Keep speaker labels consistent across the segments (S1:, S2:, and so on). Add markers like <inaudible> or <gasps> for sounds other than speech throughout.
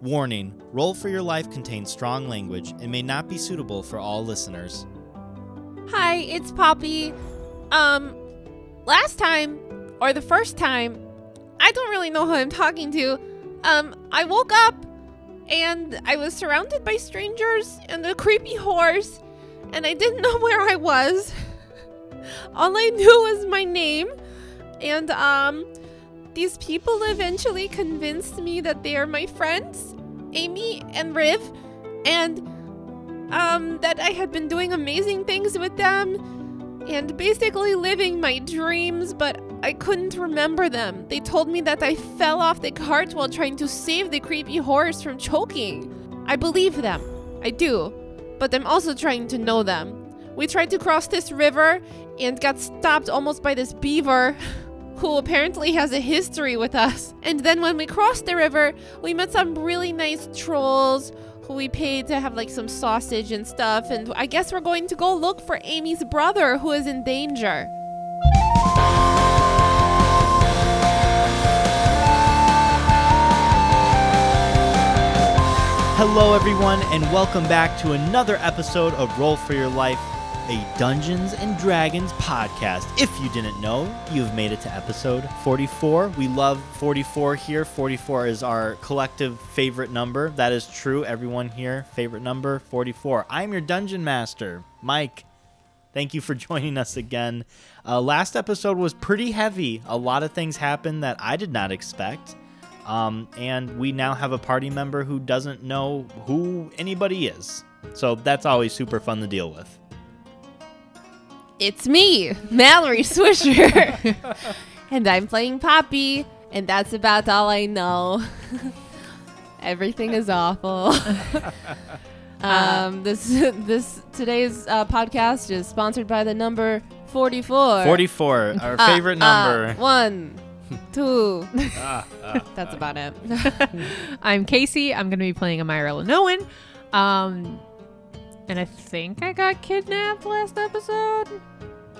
S1: Warning Roll for Your Life contains strong language and may not be suitable for all listeners.
S2: Hi, it's Poppy. Um, last time, or the first time, I don't really know who I'm talking to. Um, I woke up and I was surrounded by strangers and a creepy horse, and I didn't <laughs> know where I was. All I knew was my name, and um, these people eventually convinced me that they are my friends, Amy and Riv, and um, that I had been doing amazing things with them and basically living my dreams, but I couldn't remember them. They told me that I fell off the cart while trying to save the creepy horse from choking. I believe them. I do. But I'm also trying to know them. We tried to cross this river and got stopped almost by this beaver. <laughs> Who apparently has a history with us. And then when we crossed the river, we met some really nice trolls who we paid to have like some sausage and stuff. And I guess we're going to go look for Amy's brother who is in danger.
S1: Hello, everyone, and welcome back to another episode of Roll for Your Life, a Dungeons and Dragons podcast. If you didn't know, you've made it to episode 44. We love 44 here. 44 is our collective favorite number. That is true. Everyone here, favorite number 44. I'm your dungeon master, Mike. Thank you for <laughs> joining us again. Uh, last episode was pretty heavy. A lot of things happened that I did not expect. Um, and we now have a party member who doesn't know who anybody is. So that's always super fun to deal with.
S2: It's me, Mallory Swisher. <laughs> and I'm playing Poppy, and that's about all I know. <laughs> Everything is awful. um, this this today's uh, podcast is sponsored by the number
S1: <laughs>
S2: 44.
S1: 44, our
S2: Uh,
S1: favorite
S2: uh,
S1: number.
S2: one, two. <laughs> that's about it.
S3: I'm Casey. I'm going to be playing Amira Lenoan. Um, and I think I got kidnapped last episode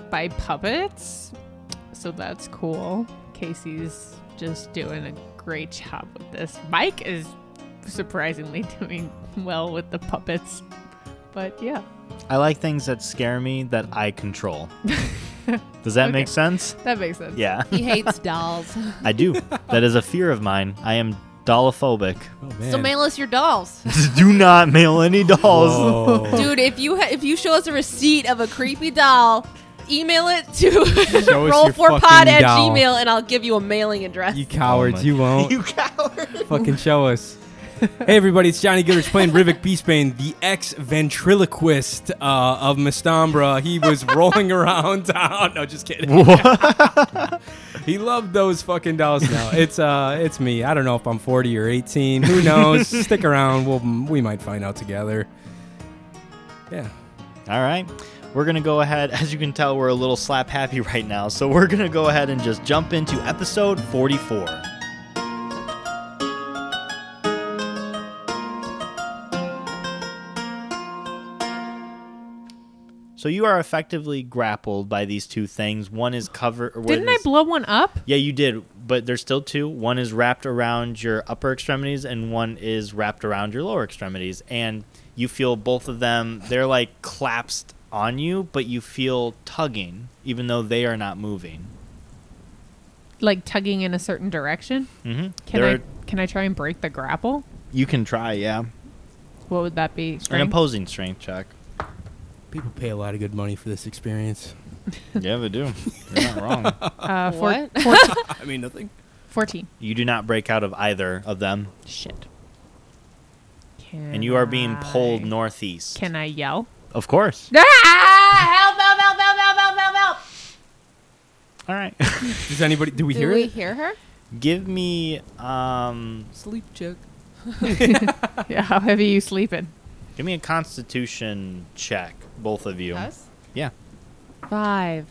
S3: by puppets. So that's cool. Casey's just doing a great job with this. Mike is surprisingly <laughs> doing well with the puppets. But yeah.
S1: I like things that scare me that I <laughs> control. Does that make
S3: Okay.
S1: sense?
S3: That makes sense.
S1: Yeah,
S2: He <laughs> hates dolls.
S1: <laughs> I do. That is a fear of mine. I am dollophobic.
S2: So mail us your dolls,
S1: <laughs> do not mail any dolls.
S2: <laughs>
S4: Oh.
S2: dude. If you ha- if you show us a receipt of a creepy doll, email it to <laughs>
S4: Show us your
S2: roll4pod
S4: fucking
S2: at
S4: doll.
S2: gmail, and I'll give you a mailing address.
S4: You cowards,
S1: Oh my-
S4: you
S1: <laughs>
S4: won't.
S1: You coward.
S4: <laughs> fucking show us. hey everybody, it's Johnny Goodrich playing Rivik Beastbane, the ex-ventriloquist uh, of Mistambra. He <laughs> was rolling around town. No, just kidding. <laughs> He loved those fucking dolls. Now it's uh, it's me. I don't know if I'm 40 or 18.
S1: <laughs>
S4: Who knows? Stick around. We'll we might find out together. Yeah.
S1: All right. We're going to go ahead. <laughs> As you can tell, we're a little slap happy right now. So we're going to go ahead and just jump into episode 44. So you are effectively grappled by these two things. One is cover. Or
S3: Didn't I
S1: is-
S3: blow one up?
S1: yeah, you did, but there's still two. One is wrapped around your upper extremities, and one is wrapped around your lower extremities. And you feel both of them, they're like collapsed on you, but you feel tugging, even though they are not moving.
S3: Like tugging in a certain direction?
S1: Mm-hmm.
S3: Can I can I try and break the grapple?
S1: You can try, yeah.
S3: What would that be?
S1: An
S3: Strength?
S1: opposing strength check.
S4: People pay a lot of good money for this experience.
S1: <laughs> yeah, they do. You're not wrong.
S3: Uh, four-
S2: What?
S3: fourteen-
S4: <laughs> I mean, nothing.
S3: 14.
S1: <laughs> You do not break out of either of them,
S3: Shit.
S1: and you are being pulled
S3: Can I-
S1: northeast.
S3: Can I yell?
S1: of course.
S2: <laughs> ah! Help! Help! Help! Help! Help! Help! Help! Help!
S1: All right. <laughs>
S4: Does anybody? Do we
S2: Do
S4: hear
S2: we
S4: it?
S2: hear her?
S1: Give me um,
S4: Sleep check.
S3: <laughs> Yeah, how heavy you sleeping?
S1: Give me a constitution check, both of you.
S2: Us?
S1: Yeah.
S3: Five.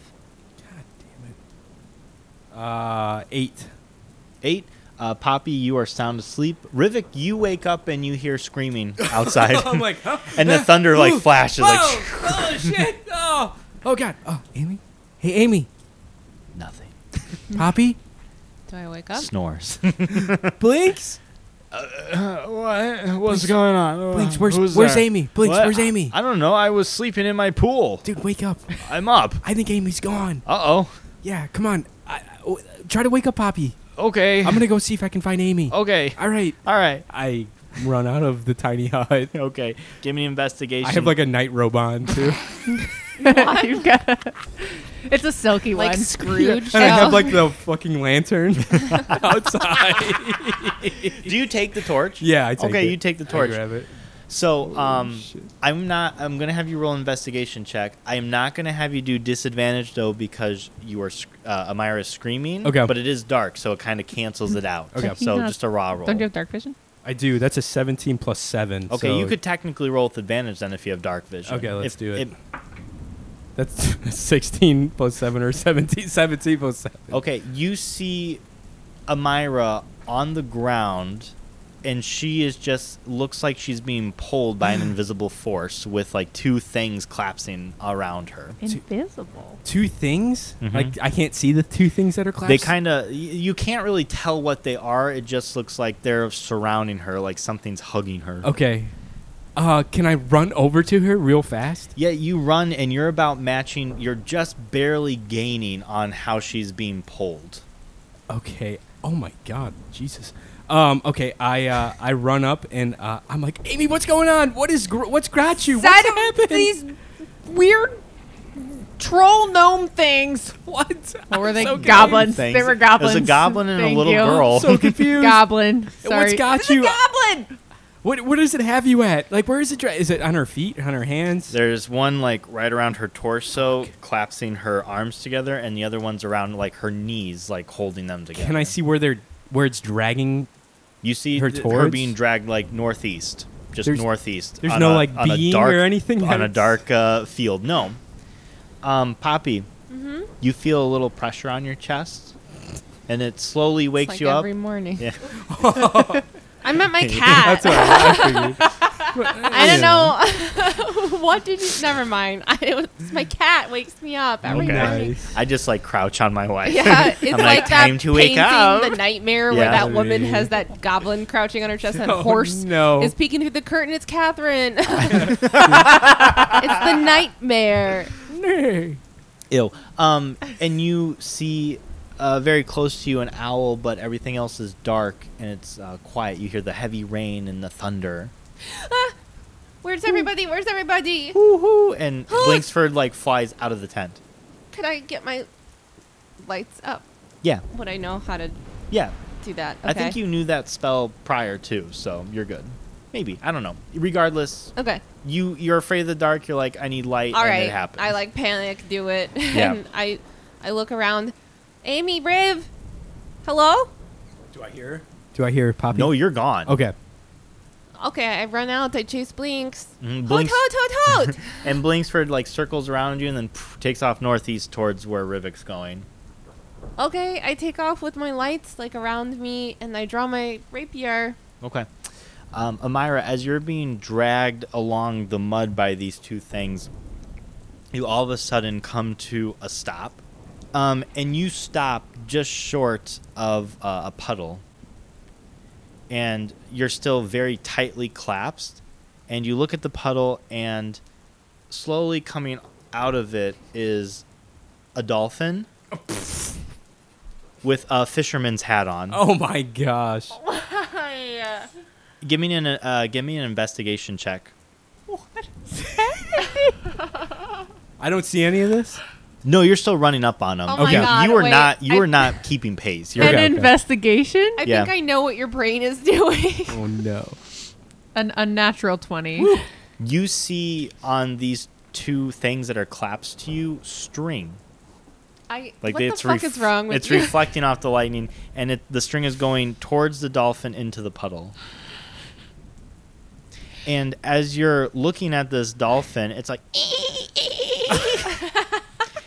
S4: Uh, eight.
S1: Eight. Uh, Poppy, you are sound asleep. Rivik, you wake up and you hear
S5: <laughs>
S1: screaming outside.
S4: <laughs>
S5: Oh
S4: I'm like, huh?
S1: <laughs> and the thunder like flashes. Like,
S4: Whoa!
S1: <laughs>
S4: oh shit! Oh, oh god! Oh, Amy. Hey, Amy.
S1: nothing.
S4: Poppy.
S1: <laughs>
S2: <laughs> Do I wake up?
S5: <laughs>
S1: Snores.
S4: Blinks.
S5: what? What's going on? Uh,
S4: Blinks, where's, where's Amy? Blinks,
S5: What?
S4: where's Amy?
S5: I don't know. I was sleeping in my pool.
S4: Dude, wake up.
S5: I'm up.
S4: I think Amy's gone.
S5: Uh oh.
S4: Yeah, come on. I, I- w- try to wake up Poppy.
S5: Okay.
S4: I'm gonna go see if I can find Amy.
S5: <laughs>
S1: Oh.
S5: okay.
S4: All right.
S5: All right.
S4: I run out of the tiny hut.
S1: Okay, give me an investigation.
S4: I have like a night robe
S1: <laughs>
S4: on too.
S3: <laughs> You've got a- it's a silky
S2: Like
S3: one. <laughs>
S2: Scrooge.
S4: and I have
S2: Oh.
S4: like the fucking lantern <laughs> outside.
S1: <laughs> Do you take the torch?
S4: yeah, I take
S1: Okay,
S4: it.
S1: you take the
S4: I
S1: torch.
S4: grab it.
S1: So, um,
S4: shit.
S1: I'm not. I'm gonna have you roll an investigation check. I am not gonna have you do disadvantage though because you are sc- uh, Amira is screaming.
S4: Okay.
S1: But it is dark, so it kind of cancels it out.
S4: Okay.
S1: So just a raw roll.
S3: Don't you have dark vision?
S4: I do. That's a 17 plus seven.
S1: okay,
S4: so
S1: you could technically roll with advantage then if you have dark vision.
S4: Okay, let's
S1: If-
S4: do it. That's <laughs> 16 plus seven or <laughs> 17. 17 plus seven.
S1: Okay, you see Amira on the ground, and she is just looks like she's being pulled by
S4: <gasps>
S1: an invisible force with like two things collapsing around her.
S3: Invisible.
S4: Two things?
S1: Mhm.
S4: Like I can't see the two things that are collapsed.
S1: They kind of you can't really tell what they are. It just looks like they're surrounding her, like something's hugging her.
S4: Okay. Uh, can I run over to her real fast?
S1: Yeah, you run and you're about matching. You're just barely gaining on how she's being pulled.
S4: Okay. Oh my God, Jesus. Um, okay, I uh, I run up and uh, I'm like, Amy, what's going on? What is gr- what's got you? What's
S2: Side of
S4: happened?
S2: these weird troll gnome things.
S4: <laughs> what?
S3: What were
S4: I'm
S3: they?
S4: so confused.
S3: goblins.
S1: Things.
S3: They were
S1: It was
S3: goblins.
S1: a goblin and a
S3: Thank
S1: little
S3: you.
S1: girl.
S3: <laughs>
S4: So confused. <laughs>
S3: Goblin. Sorry.
S4: What's got
S2: It's a
S4: you?
S2: goblin.
S4: What what does it have you at? Like where is it? Dra- is it on her feet? On her hands?
S1: There's one like right around her torso, collapsing her arms together, and the other one's around like her knees, like holding them together.
S4: Can I see where they're where it's dragging?
S1: You see
S4: her
S1: her, th- her
S4: towards?
S1: being dragged like northeast, just
S4: There's-
S1: northeast.
S4: there's
S1: on a-
S4: no, like,
S1: on a
S4: being
S1: dark-
S4: or anything
S1: on a
S4: that's-
S1: dark uh, field. No, um, Poppy,
S2: Mm-hmm.
S1: you feel a little pressure on your chest, and it slowly wakes
S2: like
S1: you up.
S2: every morning.
S1: Yeah.
S2: I meant my cat.
S4: <laughs> That's what I figured.
S2: <laughs> I don't know. <laughs> what did you? Never mind. <laughs> I, it was, my cat wakes me up every
S1: Okay.
S4: <laughs>
S2: morning.
S4: Nice.
S1: I just like crouch on my wife. <laughs>
S2: Yeah, it's
S1: I'm
S2: like,
S1: like, time
S2: that
S1: to wake
S2: painting,
S1: up.
S2: the nightmare where
S1: Yeah.
S2: that woman
S4: Sorry.
S2: has
S4: <laughs>
S2: that goblin crouching on her chest, and that
S4: Oh,
S2: horse
S4: no.
S2: is peeking through the curtain. It's
S4: <laughs>
S2: Catherine. <laughs> it's the nightmare.
S4: Nay.
S1: Ew. Um, and you see uh, very close to you an owl, but everything else is dark and it's uh, quiet. You hear the heavy rain and the
S2: <gasps>
S1: thunder.
S2: Where's everybody? Where's everybody?
S1: Woohoo!
S2: <gasps>
S1: And Blinksford like flies out of the tent.
S2: Could I get my lights up?
S1: Yeah,
S2: Would I know how to
S1: yeah.
S2: do that? Okay.
S1: I think you knew that spell prior too, so you're good. Maybe I don't know. Regardless,
S2: Okay.
S1: you you're afraid of the dark. You're like, I need light,
S2: All
S1: and
S2: right.
S1: it happens.
S2: I like panic. Do it. <laughs>
S1: Yeah.
S2: and I, I look around. Amy, Riv, hello.
S4: Do I hear? her? Do I hear her popping?
S1: Uh, No, you're gone.
S4: Okay.
S2: Okay, I run out. I chase Blinks.
S1: Mhm,
S2: Hoot, hoot,
S1: Blinks-
S2: hoot, hoot.
S1: And Blinksford like circles around you and then pff, takes off northeast towards where Rivik's going. <laughs>
S2: Okay, I take off with my lights like around me, and I draw my rapier.
S1: Okay. Um, Amira, as you're being dragged along the mud by these two things, you all of a sudden come to a stop. Um, and you stop just short of uh, a puddle. And you're still very tightly collapsed. And you look at the puddle, and slowly coming out of it is a dolphin with a fisherman's hat on.
S4: Oh my gosh.
S2: I, uh,
S1: Give me an uh, give me an investigation check.
S4: I don't see any of this.
S1: No, you're still running up on them.
S2: Oh my
S1: you,
S2: God,
S1: you are
S2: wait,
S1: not you are
S2: I-
S1: not keeping pace. You're
S4: Okay,
S3: An
S4: okay.
S3: investigation.
S2: I
S1: Yeah.
S2: think I know what your brain is <laughs> doing.
S4: Oh no.
S3: An unnatural twenty.
S1: you see on these two things that are collapsed to you string.
S2: I
S1: Like
S2: what the
S1: it's
S2: fuck
S1: ref-
S2: is wrong with
S1: it's
S2: you?
S1: reflecting off the lightning, and it, the string is going towards the dolphin into the puddle. And as you're looking at this dolphin, it's like,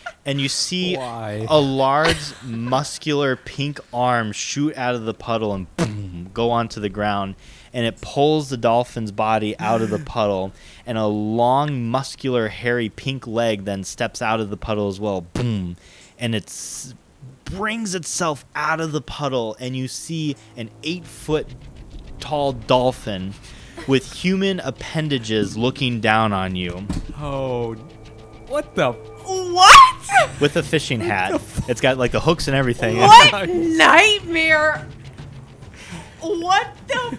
S1: <laughs> and you see
S4: Why?
S1: a large, muscular pink arm shoot out of the puddle and boom, go onto the ground. And it pulls the dolphin's body out
S3: <sighs>
S1: of the puddle. And a long, muscular, hairy pink leg then steps out of the puddle as well. Boom. And it brings itself out of the puddle. And you see an eight foot tall dolphin with human appendages looking down on you
S4: Oh, what the? <laughs>
S3: What?
S1: with a fishing hat. It's got like the hooks and everything.
S3: What nightmare? What the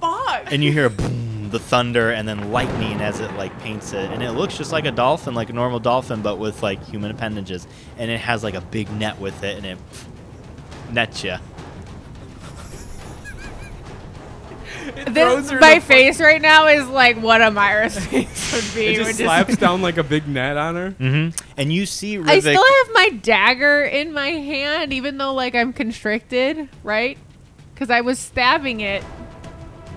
S3: fuck?
S1: and you hear boom, the thunder and then lightning as it like paints it and it looks just like a dolphin like a normal dolphin but with like human appendages and it has like a big net with it and it nets you
S3: <laughs> This, my face right now is like what <laughs> Amira's face would be.
S4: It
S3: when
S4: just slaps down like a big net on her.
S1: mm-hmm. and you see Rivik,
S3: I still have my dagger in my hand, even though like I'm constricted, right? Because I was stabbing it.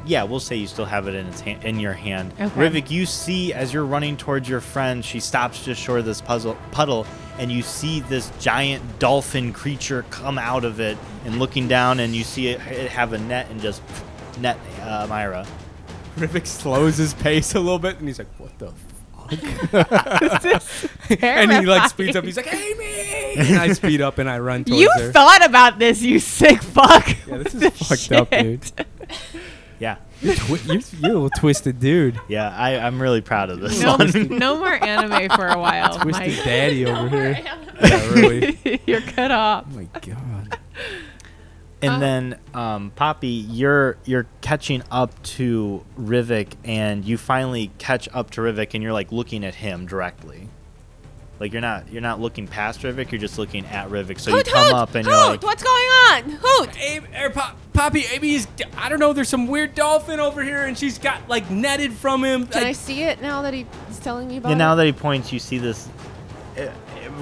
S1: yeah we'll say you still have it in its hand, in your hand
S3: Okay.
S1: Rivik you see as you're running towards your friend she stops just short of this puzzle puddle and you see this giant dolphin creature come out of it and looking down and you see it, it have a net and just net uh, Myra
S4: Rivik slows his pace a little bit, and he's like, "What the?" <laughs> And he like speeds up. He's like, "Amy!" And I speed up and I run
S3: <laughs>
S4: towards
S3: you
S4: her.
S3: thought about this, you sick fuck. <laughs>
S4: yeah, this is fucked up, dude.
S1: yeah
S4: You're, twi- you're, you're a little
S3: <laughs>
S4: twisted, dude.
S1: Yeah, I, I'm really proud of this <laughs>
S3: No,
S1: one.
S3: no more anime for a while.
S4: Twisted
S3: Mike.
S4: daddy over <laughs> here.
S3: <laughs>
S4: Yeah, really.
S3: You're cut off.
S4: Oh my god.
S1: and then um, Poppy, you're you're catching up to Rivik, and you finally catch up to Rivik, and you're like looking at him directly. Like you're not you're not looking past Rivik, you're just looking at Rivik. So you
S2: Hoot,
S1: come
S2: hoot,
S1: up and you're like,
S2: hoot, what's going on? Hoot.
S4: Amy, er, Pop- Poppy, Amy's. I don't know. There's some weird dolphin over here, and she's got like netted from him.
S2: Can I
S4: like-
S2: see it now that he's telling me about
S1: and now
S2: it?
S1: that he points, you see this uh, uh,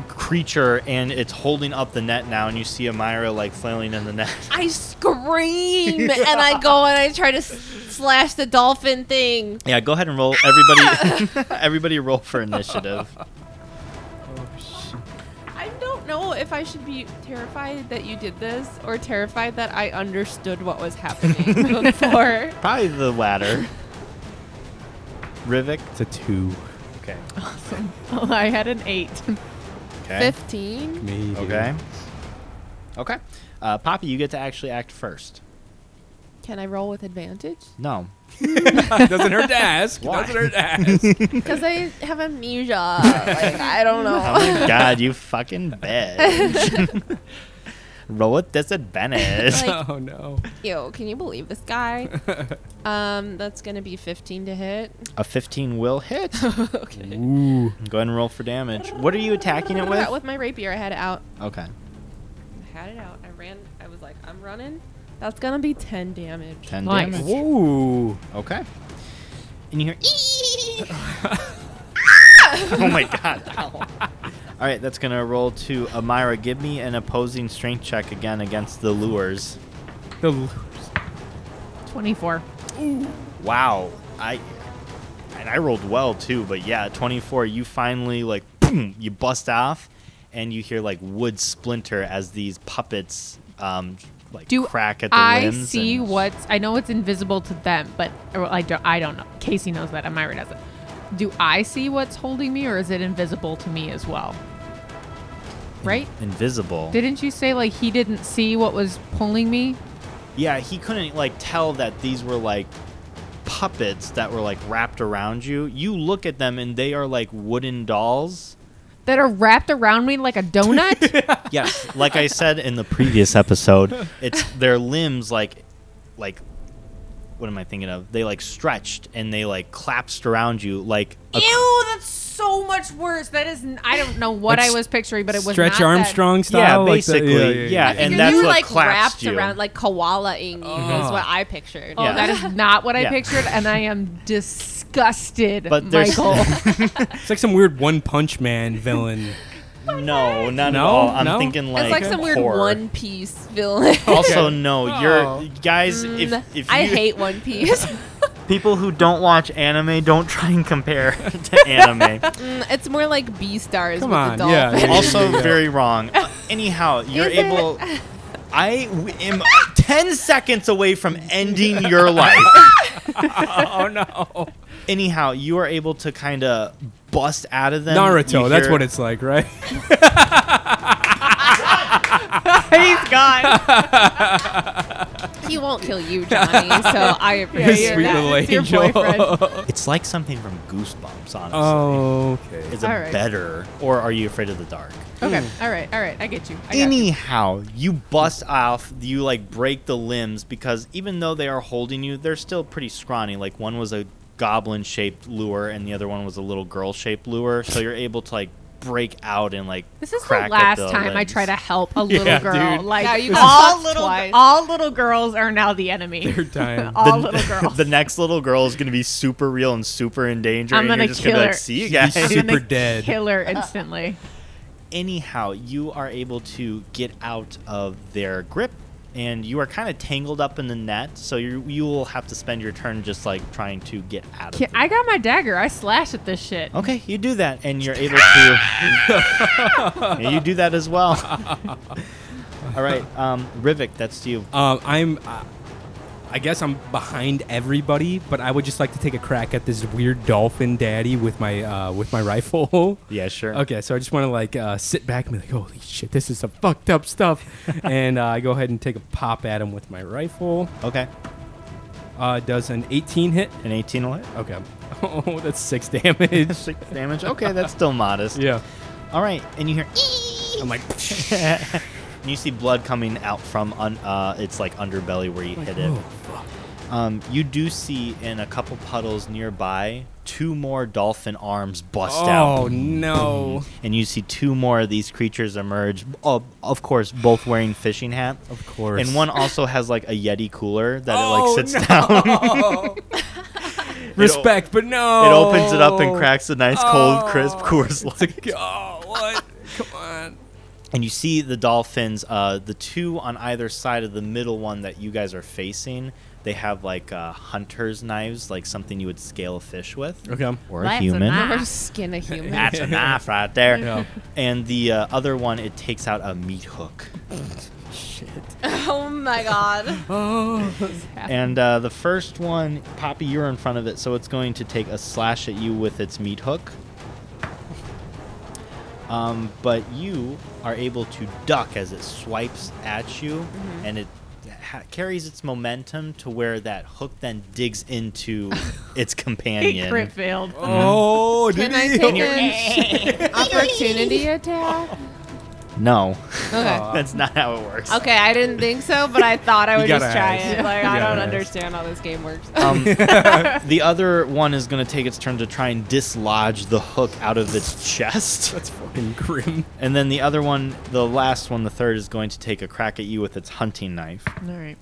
S1: creature, and it's holding up the net now, and you see Amira like flailing in the net. <laughs>
S2: I scream and I go and I try to s- slash the dolphin thing.
S1: yeah, go ahead and roll everybody. <laughs> everybody roll for initiative.
S2: I don't know if I should be terrified that you did this or terrified that I understood what was
S3: <laughs>
S1: <laughs>
S2: happening before.
S1: Probably the latter. Rivik.
S4: it's a two.
S1: Okay.
S3: Oh, I had an eight.
S1: Okay.
S2: 15?
S4: Me. dude. <laughs>
S1: Okay. Okay. Uh, Poppy, you get to actually act first.
S2: Can I roll with advantage?
S1: No.
S4: Doesn't hurt to ask.
S1: Why?
S3: <laughs>
S4: Doesn't hurt to ask.
S2: Because I have amnesia. Like, I
S1: <laughs>
S2: don't
S1: Oh
S2: know.
S1: my god, you fucking bitch. Roll with disadvantage.
S2: Like-
S4: <laughs> oh no.
S2: Yo, can you believe this guy? Um, that's going to be 15 to hit.
S1: A 15 will hit.
S2: <laughs> okay.
S4: Ooh.
S1: Go ahead and roll for damage. What are you attacking it with?
S2: With my rapier, I had it out.
S1: Okay.
S2: I had it out. I ran. I was like, I'm running. That's gonna be 10 damage.
S1: 10
S3: Nice.
S1: damage.
S4: Ooh.
S1: Okay. And you hear. <laughs> oh my god. All right, that's gonna roll to Amira. Give me an opposing strength check again against the lures.
S4: The l-
S3: 24.
S1: Wow, I and I rolled well too, but yeah, 24. You finally like, boom, you bust off, and you hear like wood splinter as these puppets um like
S3: Do
S1: crack at the
S3: I
S1: limbs.
S3: see
S1: and-
S3: what's. I know it's invisible to them, but or I don't, I don't know. Casey knows that. Amira doesn't. Do I see what's holding me, or is it invisible to me as well? Right?
S1: invisible.
S3: Didn't you say like he didn't see what was pulling me?
S1: yeah, he couldn't like tell that these were like puppets that were like wrapped around you. You look at them and they are like wooden dolls.
S3: That are wrapped around me like a <laughs> donut?
S1: Yes, <laughs> like I said in the previous episode,
S4: <laughs>
S1: it's their limbs like like what am I thinking of? They like stretched and they like collapsed around you like a,
S3: Ew, that's so much worse. That is, n- I don't know what
S4: Like
S3: I was picturing, but it was
S4: Stretch
S3: not that-
S4: Armstrong
S1: yeah,
S4: style. like the-
S1: basically. yeah,
S4: yeah.
S1: and
S2: you
S1: that's
S2: were
S1: what
S2: like
S1: collapsed
S2: wrapped
S1: you.
S2: around like koala-ing you is what I pictured.
S3: Oh,
S1: Yeah.
S3: that is not what I
S1: Yeah.
S3: pictured, and I am disgusted,
S1: but there's <laughs>
S3: Michael. <laughs>
S2: <laughs>
S4: It's like some weird One Punch Man villain.
S1: no, not at
S4: No?
S1: all. I'm
S4: No?
S1: thinking like
S2: it's like some weird
S1: horror.
S2: One Piece villain.
S1: Also, no,
S4: Oh.
S1: you're guys. If if
S2: Mm. I
S1: you-
S2: hate One
S3: <laughs>
S2: Piece.
S1: people who don't watch anime, don't try and compare <laughs> to anime.
S2: Mm, it's more like B stars
S4: Come
S2: with
S4: on,
S2: the
S3: <laughs>
S4: yeah,
S2: dolphin.
S4: yeah.
S1: also very wrong. Uh, anyhow, you're
S2: Is it?
S1: able. I w- am 10 seconds away from ending
S4: <laughs>
S1: your life.
S4: <laughs> oh
S1: <laughs>
S4: no.
S1: Anyhow, you are able to kind of bust out of them.
S4: Naruto.
S1: You
S4: That's
S1: hear-
S4: what it's like,
S1: <laughs>
S4: right?
S3: He's gone.
S2: He won't
S1: <laughs>
S2: kill you, Johnny. so I appreciate
S4: Sweet
S2: that.
S4: little
S3: It's your
S4: angel.
S3: boyfriend.
S1: It's like something from Goosebumps, honestly.
S4: Oh. okay.
S1: Is it
S3: All right.
S1: better, or are you afraid of the dark?
S4: <laughs>
S3: Okay. All right.
S2: <laughs>
S3: All right. I get you. I got you.
S1: Anyhow, you bust off, you like break the limbs because even though they are holding you, they're still pretty scrawny. Like one was a goblin shaped lure and the other one was a little girl shaped lure. So you're able to like break out and like
S3: This is the
S1: crack at
S3: last
S1: the
S3: time I
S1: limbs. <laughs>
S3: try to help a little girl.
S4: dude.
S3: Like
S2: Yeah, you got
S3: all
S2: fucked
S3: little
S2: twice.
S3: all little girls are now the enemy.
S2: <laughs>
S4: Third time.
S1: <laughs>
S3: all
S1: the,
S3: little girls.
S1: the next little girl is going to be super real and super in danger.
S3: I'm
S1: and
S3: gonna
S1: you're just gonna be
S3: kill
S1: like,
S3: her.
S1: see
S3: <laughs>
S1: you
S4: She's
S1: guys.
S3: I'm
S4: Super
S3: gonna
S4: dead.
S3: Kill her <laughs> instantly.
S1: anyhow, you are able to get out of their grip, and you are kind of tangled up in the net. So you you will have to spend your turn just like trying to get out of.
S3: Ki-
S1: the-
S3: I got my dagger. I slash at this shit.
S4: Oh,
S1: okay, you do that, and you're able <laughs> to. Yeah, you do that as <laughs> well. All right, um, Rivik, that's you.
S4: Um, I'm. Uh, I guess I'm behind everybody, but I would just like to take a crack at this weird dolphin daddy with my uh, with my rifle.
S1: <laughs> Yeah, sure.
S4: <laughs> Okay, so I just want to like uh, sit back and be like, "Holy shit, this is some fucked
S1: <laughs>
S4: up stuff," and uh, I go ahead and take a pop at him with my rifle.
S1: Okay,
S4: Uh, does an 18 hit?
S1: an 18 will hit.
S4: Okay. <laughs> Oh, that's six
S1: <laughs>
S4: damage.
S1: Six damage. Okay, that's still modest.
S4: yeah.
S1: All right, and you hear.
S4: I'm like,
S1: And you see blood coming out from un- uh, its like underbelly where you hit it.
S4: oh, fuck.
S1: Um, you do see in a couple puddles nearby two more dolphin arms bust
S4: Oh
S1: out,
S4: no!
S1: and you see two more of these creatures emerge. Of, of course, both wearing fishing hat,
S4: Of course.
S1: and one also has like a yeti cooler that it
S4: Oh,
S1: like sits
S4: no. <laughs>
S1: down. <laughs>
S4: Respect, but no.
S1: It opens it up and cracks a nice cold, crisp Coors Light.
S4: Oh, what? Come on.
S1: and you see the dolphins uh, the two on either side of the middle one that you guys are facing they have like uh, hunters knives like something you would scale a fish with
S4: Okay.
S1: or
S3: That's a
S1: a human
S3: knife.
S2: Never skin a
S1: <laughs>
S2: human.
S1: that's a knife right there
S4: Yeah.
S1: and the uh, other one it takes out a meat hook
S4: Shit.
S2: <laughs> Oh my god.
S4: Oh.
S2: Ah.
S1: and uh, the first one poppy you're in front of it so it's going to take a slash at you with its meat hook um, but you are able to duck as it swipes at you
S2: Mm-hmm.
S1: and it ha- carries its momentum to where that hook then digs
S2: <laughs>
S1: into its
S3: Eight
S1: companion
S3: crit failed.
S4: Oh, did
S2: Can I
S4: he?
S2: take an <laughs> opportunity attack?
S1: no
S2: Okay.
S4: Aw.
S1: <laughs> that's not how it works
S2: <laughs> Okay, I didn't think so, but I thought I
S4: You
S2: would just
S4: gotta
S2: try
S4: ask.
S2: it. Like
S4: You
S2: I
S4: gotta
S2: don't
S4: ask.
S2: understand how this game works.
S4: <laughs>
S1: Um, the other one is going to take its turn to try and dislodge the hook out of its chest.
S4: That's fucking grim.
S1: And then the other one, the last one, the third, is going to take a crack at you with its hunting knife.
S3: <laughs> All right.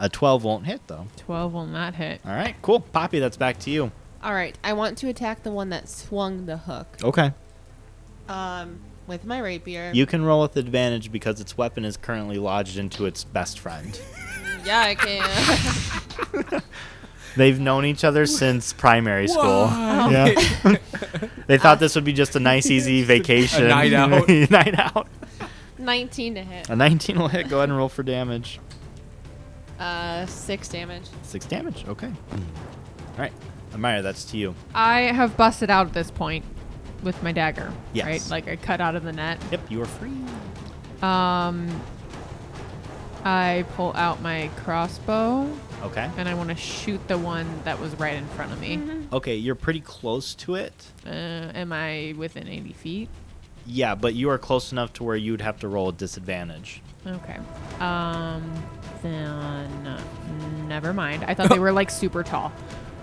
S1: A 12 won't hit, though.
S3: Twelve will not hit.
S1: All right, cool. Poppy, that's back to you.
S2: Uh, All right, I want to attack the one that swung the hook.
S1: Okay.
S2: Um, with my rapier.
S1: You can roll with advantage because its weapon is currently lodged into its best friend.
S2: yeah, I can. <laughs>
S1: They've known each other since primary school.
S4: Why? <laughs>
S1: Yeah. they thought this would be just a nice, easy vacation.
S4: Oh.
S1: <laughs>
S4: A night out.
S1: night out.
S2: 19 to hit.
S1: A 19 will hit. Go ahead and roll for damage.
S2: Uh, six damage.
S1: Six damage. Okay. All right. Amira, that's to you.
S3: I have busted out at this point with my dagger.
S1: Yes.
S3: Right. Like I cut out of the net.
S1: Yep, you are free.
S3: Um. I pull out my crossbow
S1: Okay.
S3: and I want to shoot the one that was right in front of me.
S2: Mm-hmm.
S1: Okay, you're pretty close to it.
S3: Uh, am I within 80 feet?
S1: Yeah, but you are close enough to where you'd have to roll a disadvantage.
S3: Okay. Um, then never mind. I thought they were like super tall.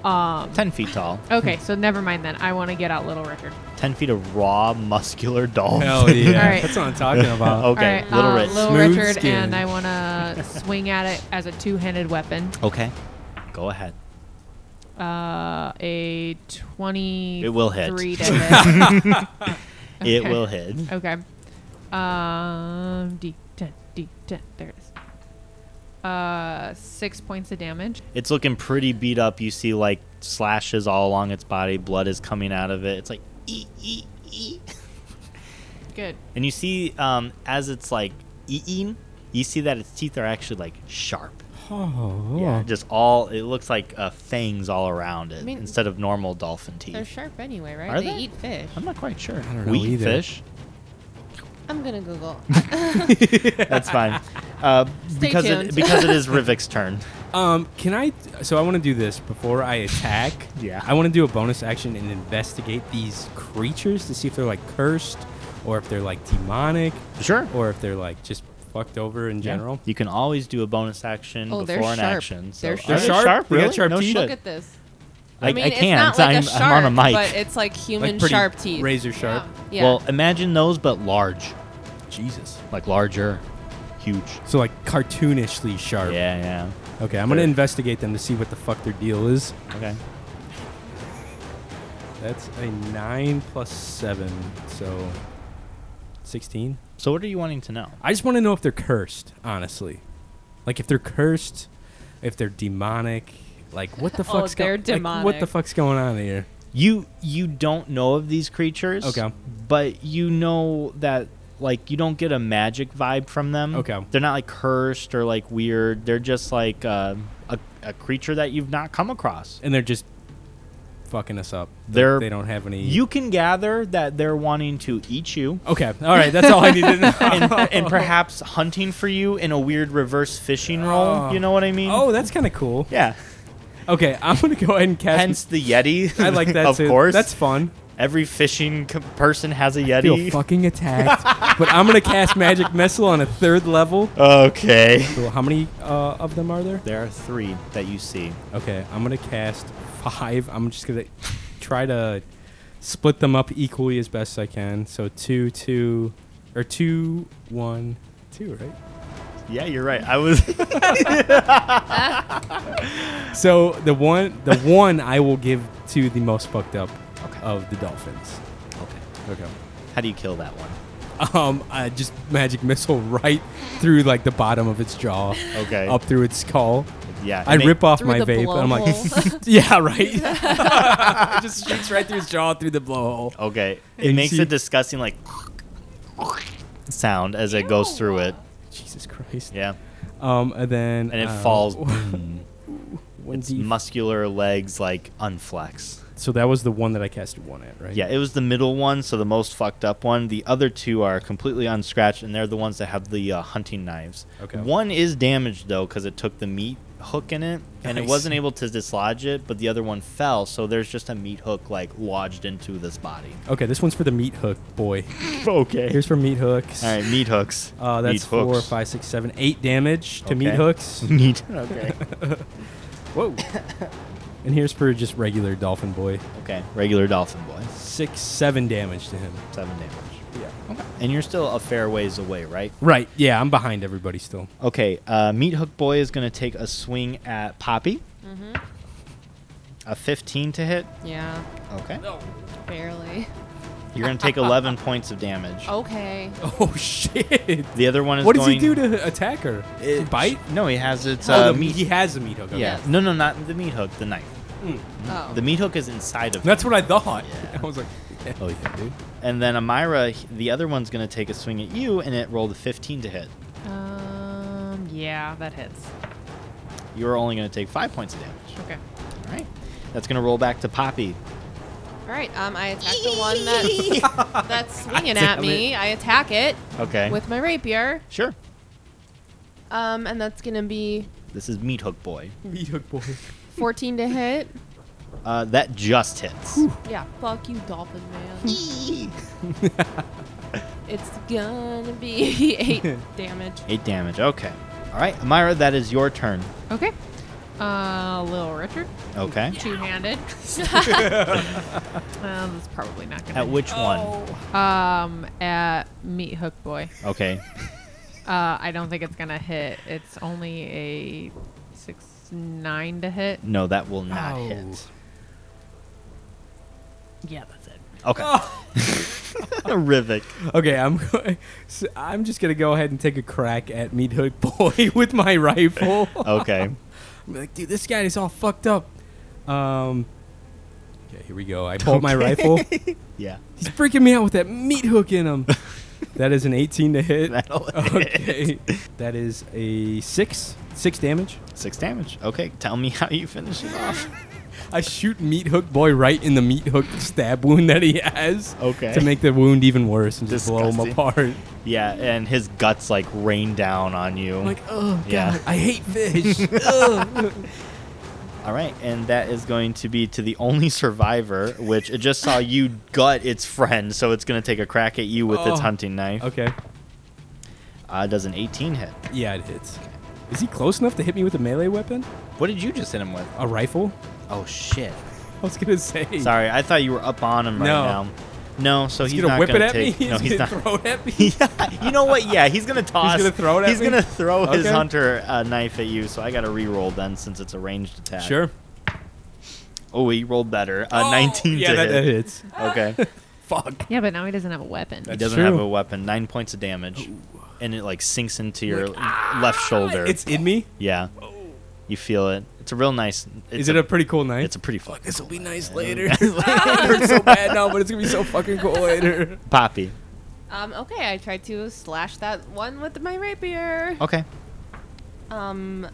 S3: Um,
S1: 10 feet tall.
S3: okay, so never mind then. I want to get out Little Richard.
S1: 10 feet of raw, muscular dolphin. <laughs>
S4: Hell yeah.
S3: All right.
S4: That's what I'm talking about.
S1: okay,
S3: Alright,
S1: Little
S3: uh,
S1: Rich.
S3: Little
S4: Smooth
S3: Richard,
S4: skin.
S3: and I want to swing at it as a two-handed weapon.
S1: okay, go ahead.
S3: Uh, a 20.
S1: It will hit.
S3: Three to
S1: <laughs>
S3: hit.
S1: It
S3: Okay.
S1: will hit.
S3: okay. Um, D10, D10. There it is. Uh, six points of damage.
S1: It's looking pretty beat up. You see, like, slashes all along its body, blood is coming out of it. It's like, ee, ee, ee.
S3: Good.
S1: And you see, um, as it's like eating, you see that its teeth are actually like sharp.
S4: Oh.
S1: Yeah, just all it looks like uh, fangs all around it
S2: I mean-
S1: instead of normal dolphin teeth.
S2: They're sharp anyway, right?
S1: Are
S2: they,
S1: they?
S2: eat fish.
S1: I'm not quite sure. I
S4: <laughs> don't know
S1: we eat
S4: either.
S1: fish. <laughs>
S2: I'm gonna Google. <laughs>
S1: That's fine. Uh, because it,
S2: tuned.
S1: because it
S2: <laughs>
S1: is Rivik's turn.
S4: Um, can I? So I want to do this before I attack.
S1: Yeah.
S4: I want to do a bonus action and investigate these creatures to see if they're like cursed, or if they're like demonic,
S1: Sure.
S4: or if they're like just fucked over in general.
S1: You can always do a bonus action
S2: Oh, they're
S1: before an
S2: sharp.
S1: action. So.
S2: They're
S1: Are they
S2: sharp.
S4: Sharp? We got
S1: Really?
S4: sharp
S1: no
S4: teeth?
S1: shit.
S2: Look at this.
S1: I, I,
S2: mean, it's
S1: can't.
S2: not like
S1: I'm,
S2: a
S1: I'm on a
S2: shark,
S1: mic.
S2: but it's like human
S4: like pretty
S2: sharp teeth. Um,
S4: razor sharp.
S2: Yeah.
S1: Well, imagine those, but large.
S4: Jesus.
S1: Like larger. Huge.
S4: So like cartoonishly sharp.
S1: Yeah,
S4: Okay, I'm gonna
S1: Sure.
S4: investigate them to see what the fuck their deal is.
S1: yeah. Okay.
S4: That's a nine plus seven, so sixteen.
S1: So, what are you wanting to know?
S4: I just want to know if they're cursed, honestly. Like if they're cursed, if they're demonic. Like what
S3: <laughs>
S4: the
S3: Oh,
S4: fuck's go-
S3: they're
S4: like, what the
S3: demonic.
S4: fuck's going on here?
S1: You you don't know of these creatures.
S4: Okay.
S1: But you know that like you don't get a magic vibe from them.
S4: Okay.
S1: They're not like cursed or like weird. They're just like uh, a a creature that you've not come across.
S4: And they're just fucking us up.
S1: They're-
S4: they don't have any.
S1: You can gather that they're wanting to eat
S4: <laughs>
S1: you.
S4: okay? All right, that's all
S1: <laughs>
S4: I needed. to
S1: and,
S4: know.
S1: and perhaps hunting for you in a weird reverse fishing roll.
S4: Oh.
S1: You know what I mean?
S4: oh, that's kind of cool.
S1: yeah.
S4: Okay, I'm gonna go ahead and cast.
S1: Hence the Yeti.
S4: I like
S1: <laughs>
S4: that
S1: of
S4: too.
S1: course.
S4: that's fun.
S1: every fishing c- person has a
S4: Feel
S1: Yeti.
S4: fucking attacked, but I'm gonna cast magic missile on a third level.
S1: okay.
S4: So how many uh, of them are there?
S1: There are three that you see.
S4: Okay, I'm gonna cast five. I'm just gonna try to split them up equally as best I can. So two, two, or two, one, two, right?
S1: Yeah, you're right. I <laughs> was.
S4: So the one, the <laughs> one I will give to the most fucked up
S1: Okay.
S4: of the dolphins.
S1: okay.
S4: Okay.
S1: How do you kill that one?
S4: Um, I just magic missile right through like the bottom of its jaw,
S1: Okay.
S4: up through its skull.
S1: yeah. it
S4: I
S1: ma-
S4: rip off
S3: Through
S4: my
S3: the
S4: vape. And I'm like,
S3: blowhole.
S4: <laughs> yeah, right.
S3: <laughs>
S4: it just shoots right <laughs> through its jaw through the blowhole.
S1: Okay. It
S4: <laughs> And
S1: makes
S4: she-
S1: a disgusting like <laughs> sound as it goes through it.
S4: Jesus Christ.
S1: Yeah.
S4: Um, and then
S1: And it
S4: uh, <laughs>
S1: falls.
S4: one
S1: its
S4: D-
S1: muscular legs like unflex.
S4: so that was the one that I casted one at, right?
S1: Yeah, it was the middle one, so the most fucked up one. The other two are completely unscratched, and they're the ones that have the uh, hunting knives.
S4: Okay.
S1: One is damaged though because it took the meat hook in it, and it
S4: Nice.
S1: wasn't able to dislodge it. But the other one fell, so there's just a meat hook like lodged into this body.
S4: Okay, this one's for the meat hook boy.
S1: Okay.
S4: Here's for meat hooks.
S1: All right, meat hooks.
S4: <laughs> Uh, that's
S1: meat
S4: four,
S1: hooks.
S4: five, six, seven, eight damage to meat
S1: Okay.
S4: hooks.
S1: <laughs>
S4: <laughs>
S1: Meat. Okay.
S4: Whoa. and here's for just regular dolphin boy.
S1: <laughs> okay. Regular dolphin boy.
S4: Six, seven damage to him.
S1: Seven damage.
S4: Yeah.
S1: And you're still a fair ways away, right?
S4: Right. Yeah, I'm behind everybody still. <laughs>
S1: Okay, uh, Meat Hook Boy is going to take a swing at Poppy.
S2: Mm-hmm.
S1: A 15 to hit.
S2: yeah.
S1: Okay.
S2: Barely.
S1: You're going to
S2: <laughs>
S1: take 11 points of damage.
S2: Okay.
S4: Oh shit.
S1: The other one is
S4: What does
S1: going.
S4: he do to attack her?
S1: It-
S4: bite?
S1: No, he has its
S4: oh,
S1: uh,
S4: the,
S1: meat.
S4: he has a meat hook. Okay.
S1: Yeah.
S2: Yes.
S1: No, no, not the meat hook, the knife. Mm-hmm.
S2: Oh.
S1: The meat hook is inside of
S4: That's
S1: him.
S4: what I thought.
S1: Yeah.
S4: <laughs> I was like, oh yeah, dude.
S1: And then Amira, h- the other one's going to take a swing at you, and it rolled a 15 to hit.
S3: Um, yeah, that hits.
S1: You're only going to take 5 points of damage.
S3: Okay.
S1: All right. That's going to roll back to
S2: <laughs>
S1: Poppy.
S2: All right. Um, I attack the one that's that's swinging at
S4: damn
S2: me. I attack it
S1: Okay.
S2: with my rapier.
S1: sure.
S2: Um, and that's gonna be
S1: This is Meat Hook Boy.
S4: Meat hook boy.
S2: 14 to hit.
S1: Uh, that just hits.
S2: Yeah. Fuck you, dolphin
S1: <laughs>
S2: man. It's gonna be <laughs> eight damage.
S1: Eight damage. Okay. All right, Amira, that is your turn.
S3: Okay. Uh, little Richard,
S1: Okay.
S3: <laughs> two-handed. uh, that's probably not gonna.
S1: At which
S4: Oh.
S3: hit. Um, at meat hook boy.
S1: one? Okay.
S3: Uh, I don't think it's gonna hit. It's only a six nine to hit.
S1: No, that will not
S4: Ow.
S1: hit.
S3: Yeah, that's it.
S1: Okay.
S4: Oh.
S1: <laughs>
S4: <laughs>
S1: Rivik.
S4: Okay, I'm <laughs> going, so I'm just gonna go ahead and take a crack at Meat Hook <laughs> Boy with
S1: <laughs>
S4: my rifle.
S1: Okay.
S4: I'm like, dude, this guy is all fucked up. Um, okay, here we go. I pull out
S1: <laughs>
S4: my rifle.
S1: Yeah.
S4: He's freaking me out with that meat hook in
S1: <laughs>
S4: him. that is an 18 to hit.
S1: That'll
S4: Okay, that is a six, six damage.
S1: Six damage. Okay. Tell me how you finish it off.
S4: I shoot Meat Hook Boy right in the Meat Hook stab wound that he has.
S1: Okay.
S4: To make the wound even worse and just blow him
S1: Disgusting.
S4: apart.
S1: Yeah, and his guts like rain down on you.
S4: I'm like, oh god,
S1: Yeah.
S4: I hate fish.
S1: <laughs>
S4: Ugh."
S1: All right, and that is going to be to the only survivor, which it just saw you gut its friend, so it's going to take a crack at you with its
S4: Oh.
S1: hunting knife.
S4: okay.
S1: Uh, does an 18 hit?
S4: Yeah, it hits. Is he close enough to hit me with a melee weapon?
S1: What did you just hit him with?
S4: A rifle? <laughs>
S1: Oh shit!
S4: I was gonna say.
S1: Sorry, I thought you were up on him right
S4: No.
S1: now. No, so
S4: He's,
S1: he's,
S4: gonna
S1: not
S4: whip it
S1: gonna
S4: at
S1: take.
S4: me.
S1: No, he's,
S4: gonna
S1: <laughs> not.
S4: throw it at me.
S1: yeah, you know what? Yeah, he's gonna toss.
S4: gonna throw it at
S1: He's
S4: me?
S1: gonna throw his
S4: Okay.
S1: hunter uh, knife at you. So I got to re-roll then, since it's a ranged attack.
S4: Sure.
S1: Oh, he rolled better. Uh,
S4: Oh,
S1: 19
S4: Yeah,
S1: to
S4: that, that
S1: hit.
S4: hits. <laughs>
S1: Okay.
S4: Fuck.
S3: Yeah, but now he doesn't have a
S1: He
S3: weapon.
S4: That's
S1: doesn't
S4: true.
S1: have a weapon. Nine points of damage, and it like sinks into your left shoulder.
S4: ah, It's in me.
S1: yeah, you feel it. It's a real nice. It's
S4: Is it a pretty cool knife?
S1: It's a pretty fuck.
S4: This will be
S1: <laughs>
S4: nice later. <laughs> it hurts so bad now, but it's gonna be so fucking cool later.
S1: Poppy.
S2: Um, okay, I tried to slash that one with my rapier.
S1: Okay,
S2: Um,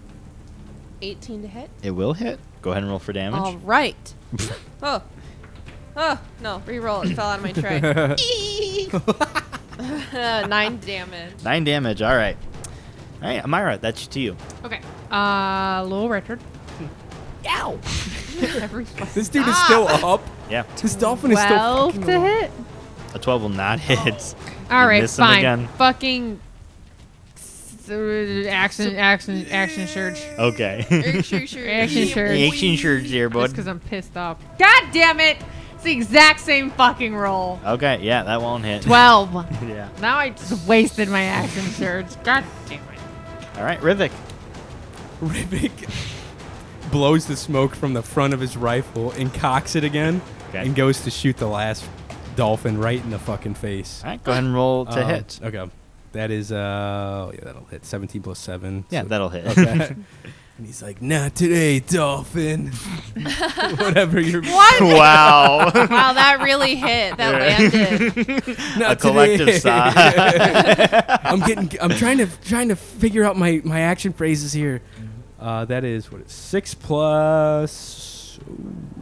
S2: 18 to hit.
S1: it will hit. Go ahead and roll for damage.
S2: All right. <laughs> oh. Oh, no. Reroll. It fell out of my tray. <laughs> Nine damage.
S1: Nine damage. All right. All right, Amira, that's to you.
S3: Okay. Uh, Lowell Richard. <laughs> Ow!
S4: <laughs> This dude is still up.
S1: Yeah,
S4: This dolphin is still.
S3: <laughs> Twelve
S4: fucking
S3: to
S4: alive.
S3: hit.
S1: a twelve will not hit.
S3: All
S1: You
S3: right,
S1: miss him
S3: fine.
S1: again.
S3: Fucking s- uh, action, action, action surge.
S1: <laughs> Okay.
S2: Sure, sure.
S1: <laughs>
S3: Action surge.
S1: Action surge there,
S3: Just
S1: bud.
S3: because I'm pissed off. God damn it! It's the exact same fucking roll.
S1: Okay, yeah, that won't hit.
S3: Twelve.
S1: <laughs> Yeah.
S3: now I just wasted my action surge. God damn it.
S1: All right, Rivik.
S4: Rivik blows the smoke from the front of his rifle and cocks it again,
S1: Okay.
S4: and goes to shoot the last dolphin right in the fucking face.
S1: All right, go ahead and roll to
S4: Um,
S1: hit.
S4: Okay. That is uh oh, yeah, that'll hit. Seventeen plus seven.
S1: Yeah,
S4: so- <laughs>
S1: that'll hit.
S4: Okay. and he's like, not today, dolphin. <laughs> Whatever you're
S1: <laughs>
S2: What?
S1: wow.
S4: <laughs>
S2: Wow, that really hit. That landed.
S4: not
S1: a collective
S4: today. <laughs>
S1: sigh.
S4: I'm getting I'm trying to trying to figure out my, my action phrases here. Uh that is what it's six plus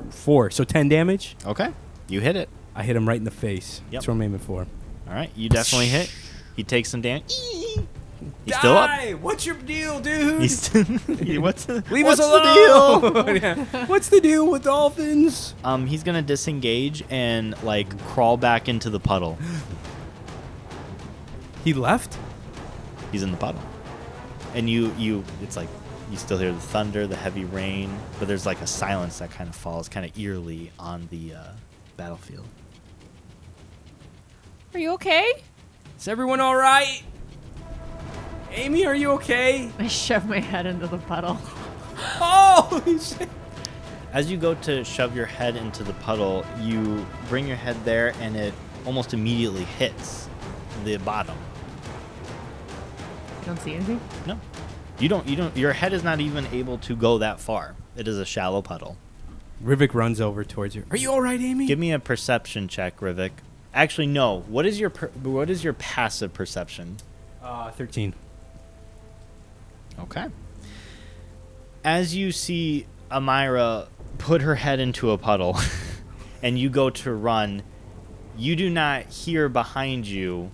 S4: four. So ten damage.
S1: okay, you hit it.
S4: I hit him right in the face.
S1: Yep.
S4: That's what I'm aiming for.
S1: All right, you definitely hit. He takes some damage. <laughs> He's still up.
S4: What's your deal, dude?
S1: He's <laughs> still. what's the,
S4: <laughs> Leave
S1: what's
S4: us
S1: The
S4: alone.
S1: deal?
S4: <laughs> Yeah. What's the deal with dolphins?
S1: Um, he's gonna disengage and like crawl back into the puddle.
S4: He left?
S1: He's in the puddle, and you you it's like you still hear the thunder, the heavy rain, but there's like a silence that kind of falls kind of eerily on the uh, battlefield.
S2: Are you okay?
S4: Is everyone all right? Amy, are you okay? <laughs>
S3: I shoved my head into the puddle.
S4: Oh, shit.
S1: As you go to shove your head into the puddle, you bring your head there, and it almost immediately hits the bottom.
S3: You don't see anything?
S1: No, you don't. You don't. Your head is not even able to go that far. It is a shallow puddle.
S4: Rivik runs over towards her. Are you all right, Amy?
S1: Give me a perception check, Rivik. Actually, no. What is your per- what is your passive perception?
S4: uh, 13.
S1: Okay. As you see Amira put her head into a puddle <laughs> and you go to run, you do not hear behind you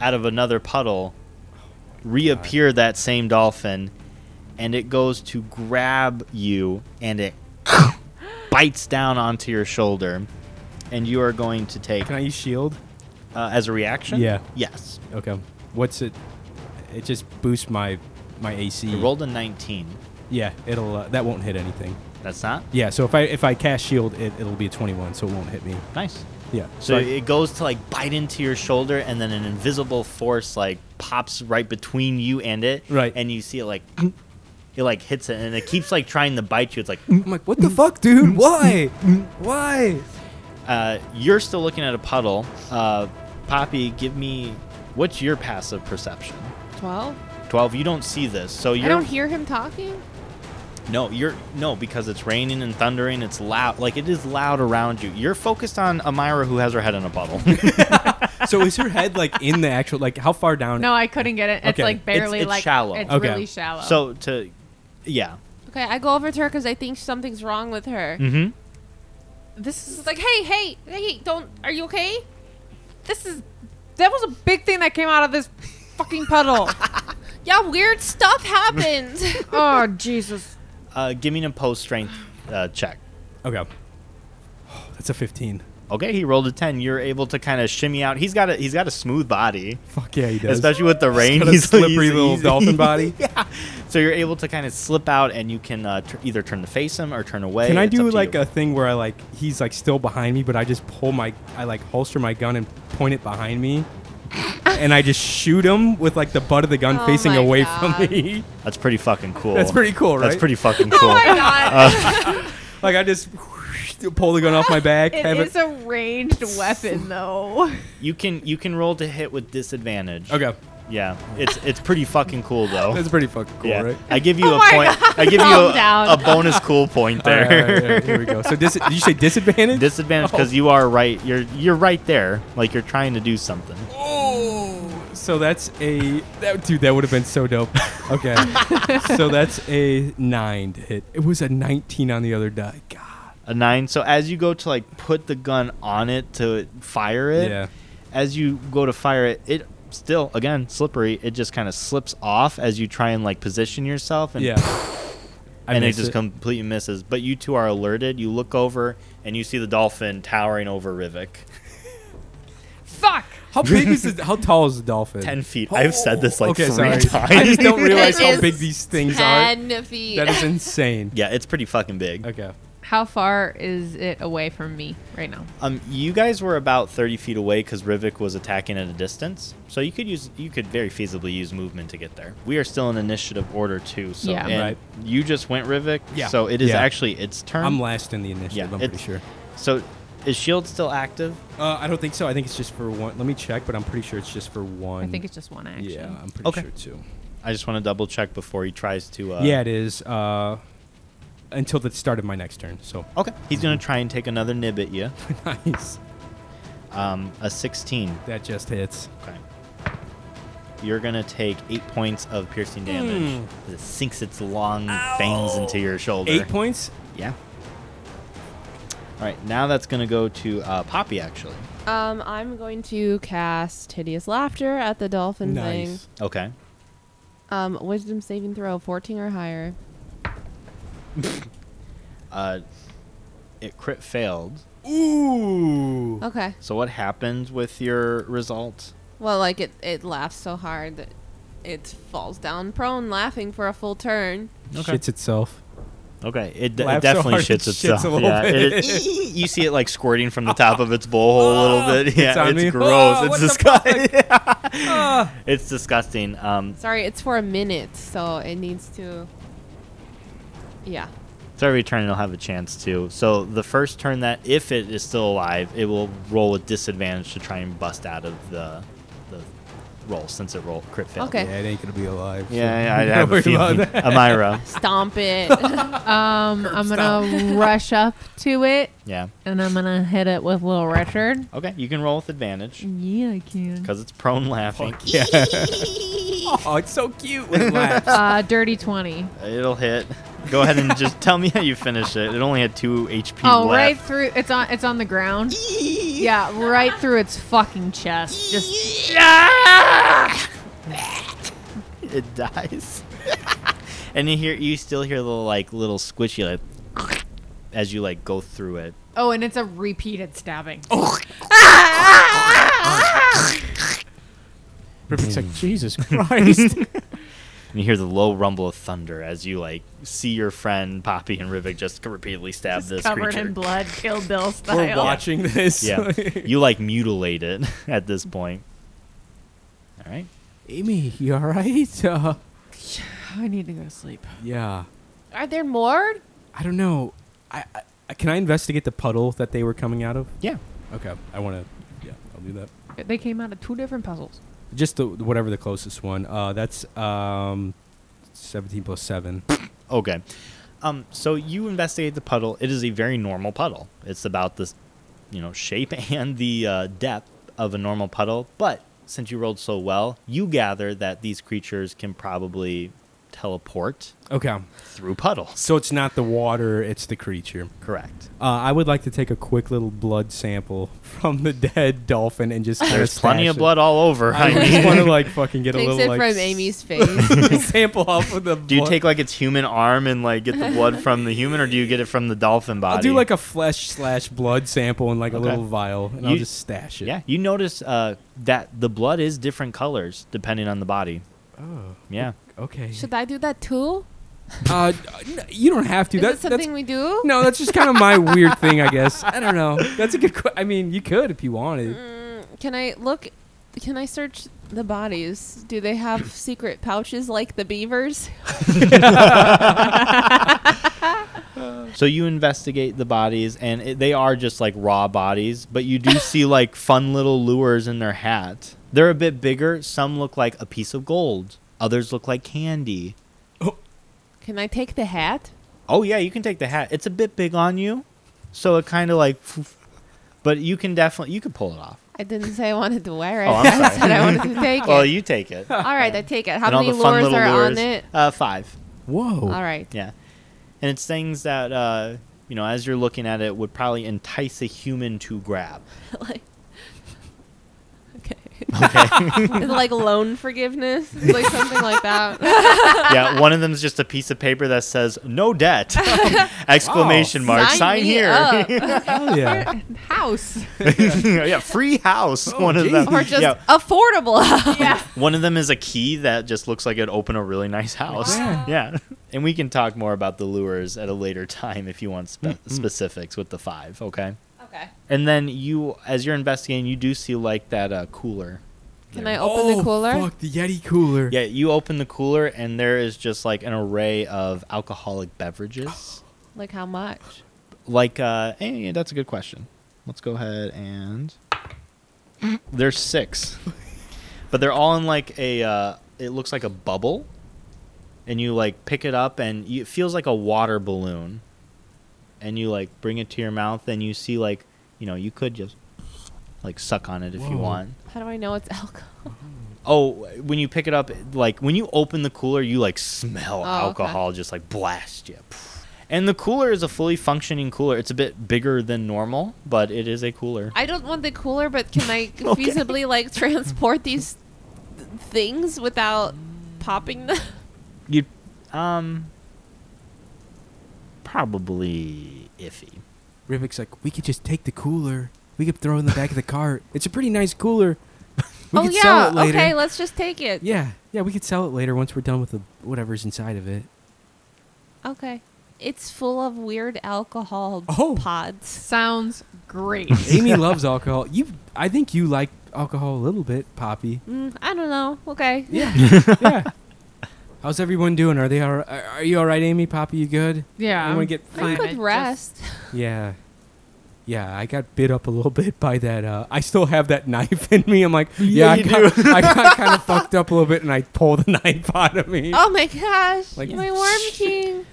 S1: out of another puddle reappear that same dolphin and it goes to grab you and
S4: <gasps>
S1: it bites down onto your shoulder and you are going to take
S4: Can I use shield?
S1: uh, as a reaction
S4: Yeah.
S1: yes
S4: Okay. What's it? It just boosts my my AC.
S1: you rolled a 19
S4: Yeah, it'll uh, that won't hit anything.
S1: that's not
S4: Yeah, so if I if I cast shield, it, it'll be a 21, so it won't hit me.
S1: nice
S4: Yeah.
S1: So
S4: I-
S1: it goes to like bite into your shoulder, and then an invisible force like pops right between you and it.
S4: Right.
S1: And you see it like, <clears throat> it like hits it, and it keeps like trying to bite you. It's like,
S4: I'm like, what the
S1: <laughs>
S4: fuck, dude? Why? Why?
S1: uh, you're still looking at a puddle. Uh, Poppy, give me, what's your passive perception?
S2: 12?
S1: Twelve. You don't see this, so
S2: I
S1: you're
S2: don't hear him talking.
S1: no, you're no because it's raining and thundering. It's loud, like it is loud around you. You're focused on Amira who has her head in a
S2: <laughs>
S1: puddle.
S4: So is her head like in the actual like how far down?
S3: No, I couldn't get it. It's
S4: Okay.
S3: like barely
S1: it's
S3: like
S1: shallow.
S3: It's
S4: Okay.
S3: really shallow.
S1: so to, yeah.
S2: Okay, I go over to her because I think something's wrong with her.
S1: Mm-hmm.
S3: This is
S2: It's like, hey, hey, hey, don't. Are you okay?
S3: this is that was a big thing that came out of this fucking puddle.
S2: Yeah, weird stuff happened. <laughs>
S3: oh Jesus.
S1: Uh, give me an post strength uh, check.
S4: Okay. <sighs> That's a 15.
S1: Okay, he rolled a ten. You're able to kind of shimmy out. He's got a he's got a smooth body,
S4: Fuck yeah, he does.
S1: especially with the rain. <laughs>
S4: got a slippery little dolphin body.
S1: yeah. <laughs> So you're able to kind of slip out, and you can uh, t- either turn to face him or turn away.
S4: Can I
S1: It's up
S4: do
S1: to
S4: like
S1: you.
S4: a thing where I like he's like still behind me, but I just pull my I like holster my gun and point it
S2: <laughs>
S4: behind me, and I just shoot him with like the butt of the gun
S2: Oh
S4: facing
S2: my
S4: away from
S2: God.
S4: me. <laughs>
S1: That's pretty fucking cool.
S4: That's pretty cool, right?
S1: That's pretty
S3: <laughs>
S1: fucking cool.
S3: Oh
S4: Like I just pull the gun off
S2: <laughs>
S4: my back.
S3: It
S4: have
S3: is a ranged weapon though.
S1: you can you can roll to hit with disadvantage.
S4: okay.
S1: Yeah, it's it's pretty fucking cool though.
S4: That's pretty fucking cool,
S1: yeah.
S4: right?
S1: I give you
S3: Oh
S1: a
S3: my
S1: point. I give you
S3: <laughs> Calm
S1: a,
S3: down.
S1: a bonus cool point
S4: <laughs> All
S1: there.
S4: right, all right, all right, Oh. here we go. So dis- did you say
S1: <laughs>
S4: disadvantage?
S1: disadvantage because you are right. You're you're right there. Like you're trying to do something.
S4: so that's a that, dude. That would have been so dope.
S2: <laughs>
S4: Okay. so that's a nine to hit. It was a nineteen on the other die. God.
S1: A nine. So as you go to like put the gun on it to fire it,
S4: Yeah.
S1: as you go to fire it, it still again slippery. It just kind of slips off as you try and like position yourself, and <laughs>
S4: Yeah. I
S1: and it
S4: missed
S1: just completely misses. But you two are alerted. You look over and you see the dolphin towering over Rivik,
S3: Fuck.
S4: How big is it? How tall is the dolphin?
S1: ten feet. I've said this like
S4: okay,
S1: three
S4: sorry.
S1: times.
S4: I just don't realize
S2: It
S4: how
S2: is
S4: big these things are.
S2: Ten feet.
S4: That is insane.
S1: yeah, it's pretty fucking big.
S4: Okay.
S3: How far is it away from me right now?
S1: Um, you guys were about thirty feet away because Rivik was attacking at a distance, so you could use you could very feasibly use movement to get there. We are still in initiative order too, so
S3: Yeah.
S1: and
S4: Right.
S1: you just went Rivik,
S4: Yeah.
S1: so it is
S4: Yeah.
S1: actually its turn.
S4: I'm last in the initiative.
S1: Yeah,
S4: I'm pretty
S1: it's-
S4: sure.
S1: so is Shield still active?
S4: Uh, I don't think so. I think it's just for one. Let me check, but I'm pretty sure it's just for one.
S3: I think it's just one action.
S4: Yeah, I'm pretty
S1: Okay.
S4: sure too.
S1: I just want to double check before he tries to. Uh,
S4: yeah, it is. Uh, until the start of my next turn. So
S1: Okay. He's gonna try and take another nib at you.
S4: <laughs> nice.
S1: Um, a sixteen.
S4: That just hits.
S1: Okay. You're gonna take eight points of piercing damage. as It sinks its long fangs into your shoulder.
S4: Hmm. Eight points.
S1: Yeah. All right, now that's going to go to uh, Poppy, actually.
S2: Um, I'm going to cast hideous laughter at the dolphin thing.
S4: Nice.
S1: Okay.
S2: Um, wisdom saving throw, 14 or higher.
S1: Uh, it crit failed.
S3: Oh.
S4: Ooh.
S2: Okay.
S1: So what happened with your result?
S2: Well, like it, it laughs so hard that it falls down prone, laughing for a full turn.
S1: Okay.
S4: Shits itself.
S1: Okay, it, d- it
S4: Laughs so
S1: definitely
S4: hard it
S1: shits
S4: shits a
S1: itself.
S4: little
S1: yeah, it- <laughs> you see it like squirting from the top of its blowhole a
S4: <laughs>
S1: little bit. Yeah,
S4: on
S1: it's
S4: me.
S1: gross.
S4: Oh,
S1: it's
S4: what the Ah.
S1: disgusting. <laughs> it's disgusting. Um,
S2: Sorry, it's for a minute, so it needs to. Yeah.
S1: so every turn it'll have a chance to. So the first turn that, if it is still alive, it will roll with disadvantage to try and bust out of the the roll since it rolled crit failed.
S2: Okay.
S4: Yeah, it ain't gonna be alive. so <laughs>
S1: Yeah, I
S4: don't
S1: have
S4: worry
S1: a
S4: about
S1: feeling.
S4: that.
S1: Amira.
S2: Stomp <laughs> it.
S3: Um, I'm gonna rush up to it
S1: Yeah.
S3: and I'm gonna hit it with little Richard.
S1: Okay, you can roll with advantage
S3: Yeah, I can.
S1: because it's prone laughing.
S4: Yeah. oh, it's so cute when it <laughs> laughs.
S3: Uh, dirty twenty.
S1: <laughs> It'll hit. Go ahead and just tell me how you finish it. It only had two HP
S3: Oh, right
S1: left.
S3: through. It's on. It's on the ground. yeah, right through its fucking chest.
S1: <laughs>
S3: Just
S1: It dies. and you hear, you still hear the like little squishy like as you like go through it.
S3: oh, and it's a repeated stabbing.
S5: Ripping's
S1: Mm. <laughs>
S5: like, Jesus Christ.
S1: And you hear the low rumble of thunder as you like see your friend Poppy and Rivik just repeatedly stab this
S3: covered
S1: creature.
S3: in blood, Kill Bill style.
S4: <laughs> We're watching this. <laughs>
S1: Yeah, you like mutilate it <laughs> at this point. All right.
S4: Amy, you all right? <laughs> Uh,
S3: I need to go to sleep.
S4: yeah.
S2: Are there more?
S4: I don't know. I, I can I investigate the puddle that they were coming out of?
S1: Yeah.
S4: Okay, I want to. Yeah, I'll do that.
S3: They came out of two different puzzles.
S4: Just the, whatever the closest one. Uh, that's um, seventeen plus seven.
S1: Okay. Um, so you investigate the puddle. It is a very normal puddle. It's about this, you know, shape <laughs> and the uh, depth of a normal puddle. But since you rolled so well, you gather that these creatures can probably teleport
S4: <laughs> Okay.
S1: through puddles. <laughs>
S4: So it's not the water, it's the creature.
S1: Correct.
S4: Uh, I would like to take a quick little blood sample <laughs> from the dead dolphin and just kinda
S1: There's plenty
S4: stash
S1: of
S4: it.
S1: blood all over.
S4: I
S1: I
S4: just want to
S1: mean,
S4: like fucking get a
S2: Takes
S4: little
S2: it
S4: like
S2: from
S4: s- <laughs>
S2: Amy's face.
S4: sample off of the.
S1: <laughs> do you
S4: blood.
S1: take like its human arm and like get the blood
S4: <laughs>
S1: from the human, or do you get it from the dolphin body?
S4: I'll do like a flesh slash blood sample in like
S1: Okay.
S4: a little vial, and I'll
S1: You-
S4: just stash it.
S1: Yeah, you notice uh, that the blood is different colors depending on the body.
S4: Oh.
S1: Yeah.
S4: Okay.
S2: Should I do that too?
S4: Uh, n- you don't have to.
S2: Is
S4: That's
S2: it
S4: that's
S2: something we do?
S4: no. That's just kind
S2: <laughs>
S4: of my weird thing, I guess. I don't know. That's a good. Qu- I mean, you could if you wanted.
S2: Mm, can I look? Can I search the bodies? Do they
S4: <coughs>
S2: have secret pouches like the beavers?
S1: So you investigate the bodies, and it, they are just like raw bodies, but you
S4: <laughs>
S1: do see like fun little lures in their hat. They're a bit bigger. Some look like a piece of gold. Others look like candy.
S2: Can I take the hat?
S1: Oh yeah, you can take the hat. It's a bit big on you, so it kind of like, but you can definitely you can pull it off.
S2: I didn't say I wanted to wear it.
S1: Oh, I'm
S2: <laughs> I
S1: sorry.
S2: said I wanted
S1: <laughs>
S2: to take
S1: Well,
S2: it.
S1: you take
S4: <laughs>
S1: it. How
S2: all right, I take it. How many lures are on it?
S1: Uh, five.
S4: Whoa.
S2: All right.
S1: Yeah, and it's things that uh, you know as you're looking at it would probably entice a human to
S2: <laughs>
S1: grab.
S2: like <laughs> okay, Is it like loan forgiveness It's like something like that
S1: yeah, one of them's just a piece of paper that says "no
S2: <laughs>
S1: debt!" <laughs> exclamation mark. Sign,
S2: me
S1: here.
S2: up.
S4: Hell yeah.
S3: House.
S1: <laughs> yeah, free house.
S4: Oh,
S1: One of
S4: geez.
S1: them.
S2: or just
S1: yeah,
S2: affordable <laughs> house.
S3: yeah.
S1: one of them is a key that just looks like it'd open a really nice house. <laughs>
S4: Wow.
S1: Yeah, and we can talk more about the lures at a later time if you want spe-
S2: Mm-hmm.
S1: specifics with the five. Okay,
S2: okay
S1: and then you, as you're investigating, you do see like that uh, cooler.
S2: can
S1: there.
S2: i open
S4: oh,
S2: the cooler
S4: Fuck the Yeti cooler.
S1: Yeah, you open the cooler and there is just like an array of alcoholic beverages. <laughs>
S2: like how much
S1: like uh eh, yeah, that's a good question let's go ahead and there's six but they're all in like a uh it looks like a bubble and you like pick it up and you, it feels like a water balloon and you like bring it to your mouth and you see like you know you could just like suck on it if you
S4: Whoa.
S1: want
S2: how do i know it's alcohol
S1: oh when you pick it up like when you open the cooler you like smell
S2: okay.
S1: alcohol just like blast you and the cooler is a fully functioning cooler it's a bit bigger than normal but it is a cooler
S2: i don't want the cooler but can i feasibly like transport these th- things without popping them
S1: you um probably iffy
S4: Rivik's like, we could just take the cooler. We could throw it in the back of the cart. It's a pretty nice cooler. We
S2: oh
S4: could
S2: yeah
S4: sell it later.
S2: okay let's just take it
S4: yeah, yeah, we could sell it later once we're done with the whatever's inside of it.
S2: okay it's full of weird alcohol
S4: Oh.
S2: pods
S3: Sounds great.
S4: Amy loves alcohol. You, I think you like alcohol a little bit, Poppy.
S2: Mm, I don't know. Okay.
S4: Yeah, yeah. How's everyone doing? Are they all? Are, are you all right, Amy? Poppy, you good?
S3: Yeah.
S4: Anyone get
S2: I
S3: fine.
S2: could rest.
S4: Yeah. Yeah, I got bit up a little bit by that. Uh, I still have that <laughs> knife in me. I'm like, yeah,
S1: you
S4: I, got, I got kind of fucked up a little bit, and I pull the <laughs> knife out of me.
S2: oh my gosh.
S4: Like-
S2: my <laughs> worm king.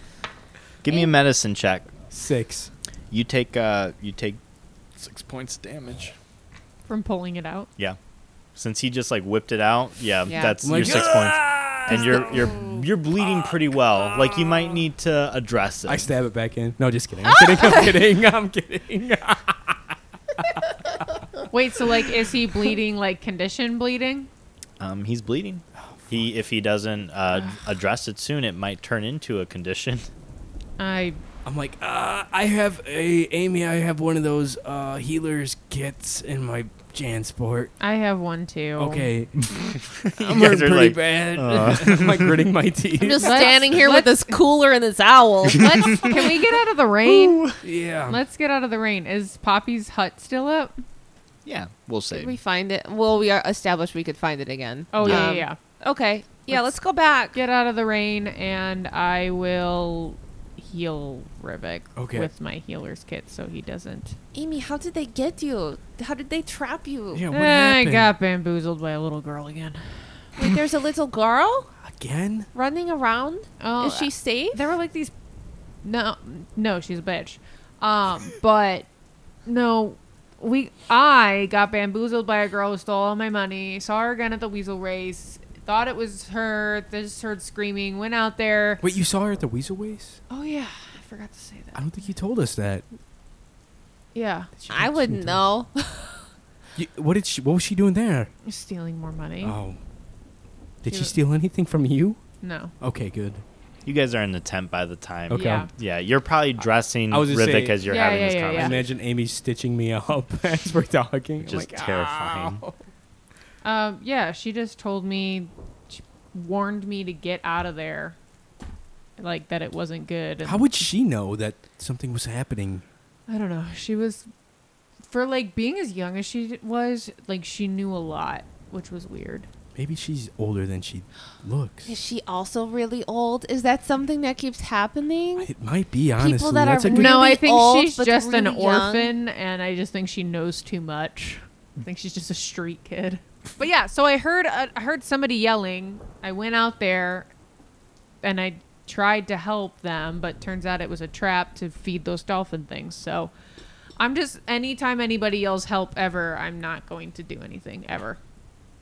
S1: give me a medicine check
S4: Six.
S1: you take uh you take six points damage
S3: From pulling it out.
S1: yeah since he just like whipped it out yeah,
S3: Yeah.
S1: that's
S4: I'm
S1: your
S4: like,
S1: six points and you're you're you're bleeding pretty well like you might need to address it
S4: I stab it back in. No, just kidding. I'm kidding. I'm kidding. I'm kidding. <laughs>
S3: Wait, so like is he bleeding like condition bleeding?
S1: Um, he's bleeding.
S4: Oh,
S1: He if he doesn't uh, <sighs> address it soon, it might turn into a condition. <laughs>
S3: I
S4: I'm like, uh, I have a Amy. I have one of those uh, healers kits in my JanSport.
S3: I have one too.
S4: <laughs> Okay, I'm
S1: You guys
S4: hurting
S1: are
S4: pretty
S1: like,
S4: bad. <laughs> I'm like gritting my teeth.
S2: I'm just
S3: Let's-
S2: standing here with this cooler and this <laughs> owl.
S3: Let's can we get out of the
S4: <laughs>
S3: rain?
S4: yeah.
S3: <laughs> Let's get out of the rain. Is Poppy's hut still up?
S1: Yeah, we'll
S2: Did
S1: say.
S2: we find it? Well, we are established we could find it again.
S3: Oh yeah,
S2: Um,
S3: yeah, yeah.
S2: Okay. Yeah, let's, go back.
S3: Get out of the rain and I will heal Rivik
S4: Okay.
S3: with my healer's kit so he doesn't.
S2: Amy, how did they get you? How did they trap you?
S4: Yeah, what
S3: Eh, I
S4: happened?
S3: got bamboozled by a little girl again.
S2: Wait, there's a little girl
S4: Again?
S2: running around.
S3: Oh,
S2: Is she safe?
S3: There were like these. No, no, she's a bitch. Um, but no, we I got bamboozled by a girl who stole all my money. Saw her again at the weasel race. Thought it was her. They just heard screaming. Went out there.
S4: Wait, you saw her at the Weasel Ways?
S3: Oh yeah, I forgot to say
S4: I
S3: that.
S4: don't think you told us that.
S3: Yeah,
S2: I wouldn't know.
S4: You, what did she? What was she doing there?
S3: You're stealing more money.
S4: Oh, did she
S3: You-
S4: steal anything from you?
S3: No.
S4: Okay, good.
S1: You guys are in the tent by the time.
S4: Okay.
S3: Yeah.
S1: Yeah, you're probably dressing
S4: I was just
S1: Rivik
S4: saying-
S1: as you're
S3: Yeah,
S1: having
S3: yeah,
S1: this
S3: yeah, yeah.
S1: conversation.
S4: Imagine Amy stitching me up <laughs> as we're talking.
S1: Which
S4: I'm
S1: is
S4: like, "Ah."
S1: terrifying.
S4: "Ow."
S3: Um, yeah, she just told me, she warned me to get out of there, like that it wasn't good. and-
S4: How would she know that something was happening?
S3: I don't know. She was, for like being as young as she d- was, like she knew a lot, which was weird.
S4: Maybe she's older than she looks.
S2: <laughs> Is she also really old? Is that something that keeps happening?
S4: It might be honestly.
S2: that
S4: That's
S2: are
S4: a good-
S3: no,
S2: really
S3: I think
S2: old,
S3: she's
S2: but
S3: just an
S2: really young.
S3: orphan, and I just think she knows too much. I think she's just a street kid. But yeah, so I heard uh, I heard somebody yelling. I went out there, and I tried to help them, but turns out it was a trap to feed those dolphin things. So I'm just anytime anybody yells help ever, I'm not going to do anything ever.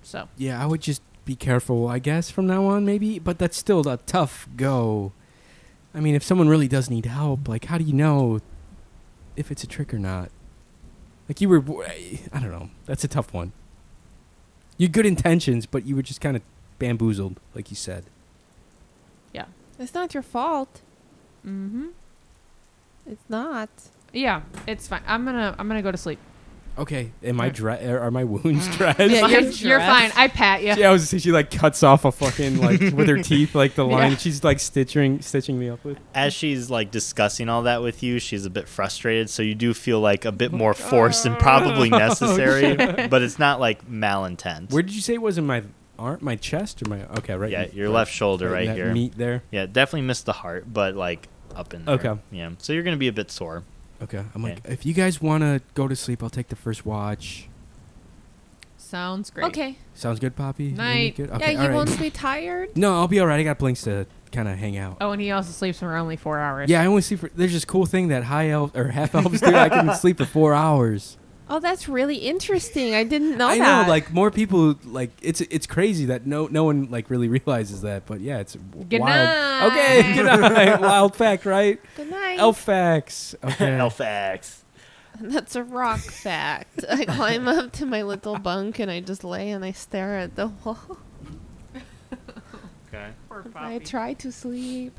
S3: So
S4: Yeah, I would just be careful, I guess, from now on, maybe. But that's still a tough go. I mean, if someone really does need help, like, how do you know if it's a trick or not? Like, you were, I don't know. That's a tough one. You had good intentions, but you were just kind of bamboozled, like you said.
S2: It's not your fault.
S3: mm-hmm.
S2: It's not.
S3: yeah, it's fine. I'm gonna I'm gonna go to sleep.
S4: Okay, am I
S3: Alright.
S4: dre- are are my <laughs> wounds dressed?
S3: Yeah,
S4: Yeah,
S3: you're,
S2: dress.
S3: you're fine. I pat you.
S4: I was just saying she like cuts off a fucking like with her teeth like the line
S3: Yeah.
S4: she's like stitching stitching me up with.
S1: As she's like discussing all that with you, she's a bit frustrated, so you do feel like a
S3: Oh
S1: bit more forced than
S3: <laughs>
S1: probably necessary, but it's not like malintent.
S4: Where did you say it was in my arm, my chest, or my? Okay, right.
S1: yeah,
S4: in-
S1: your left shoulder right,
S4: in that
S1: here.
S4: Meat there.
S1: Yeah, definitely missed the heart, but like up in there.
S4: Okay.
S1: Yeah. So you're gonna be a bit sore.
S4: Okay, I'm
S1: Yeah.
S4: like, if you guys want to go to sleep, I'll take the first watch.
S3: Sounds great.
S2: Okay.
S4: Sounds good, Poppy. You
S3: Night.
S4: Good? Okay,
S2: yeah,
S4: all
S2: you
S4: right.
S2: won't be tired.
S4: No, I'll be all right. I got blinks to kind of hang out.
S3: Oh, and he also sleeps for only four hours.
S4: Yeah, I only sleep for. There's this cool thing that high elf or half elves do. I can sleep for four hours.
S2: Oh, that's really interesting. I didn't know
S4: I
S2: that.
S4: know, like more people, like it's it's crazy that no no one like really <laughs> realizes that. But yeah, it's
S3: Good
S4: wild.
S3: night.
S4: Okay, <laughs> good night. wild fact, right?
S2: Good night.
S1: oh, <laughs>
S4: Elf facts. Okay.
S1: Elfax.
S2: <laughs> That's a rock fact. <laughs> I climb up to my little bunk and I just lay and I stare at the wall. <laughs>
S1: Okay.
S2: I try to sleep.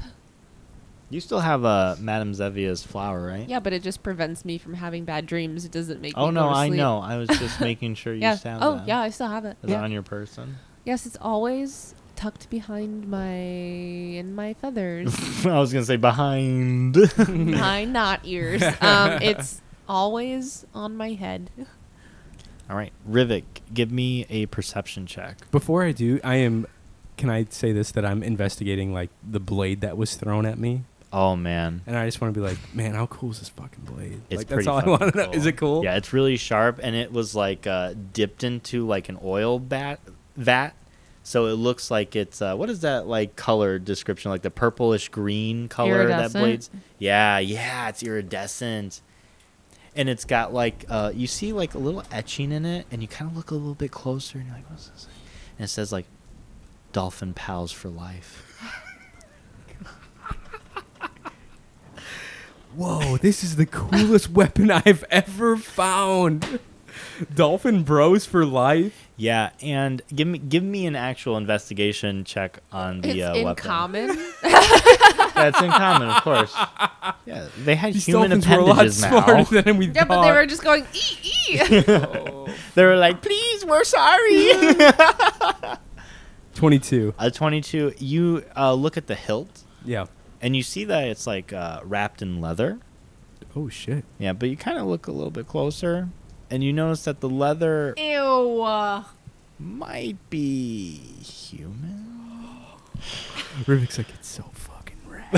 S1: You still have uh Madame Zevia's flower, right?
S2: Yeah, but it just prevents me from having bad dreams. It doesn't make
S1: Oh
S2: me
S1: no,
S2: go to
S1: I
S2: sleep.
S1: know. I was
S2: <laughs>
S1: just making sure you
S2: Yeah.
S1: sound
S2: Oh,
S1: that.
S2: yeah, I still have it.
S1: Is it
S2: Yeah.
S1: on your person? <laughs>
S2: Yes, it's always tucked behind my in my feathers.
S1: I was gonna say behind. <laughs>
S2: <laughs> my not ears. Um, it's always on my head.
S1: All right, Rivik, give me a perception check.
S4: Before I do, I am. Can I say this that I'm investigating like the blade that was thrown at me,
S1: Oh man,
S4: and I just want to be like, man, how cool is this fucking blade?
S1: it's
S4: like
S1: pretty.
S4: that's all I
S1: fucking
S4: want to know.
S1: cool.
S4: Is it cool?
S1: Yeah, it's really sharp, and it was like uh, dipped into like an oil bat vat, so it looks like it's uh, what is that like color description? Like the purplish green color that
S3: Iridescent?
S1: blades. Yeah, yeah, it's iridescent, and it's got like uh, you see like a little etching in it, and you kind of look a little bit closer, and you're like, what's this? And it says like, dolphin pals for life. <laughs>
S4: Whoa, this is the coolest weapon I've ever found. Dolphin bros for life.
S1: Yeah, and give me give me an actual investigation check on the
S2: It's
S1: uh,
S2: in
S1: weapon. <laughs>
S2: common. <laughs>
S1: That's in common, of
S4: <laughs>
S1: course. Yeah, they had
S4: These
S1: human
S4: dolphins were a lot
S1: appendages now.
S4: smarter than we
S2: yeah,
S4: thought.
S2: but they were just going ee
S1: <laughs>
S2: ee. <laughs>
S1: They were like, "Please, we're
S4: <laughs>
S1: sorry."
S4: Twenty-two.
S1: A twenty-two. You uh, look at the hilt,
S4: Yeah.
S1: and you see that it's like uh, wrapped in leather.
S4: Oh shit.
S1: Yeah, but you kind of look a little bit closer, and you notice that the leather
S3: Ew.
S1: might be human.
S4: Rivik's like, it's so fucking rad.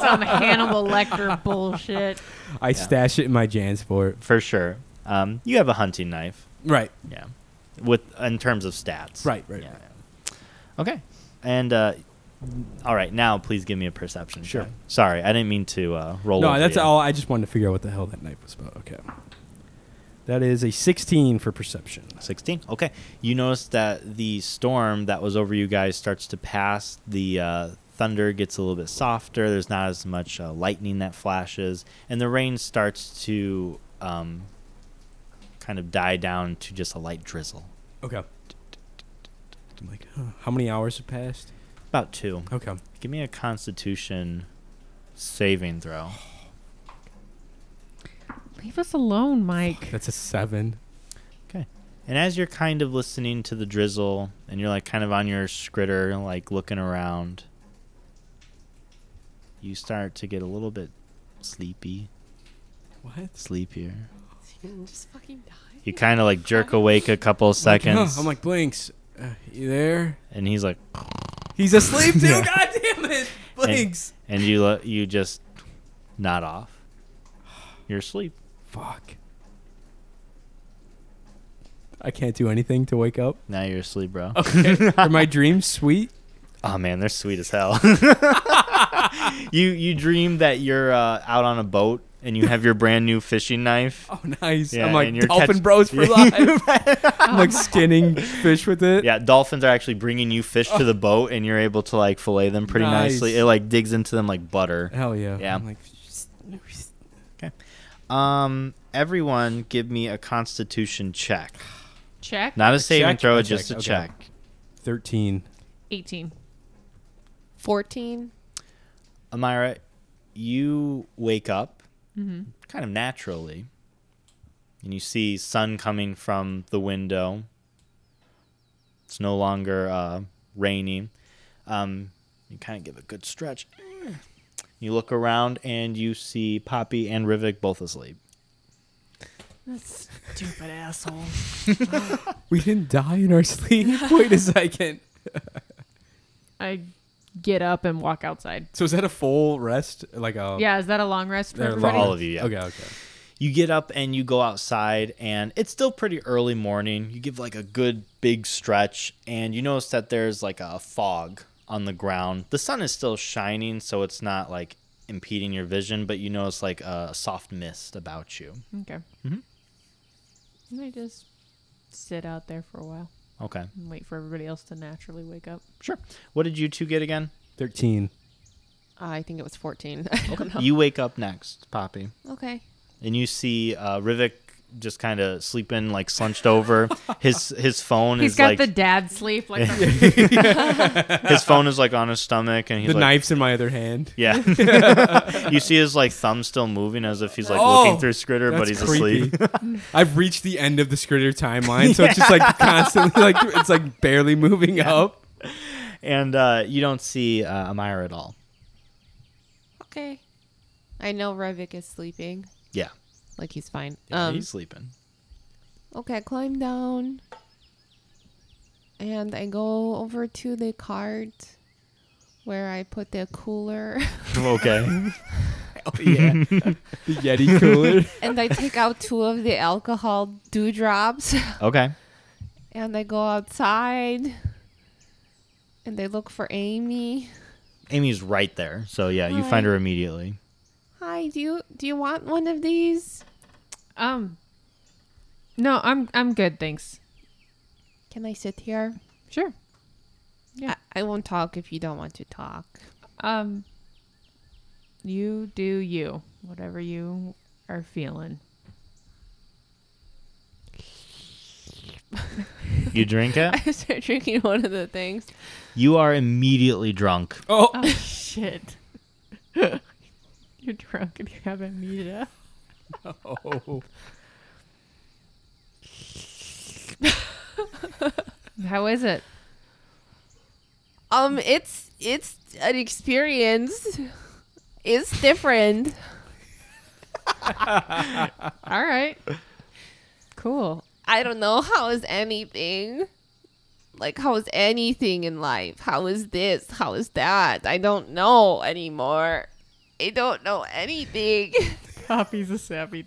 S3: Some Hannibal Lecter bullshit.
S4: <laughs> I stash it in my Jansport.
S1: For sure. Um, you have a hunting knife.
S4: Right.
S1: Yeah. With in terms of stats.
S4: Right, right, right.
S1: Okay. And uh all right, now please give me a perception
S4: Sure.
S1: check. Sorry, I didn't mean to uh roll
S4: no,
S1: over
S4: that's
S1: you.
S4: all. I just wanted to figure out what the hell that knife was about. Okay. That is a 16 for perception.
S1: 16. Okay. You notice that the storm that was over you guys starts to pass. The uh, thunder gets a little bit softer. There's not as much uh, lightning that flashes. And the rain starts to um, kind of die down to just a light drizzle.
S4: Okay. I'm like, huh, how many hours have passed?
S1: About two.
S4: Okay.
S1: Give me a constitution saving throw.
S3: Leave us alone, Mike.
S4: That's a seven.
S1: And as you're kind of listening to the drizzle and you're like kind of on your scritter, like looking around, you start to get a little bit sleepy,
S4: What?
S1: sleepier.
S2: <laughs> Just fucking die.
S1: You kind of like jerk awake a couple seconds.
S4: I'm <laughs> like, Blinks, uh, you there?
S1: and he's
S4: <laughs>
S1: like,
S4: He's <laughs> asleep, dude.
S5: Yeah.
S4: God damn it. Blinks.
S1: and you lo- you just nod off. You're asleep.
S4: Fuck. I can't do anything to wake up.
S1: Now you're asleep, bro. Oh, <laughs>
S4: Okay. Are my dreams sweet?
S1: man, they're sweet as
S4: <laughs>
S1: hell. <laughs> you you dream that you're uh, out on a boat and you have your brand new fishing knife.
S4: Oh, nice.
S1: Yeah,
S4: I'm like,
S1: and you're
S4: dolphin
S1: catch-
S4: bros
S1: <laughs>
S4: for life. I'm like skinning fish with it.
S1: Yeah, dolphins are actually bringing you fish to the boat, and you're able to like fillet them pretty
S4: Oh. Nice.
S1: nicely. It like digs into them like butter.
S4: Hell yeah.
S1: Yeah.
S4: I'm like,
S1: Um, everyone, give me a Constitution check,
S3: Check.
S1: not a saving
S4: check?
S1: throw,
S4: A
S1: just
S4: check,
S1: a
S4: okay.
S1: check.
S4: 13.
S3: 18.
S2: 14.
S1: Amira, you wake up kind of naturally, and you see sun coming from the window. It's no longer uh, raining. Um, you kind of give a good stretch. You look around and you see Poppy and Rivik both asleep.
S3: Stupid asshole.
S4: We didn't die in
S3: <laughs>
S4: our sleep. Wait a second.
S3: I get up and walk outside.
S4: So is that a full rest? Like a
S3: Yeah, is that a long rest for
S4: They're
S3: everybody?
S1: all of you, yeah.
S4: Okay, okay.
S1: you get up and you go outside and it's still pretty early morning you give like a good big stretch and you notice that there's like a fog on the ground the sun is still shining so it's not like impeding your vision but you notice like a soft mist about you
S3: Okay. And I just sit out there for a while
S1: okay
S3: and wait for everybody else to naturally wake up.
S1: sure what did you two get again
S4: Thirteen.
S2: Uh, I think it was <laughs> 14.
S1: you wake up next poppy
S2: okay.
S1: and you see uh, rivik just kind of sleeping like slunched
S3: <laughs>
S1: over his his phone
S3: He's
S1: is
S3: got
S1: like
S3: the dad sleep. Like
S1: his phone is like on his stomach and he's
S4: The
S1: like
S4: knife's in my other hand.
S1: <laughs> Yeah. you see his like thumb still moving as if he's like
S4: Oh,
S1: looking through Skritter, but he's
S4: That's
S1: asleep. <laughs>
S4: creepy. <laughs> I've reached the end of the Skritter timeline, so it's just like constantly like it's like barely moving up.
S1: And uh, you don't see uh, Amira at all.
S2: Okay. I know Revik is sleeping.
S1: Yeah.
S2: Like he's fine.
S1: Yeah,
S2: um,
S1: he's sleeping.
S2: okay, I climb down. And I go over to the cart where I put the cooler.
S1: <laughs>
S2: <laughs>
S1: okay. Oh,
S4: <laughs> The
S3: <laughs>
S4: Yeti cooler.
S2: and I take out two of the alcohol dewdrops. <laughs>
S1: Okay.
S2: And I go outside. And I look for Amy.
S1: Amy's right there. So yeah, you find her immediately.
S2: Hi, do you do you want one of these?
S3: um No, I'm I'm good, thanks.
S2: Can I sit here?
S3: Sure. Yeah.
S2: I, I won't talk if you don't want to talk. <laughs>
S3: Um you do you. Whatever you are feeling.
S1: You drink it.
S2: I start drinking one of the things.
S1: You are immediately drunk.
S4: oh,
S3: <laughs> Oh shit. You're drunk and you haven't meet up. <laughs> How is it?
S2: Um, it's it's an experience. It's different.
S3: All right. Cool.
S2: I don't know how is anything. Like how is anything in life? How is this? How is that? I don't know anymore. <laughs> I don't know anything.
S3: <laughs> Poppy's a savvy.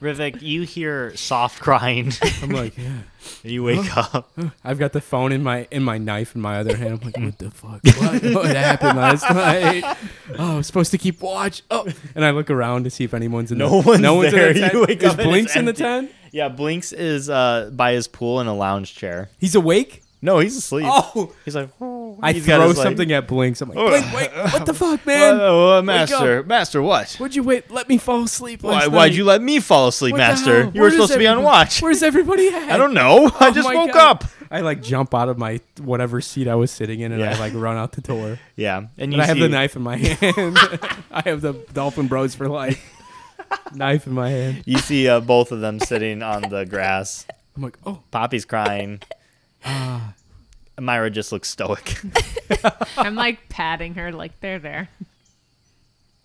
S1: Rivik, you hear soft crying.
S4: I'm like, yeah.
S1: <laughs> you <laughs> wake up.
S4: I've got the phone in my in my knife in my other hand. I'm like,
S1: <laughs>
S4: what the fuck? What, what happened last night? Oh, I was supposed to keep watch. Oh, and I look around to see if anyone's in.
S1: No
S4: the,
S1: one's
S4: no one's
S1: there.
S4: In the tent.
S1: You wake
S4: Is
S1: up and
S4: Blinks
S1: it's
S4: in the
S1: empty.
S4: tent?
S1: Yeah, Blinks is uh, by his pool in a lounge chair.
S4: He's awake.
S1: No, he's asleep.
S4: Oh,
S1: He's like,
S4: I
S1: He's got
S4: throw
S1: his, like-
S4: something at Blinks. I'm like, Blink, wait, what the fuck, man?
S1: <laughs> oh, uh,
S4: wake up.
S1: master, master, what?
S4: Would you wait? Let me fall asleep.
S1: Why,
S4: last
S1: why'd
S4: night?
S1: you let me fall asleep,
S4: What the
S1: master?
S4: hell?
S1: You were
S4: Where is
S1: supposed to be on
S4: everyone-
S1: watch.
S4: Where's everybody at?
S1: <laughs> I don't know. I
S4: Oh
S1: just
S4: my
S1: woke up.
S4: God. I like jump out of my whatever seat I was sitting in, and
S1: Yeah.
S4: I like run out the door.
S1: Yeah, and you
S4: And I have
S1: see,
S4: the
S1: <laughs>
S4: knife in my hand. <laughs> I have the Dolphin Bros for life knife in my hand.
S1: You see
S4: <laughs>
S1: uh, both of them sitting on the grass.
S4: I'm like, oh,
S1: Poppy's
S4: <sighs>
S1: crying. Myra just looks
S4: <laughs>
S1: stoic.
S3: I'm like patting her, like they're there.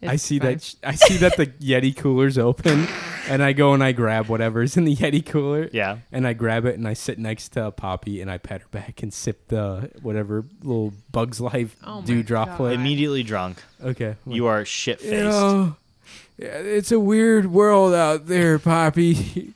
S4: I
S3: It's
S4: see
S3: fine.
S4: that. sh- I see that the Yeti
S3: <laughs>
S4: cooler's open, and I go and I grab whatever's in the Yeti cooler.
S1: Yeah.
S4: And I grab it and I sit next to Poppy and I pat her back and sip the whatever little Bugs Life
S3: Oh my
S4: dewdrop
S3: God.
S4: flavor.
S1: Immediately drunk.
S4: Okay. I'm
S1: You are shit faced.
S4: You know, yeah, it's a weird world out
S3: <laughs>
S4: there, Poppy.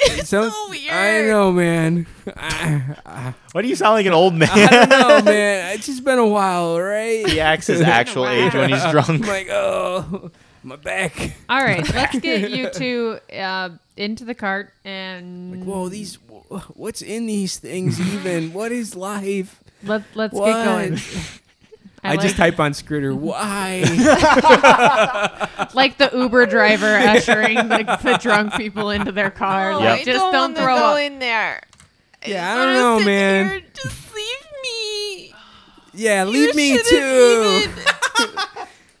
S4: It's so I
S3: weird.
S4: know, man. <laughs> I,
S1: Why do you sound like an old
S4: <laughs>
S1: man?
S4: I don't know, man. It's just been a while, right?
S1: he acts his
S4: <laughs>
S1: actual age when he's drunk.
S4: I'm like, oh, <laughs> my back.
S2: <laughs>
S3: All right, let's get you two uh, into the cart and
S4: Like, whoa, these. wh- What's in these things?
S2: <laughs>
S4: Even what is life?
S3: let, let's
S4: What?
S3: get going. <laughs>
S4: I, just
S3: like,
S4: type on Scooter.
S2: <laughs>
S4: Why?
S3: like the Uber driver ushering the, the drunk people into their car.
S2: Oh,
S3: like,
S2: I
S3: just
S2: don't,
S3: don't,
S2: wanna
S3: throw
S2: go
S3: up.
S2: in there.
S4: Yeah, I
S2: wanna
S4: don't know,
S2: sit
S4: man.
S2: here. Just leave me.
S4: yeah, leave
S2: You
S4: me
S2: shouldn't
S4: too.
S2: even-
S4: <laughs>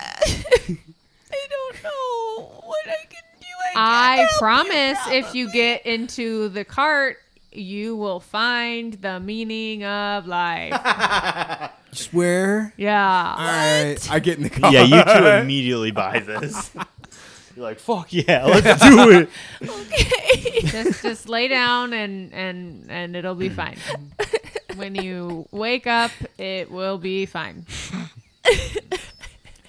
S2: <laughs> I don't know what I can do. I,
S3: I
S2: can't help you,
S3: promise if you
S2: probably.
S3: get into the cart, you will find the meaning
S2: <laughs>
S3: of life.
S4: Swear. All
S3: Yeah.
S4: right, I get in the car.
S1: Yeah, you two immediately buy
S4: <laughs>
S1: this. You're like, fuck yeah, let's do it.
S2: Okay.
S3: just just lay down and and and it'll
S2: <laughs>
S3: be fine. When you wake up, it will be fine.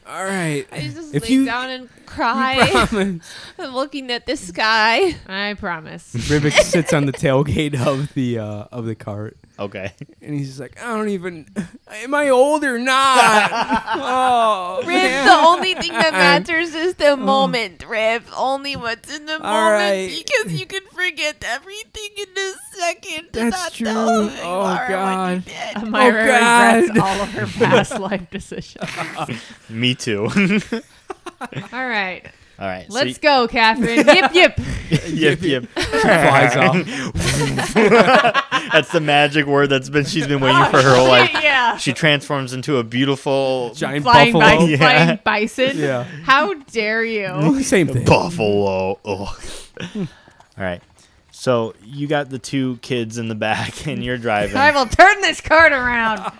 S4: All right.
S2: <laughs> I just
S4: If
S2: lay
S4: you-
S2: down <laughs> and
S4: I
S2: <laughs> cry,
S4: <laughs> promise.
S2: looking at the <laughs> sky.
S3: I promise.
S4: Rivik sits on the tailgate of the uh, of the cart,
S1: Okay.
S4: and he's just like, "I don't even. Am I old or
S2: <laughs>
S4: not? oh,
S2: Riv,
S4: man.
S2: the only thing that
S4: <laughs> Uh-uh.
S2: matters is the moment, Riv. Only what's in the moment
S4: right.
S2: because you can forget everything in a second.
S4: That's
S2: Not
S4: true.
S2: knowing you
S4: Oh,
S2: are when you <laughs>
S4: God.
S2: did.
S3: Myra
S4: God.
S3: regrets all of her past life decisions.
S1: Me too. <laughs> All
S3: <laughs> All right.
S1: right. so
S3: Let's go, Catherine. <laughs> Yip yip.
S1: <laughs> yip yip.
S4: Flies <laughs> off.
S1: <laughs> That's the magic word that's been she's been waiting for her whole life.
S3: <laughs> yeah.
S1: She transforms into a beautiful
S4: Giant
S3: Flying,
S4: buffalo.
S3: bi-
S1: Yeah.
S3: flying bison.
S4: Yeah.
S3: How dare you?
S4: <laughs> Same thing.
S1: buffalo. Ugh. All right. So you got the two kids in the back, <laughs> and you're
S3: I
S1: driving,
S3: will turn this cart around.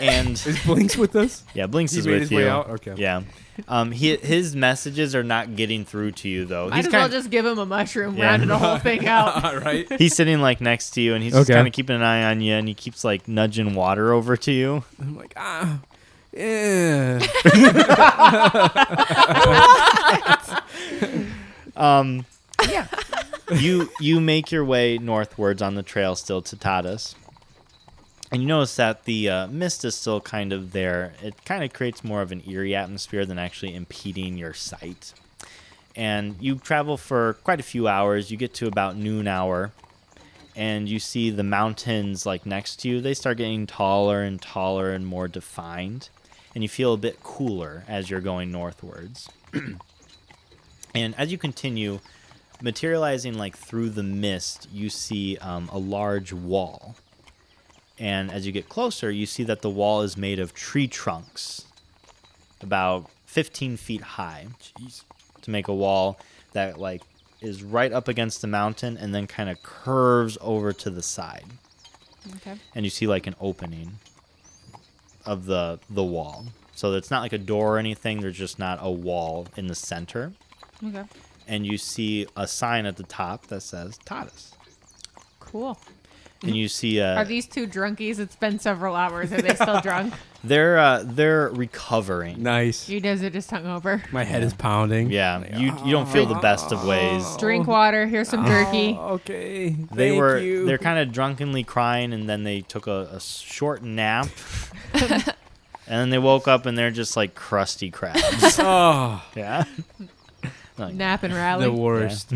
S1: and
S4: Is Blinks with us?
S1: yeah, Blinks
S4: He
S1: is
S4: made
S1: with
S4: his
S1: you.
S4: way out? Okay.
S1: Yeah. Um, he, his messages are not getting through to you though.
S3: Might
S1: He's
S3: as well
S1: kind
S3: just give him a mushroom,
S1: Yeah.
S3: rounded the whole thing
S4: <laughs>
S3: out.
S4: <laughs> All right.
S1: he's sitting like next to you, and he's just
S4: Okay.
S1: kind of keeping an eye on you, and he keeps like nudging water over to you.
S4: I'm like, ah,
S1: <laughs>
S4: yeah.
S1: Um, yeah. you you make your way northwards on the trail still to Tadas. And you notice that the uh, mist is still kind of there. It kind of creates more of an eerie atmosphere than actually impeding your sight. And you travel for quite a few hours. You get to about noon hour, and you see the mountains like next to you. They start getting taller and taller and more defined, and you feel a bit cooler as you're going northwards. <clears throat> And as you continue, materializing like through the mist, you see um, a large wall. And as you get closer, you see that the wall is made of tree trunks, about 15 feet high, to make a wall that like is right up against the mountain and then kind of curves over to the side.
S3: Okay.
S1: And you see like an opening of the the wall. So it's not like a door or anything. There's just not a wall in the center
S3: Okay.
S1: and you see a sign at the top that says Tadas.
S3: Cool.
S1: and you see
S3: Are
S1: uh,
S3: these two drunkies? It's been several hours. Are they still drunk?
S1: they're uh, they're recovering.
S4: Nice.
S3: You guys are just hungover.
S4: My head is pounding.
S1: Yeah, you you don't feel the best of ways.
S3: Drink water. Here's some
S4: Oh
S3: jerky.
S4: Okay.
S1: They were
S4: <laughs>
S1: they're kind of drunkenly crying, and then they took a, a short nap, and then they woke up and they're just like crusty crabs.
S4: oh,
S1: <laughs> yeah.
S3: Nap and
S4: the
S3: rally.
S4: worst.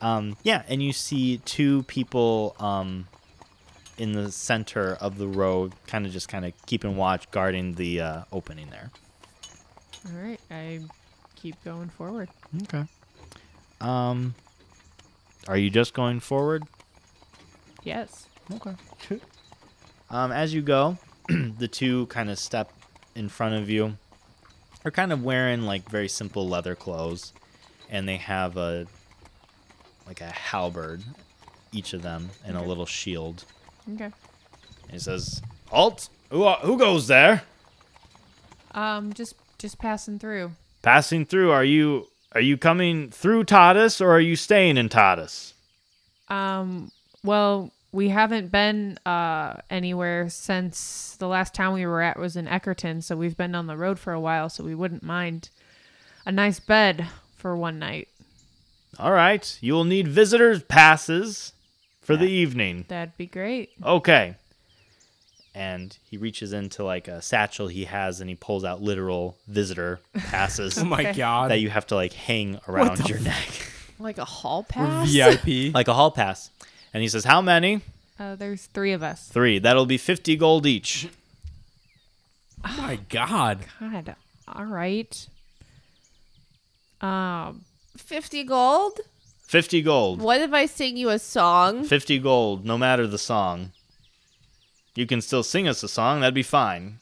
S1: Um, yeah, and you see two people um, in the center of the road, kind of just kind of keeping watch, guarding the uh, opening there.
S3: All right, I keep going forward.
S1: Okay. Um, are you just going forward?
S3: Yes.
S1: Okay. um, as you go, <clears throat> the two kind of step in front of you. They're kind of wearing like very simple leather clothes, and they have a like a halberd, each of them, and a little shield.
S3: Okay.
S1: He says, "Halt! Who are, who goes there?
S3: Um, just just passing through.
S1: Passing through. Are you are you coming through Tadas or are you staying in Tadas?
S3: Um, well, we haven't been uh anywhere since the last town we were at was in Eckerton, so we've been on the road for a while, so we wouldn't mind a nice bed for one night.
S1: All right. You will need visitors passes for the evening.
S3: That'd be great.
S1: Okay." And he reaches into like a satchel he has, and he pulls out literal
S4: <laughs>
S1: visitor passes
S4: Oh my god.
S1: that you have to like hang around your neck, <laughs>
S2: Like a hall
S4: We're
S2: pass?
S4: VIP.
S1: like a hall pass. And he says, "How many?
S3: Uh, there's three of us.
S1: Three. That'll be fifty gold each."
S4: oh my god.
S3: God. All right. Um.
S2: 50 gold?
S1: Fifty gold.
S2: What if I sing you a song?
S1: 50 gold, no matter the song. You can still sing us a song, that'd be fine.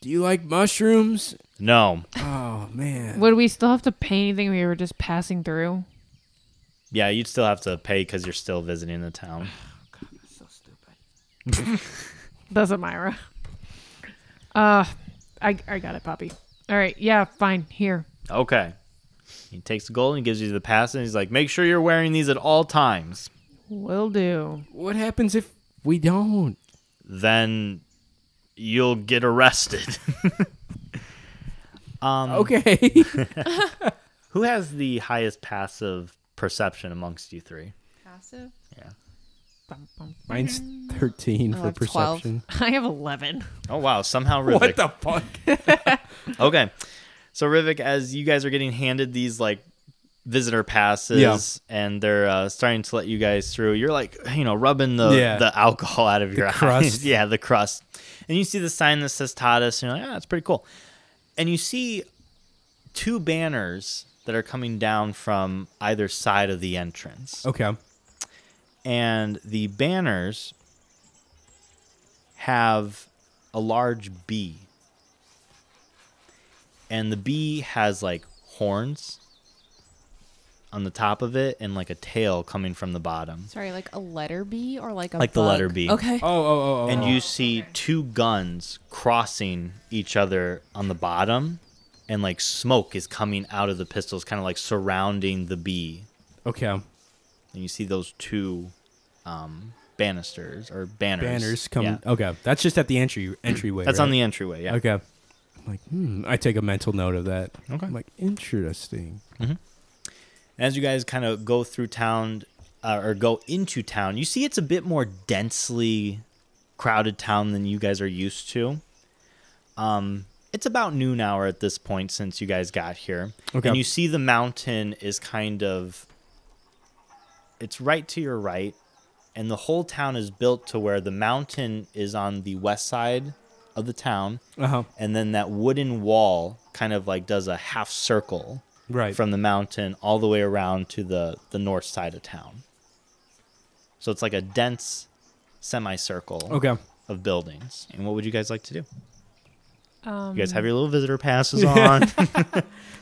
S4: Do you like mushrooms?
S1: No.
S4: Oh man.
S3: Would we still have to pay anything? We were just passing through.
S1: Yeah, you'd still have to pay because you're still visiting the town.
S3: Doesn't Myra? Uh, I I got it, Poppy. All right. Yeah. Fine. Here.
S1: Okay. He takes the gold and gives you the pass, and he's like, make sure you're wearing these at all times.
S3: Will do.
S4: What happens if we don't?
S1: Then you'll get arrested. <laughs> um, <laughs>
S4: Okay.
S1: Who has the highest passive perception amongst you three?
S2: Passive?
S3: Bum, bum. <laughs>
S4: Mine's 13
S2: Oh,
S4: for
S2: that's 12.
S4: perception.
S3: I have eleven.
S1: Oh, wow. Somehow Rivik
S4: What the fuck?
S1: <laughs> Okay. So Rivik, as you guys are getting handed these like visitor passes
S4: Yeah.
S1: and they're uh, starting to let you guys through, you're like, you know, rubbing the,
S4: Yeah.
S1: the alcohol out of your eyes. <laughs>
S4: crust.
S1: yeah, the crust. And you see the sign that says Tadas, and you're like, ah, that's pretty cool. And you see two banners that are coming down from either side of the entrance.
S4: Okay.
S1: And the banners have a large bee. And the bee has like horns on the top of it and like a tail coming from the bottom.
S2: Sorry, like a letter B or like a
S1: Like the
S2: bug?
S1: letter B.
S2: Okay.
S4: <laughs> Oh, oh, oh, oh.
S1: And you see two guns crossing each other on the bottom and like smoke is coming out of the pistols kind of like surrounding the bee.
S4: oh. Okay. um,
S1: And you see those two um banisters or banners.
S4: Banners come.
S1: Yeah.
S4: Okay. That's just at the entry entryway.
S1: That's
S4: right?
S1: on the entryway, yeah.
S4: Okay. I'm like, hmm. I take a mental note of that.
S1: Okay.
S4: I'm like, interesting.
S1: As you guys kind of go through town uh, or go into town, you see it's a bit more densely crowded town than you guys are used to. Um, it's about noon hour at this point since you guys got here.
S4: Okay.
S1: And you see the mountain is kind of it's right to your right and the whole town is built to where the mountain is on the west side of the town
S4: Uh huh.
S1: and then that wooden wall kind of like does a half circle
S4: Right.
S1: from the mountain all the way around to the the north side of town. So it's like a dense semicircle
S4: Okay.
S1: of buildings. And what would you guys like to do?
S3: Um,
S1: You guys have your little visitor passes on.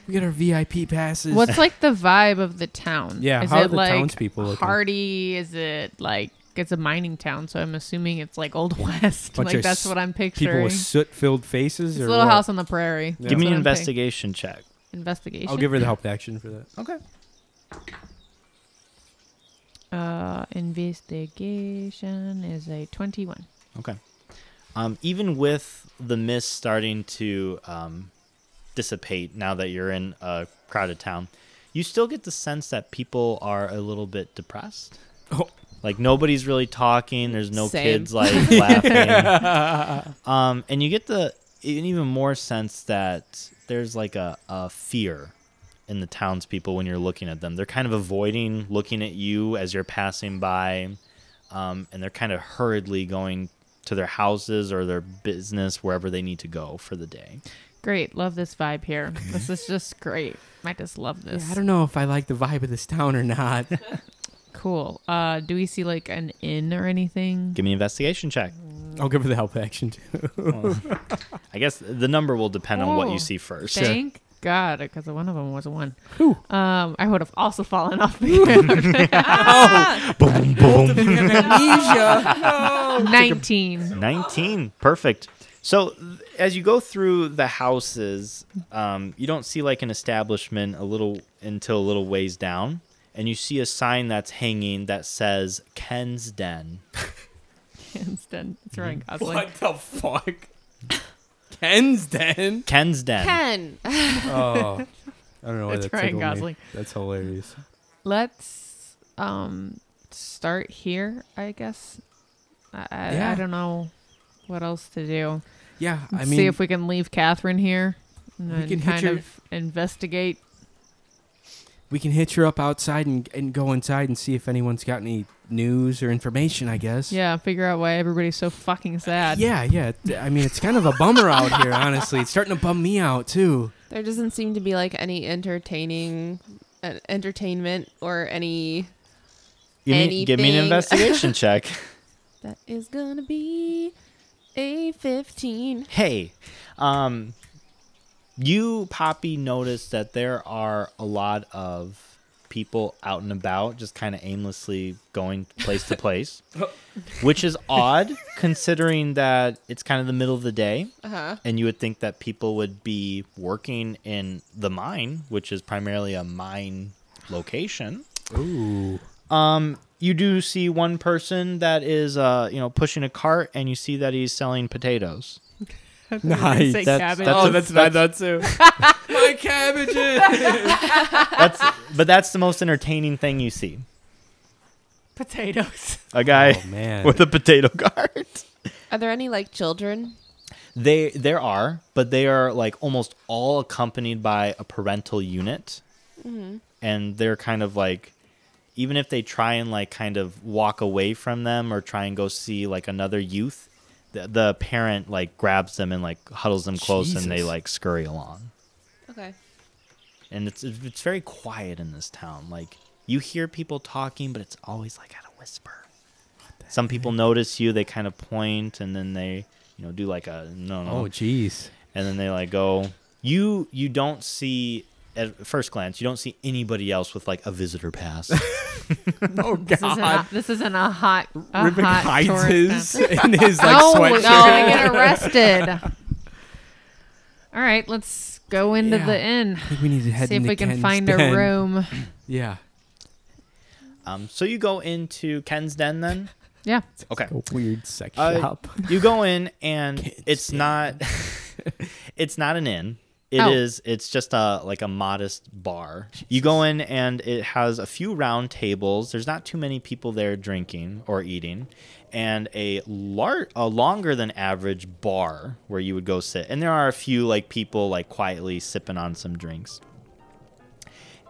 S4: We got our VIP passes.
S1: <laughs>
S3: what's like the vibe of the town?
S4: Yeah,
S3: Is
S4: how are
S3: it
S4: the
S3: like
S4: townspeople looking?
S3: Hardy? Is it like it's a mining town? So I'm assuming it's like old <laughs> west.
S4: Bunch
S3: like
S4: of
S3: that's what I'm
S4: People
S3: picturing.
S4: with soot-filled faces.
S3: it's
S4: or
S3: Little
S4: what?
S3: House on the Prairie. That's
S1: Give me
S3: what
S1: an
S3: I'm thinking.
S1: investigation check.
S3: Investigation.
S4: I'll give her the help action for that.
S1: Okay.
S3: Uh, investigation is a 21.
S1: Okay. Um, even with the mist starting to um, dissipate now that you're in a crowded town, you still get the sense that people are a little bit depressed.
S4: Oh.
S1: Like nobody's really talking. There's no
S3: Same.
S1: kids like laughing. um, and you get the an even more sense that there's like a, a fear in the townspeople when you're looking at them. They're kind of avoiding looking at you as you're passing by um, and they're kind of hurriedly going to their houses or their business wherever they need to go for the day.
S3: Great. Love this vibe
S4: <laughs>
S3: here. this is just great. I just love this.
S4: I don't know if I like the vibe of this town
S3: <laughs>
S4: or not.
S3: Cool. Uh, do we see like an inn or anything?
S1: Give me an investigation check.
S4: I'll give her the help action too.
S1: I guess the number will depend on what
S3: Oh,
S1: you see first. <laughs>
S3: Thank God, because one of them was a one.
S4: <laughs>
S3: Um, I would have also fallen off. Ah!
S1: Boom, boom. <laughs>
S4: <laughs>
S3: Nineteen.
S1: 19 perfect so th- as you go through the houses um, you don't see like an establishment a little until a little ways down and you see a sign that's hanging that says ken's den
S3: It's done. It's Ryan Gosling.
S4: the fuck? Ken's
S1: <laughs>
S4: Den.
S1: ken's den
S2: Ken.
S4: Oh, I don't know why
S3: That's
S4: that
S3: Ryan
S4: tickled me.
S3: Gosling.
S4: That's hilarious.
S3: Let's um start here. I guess. I, I, I
S4: Yeah.
S3: don't know what else to do.
S4: Yeah, I
S3: Let's
S4: mean,
S3: see if we can leave Catherine here and
S4: We
S3: then
S4: can hit
S3: kind
S4: your-
S3: of investigate.
S4: we can hitch her up outside and, and go inside and see if anyone's got any news or information. I guess.
S3: Yeah, figure out why everybody's so fucking sad.
S4: Yeah, yeah. th- I mean, it's kind of a bummer out here, honestly. It's starting to bum me out too.
S2: There doesn't seem to be like any entertaining uh, entertainment or any
S1: give, me, give me an
S2: Anything.
S1: investigation check
S2: that is gonna be a 15.
S1: hey um, you poppy noticed that there are a lot of people out and about just kind of aimlessly going place to place which is odd considering that it's kind of the middle of the day
S2: Uh-huh.
S1: and you would think that people would be working in the mine which is primarily a mine location
S4: Ooh.
S1: um, you do see one person that is, uh, you know, pushing a cart, and you see that he's selling potatoes.
S4: Nice.
S3: Say
S1: That's-
S3: cabbage.
S1: that's- Oh,
S4: bad. That's too. My cabbages.
S1: <laughs> That's, but that's the most entertaining thing you see.
S3: potatoes. <laughs>
S1: A guy
S4: Oh
S1: <laughs>
S4: man.
S1: with a potato cart.
S2: Are there any like children?
S1: They there are, but they are like almost all accompanied by a parental unit,
S3: Mm-hmm.
S1: and they're kind of like, even if they try and like kind of walk away from them or try and go see like another youth, the, the parent like grabs them and like huddles them close, and they
S4: Jesus.
S1: like scurry along.
S2: Okay.
S1: and it's it's very quiet in this town. Like you hear people talking, but it's always like at a whisper. Some people notice you, they kind of point, and then they you know do like a no no,
S4: Oh, jeez.
S1: and then they like go. You you don't see at first glance, you don't see anybody else with like a visitor
S4: <laughs>
S1: pass.
S3: <laughs>
S4: Oh
S3: This isn't, a, this isn't a hot. A
S4: Rivik
S3: hot
S4: hides
S3: tourist
S4: his <laughs>
S3: town. <laughs>
S4: in his like
S3: Oh, no,
S4: sweatshirt.
S3: no, I
S4: <laughs>
S3: get arrested. All right, let's go into the
S4: Yeah.
S3: inn.
S4: I think we need to head
S3: See if
S4: into
S3: we can
S4: Ken's
S3: find
S4: den.
S3: a room.
S4: Yeah.
S1: um, so you go into Ken's den then.
S3: Yeah.
S1: Okay.
S4: A weird sex
S1: Uh,
S4: shop.
S1: <laughs> you go in and
S4: Can't
S1: it's not <laughs>
S4: stand
S1: it's not an inn It is.
S3: Oh.
S1: it's just a like a modest bar you go in and it has a few round tables there's not too many people there drinking or eating and a lar- a longer than average bar where you would go sit and there are a few like people like quietly sipping on some drinks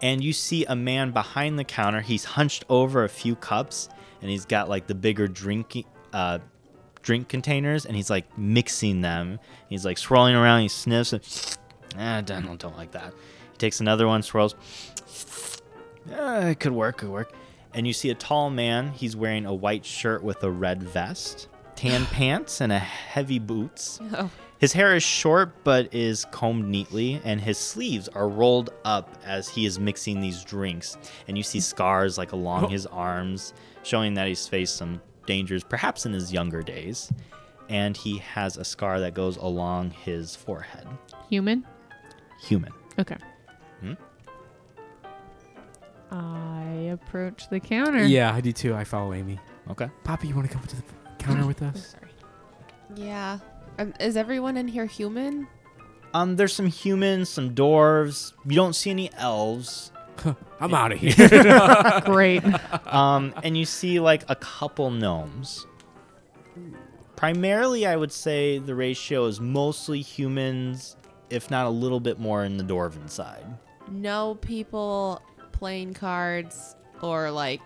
S1: and you see a man behind the counter. He's hunched over a few cups, and he's got like the bigger drinking uh, drink containers, and he's like mixing them. He's like swirling around. He sniffs. And, <sniffs> ah, Donald don't like that. He takes another one, swirls. Ah, it could work. Could work. And you see a tall man. He's wearing a white shirt with a red vest, tan pants, and a heavy boots.
S2: Oh.
S1: His hair is short but is combed neatly, and his sleeves are rolled up as he is mixing these drinks. And you see scars like along his arms, showing that he's faced some dangers, perhaps in his younger days. And he has a scar that goes along his forehead.
S3: Human.
S4: Hmm?
S1: Human.
S3: Okay. I approach the counter.
S4: Yeah, I do too. I follow Amy.
S1: Okay.
S4: Poppy, you want to come up to the
S3: <laughs>
S4: counter with
S3: I'm
S4: us?
S3: sorry.
S2: Yeah. Um, is everyone in here human?
S1: Um, there's some humans, some dwarves. You don't see any elves.
S4: I'm out <laughs> of here. <laughs>
S3: Great.
S1: <laughs> Um, and you see like a couple gnomes. Primarily, I would say the ratio is mostly humans, if not a little bit more in the dwarven side.
S2: No people playing cards or like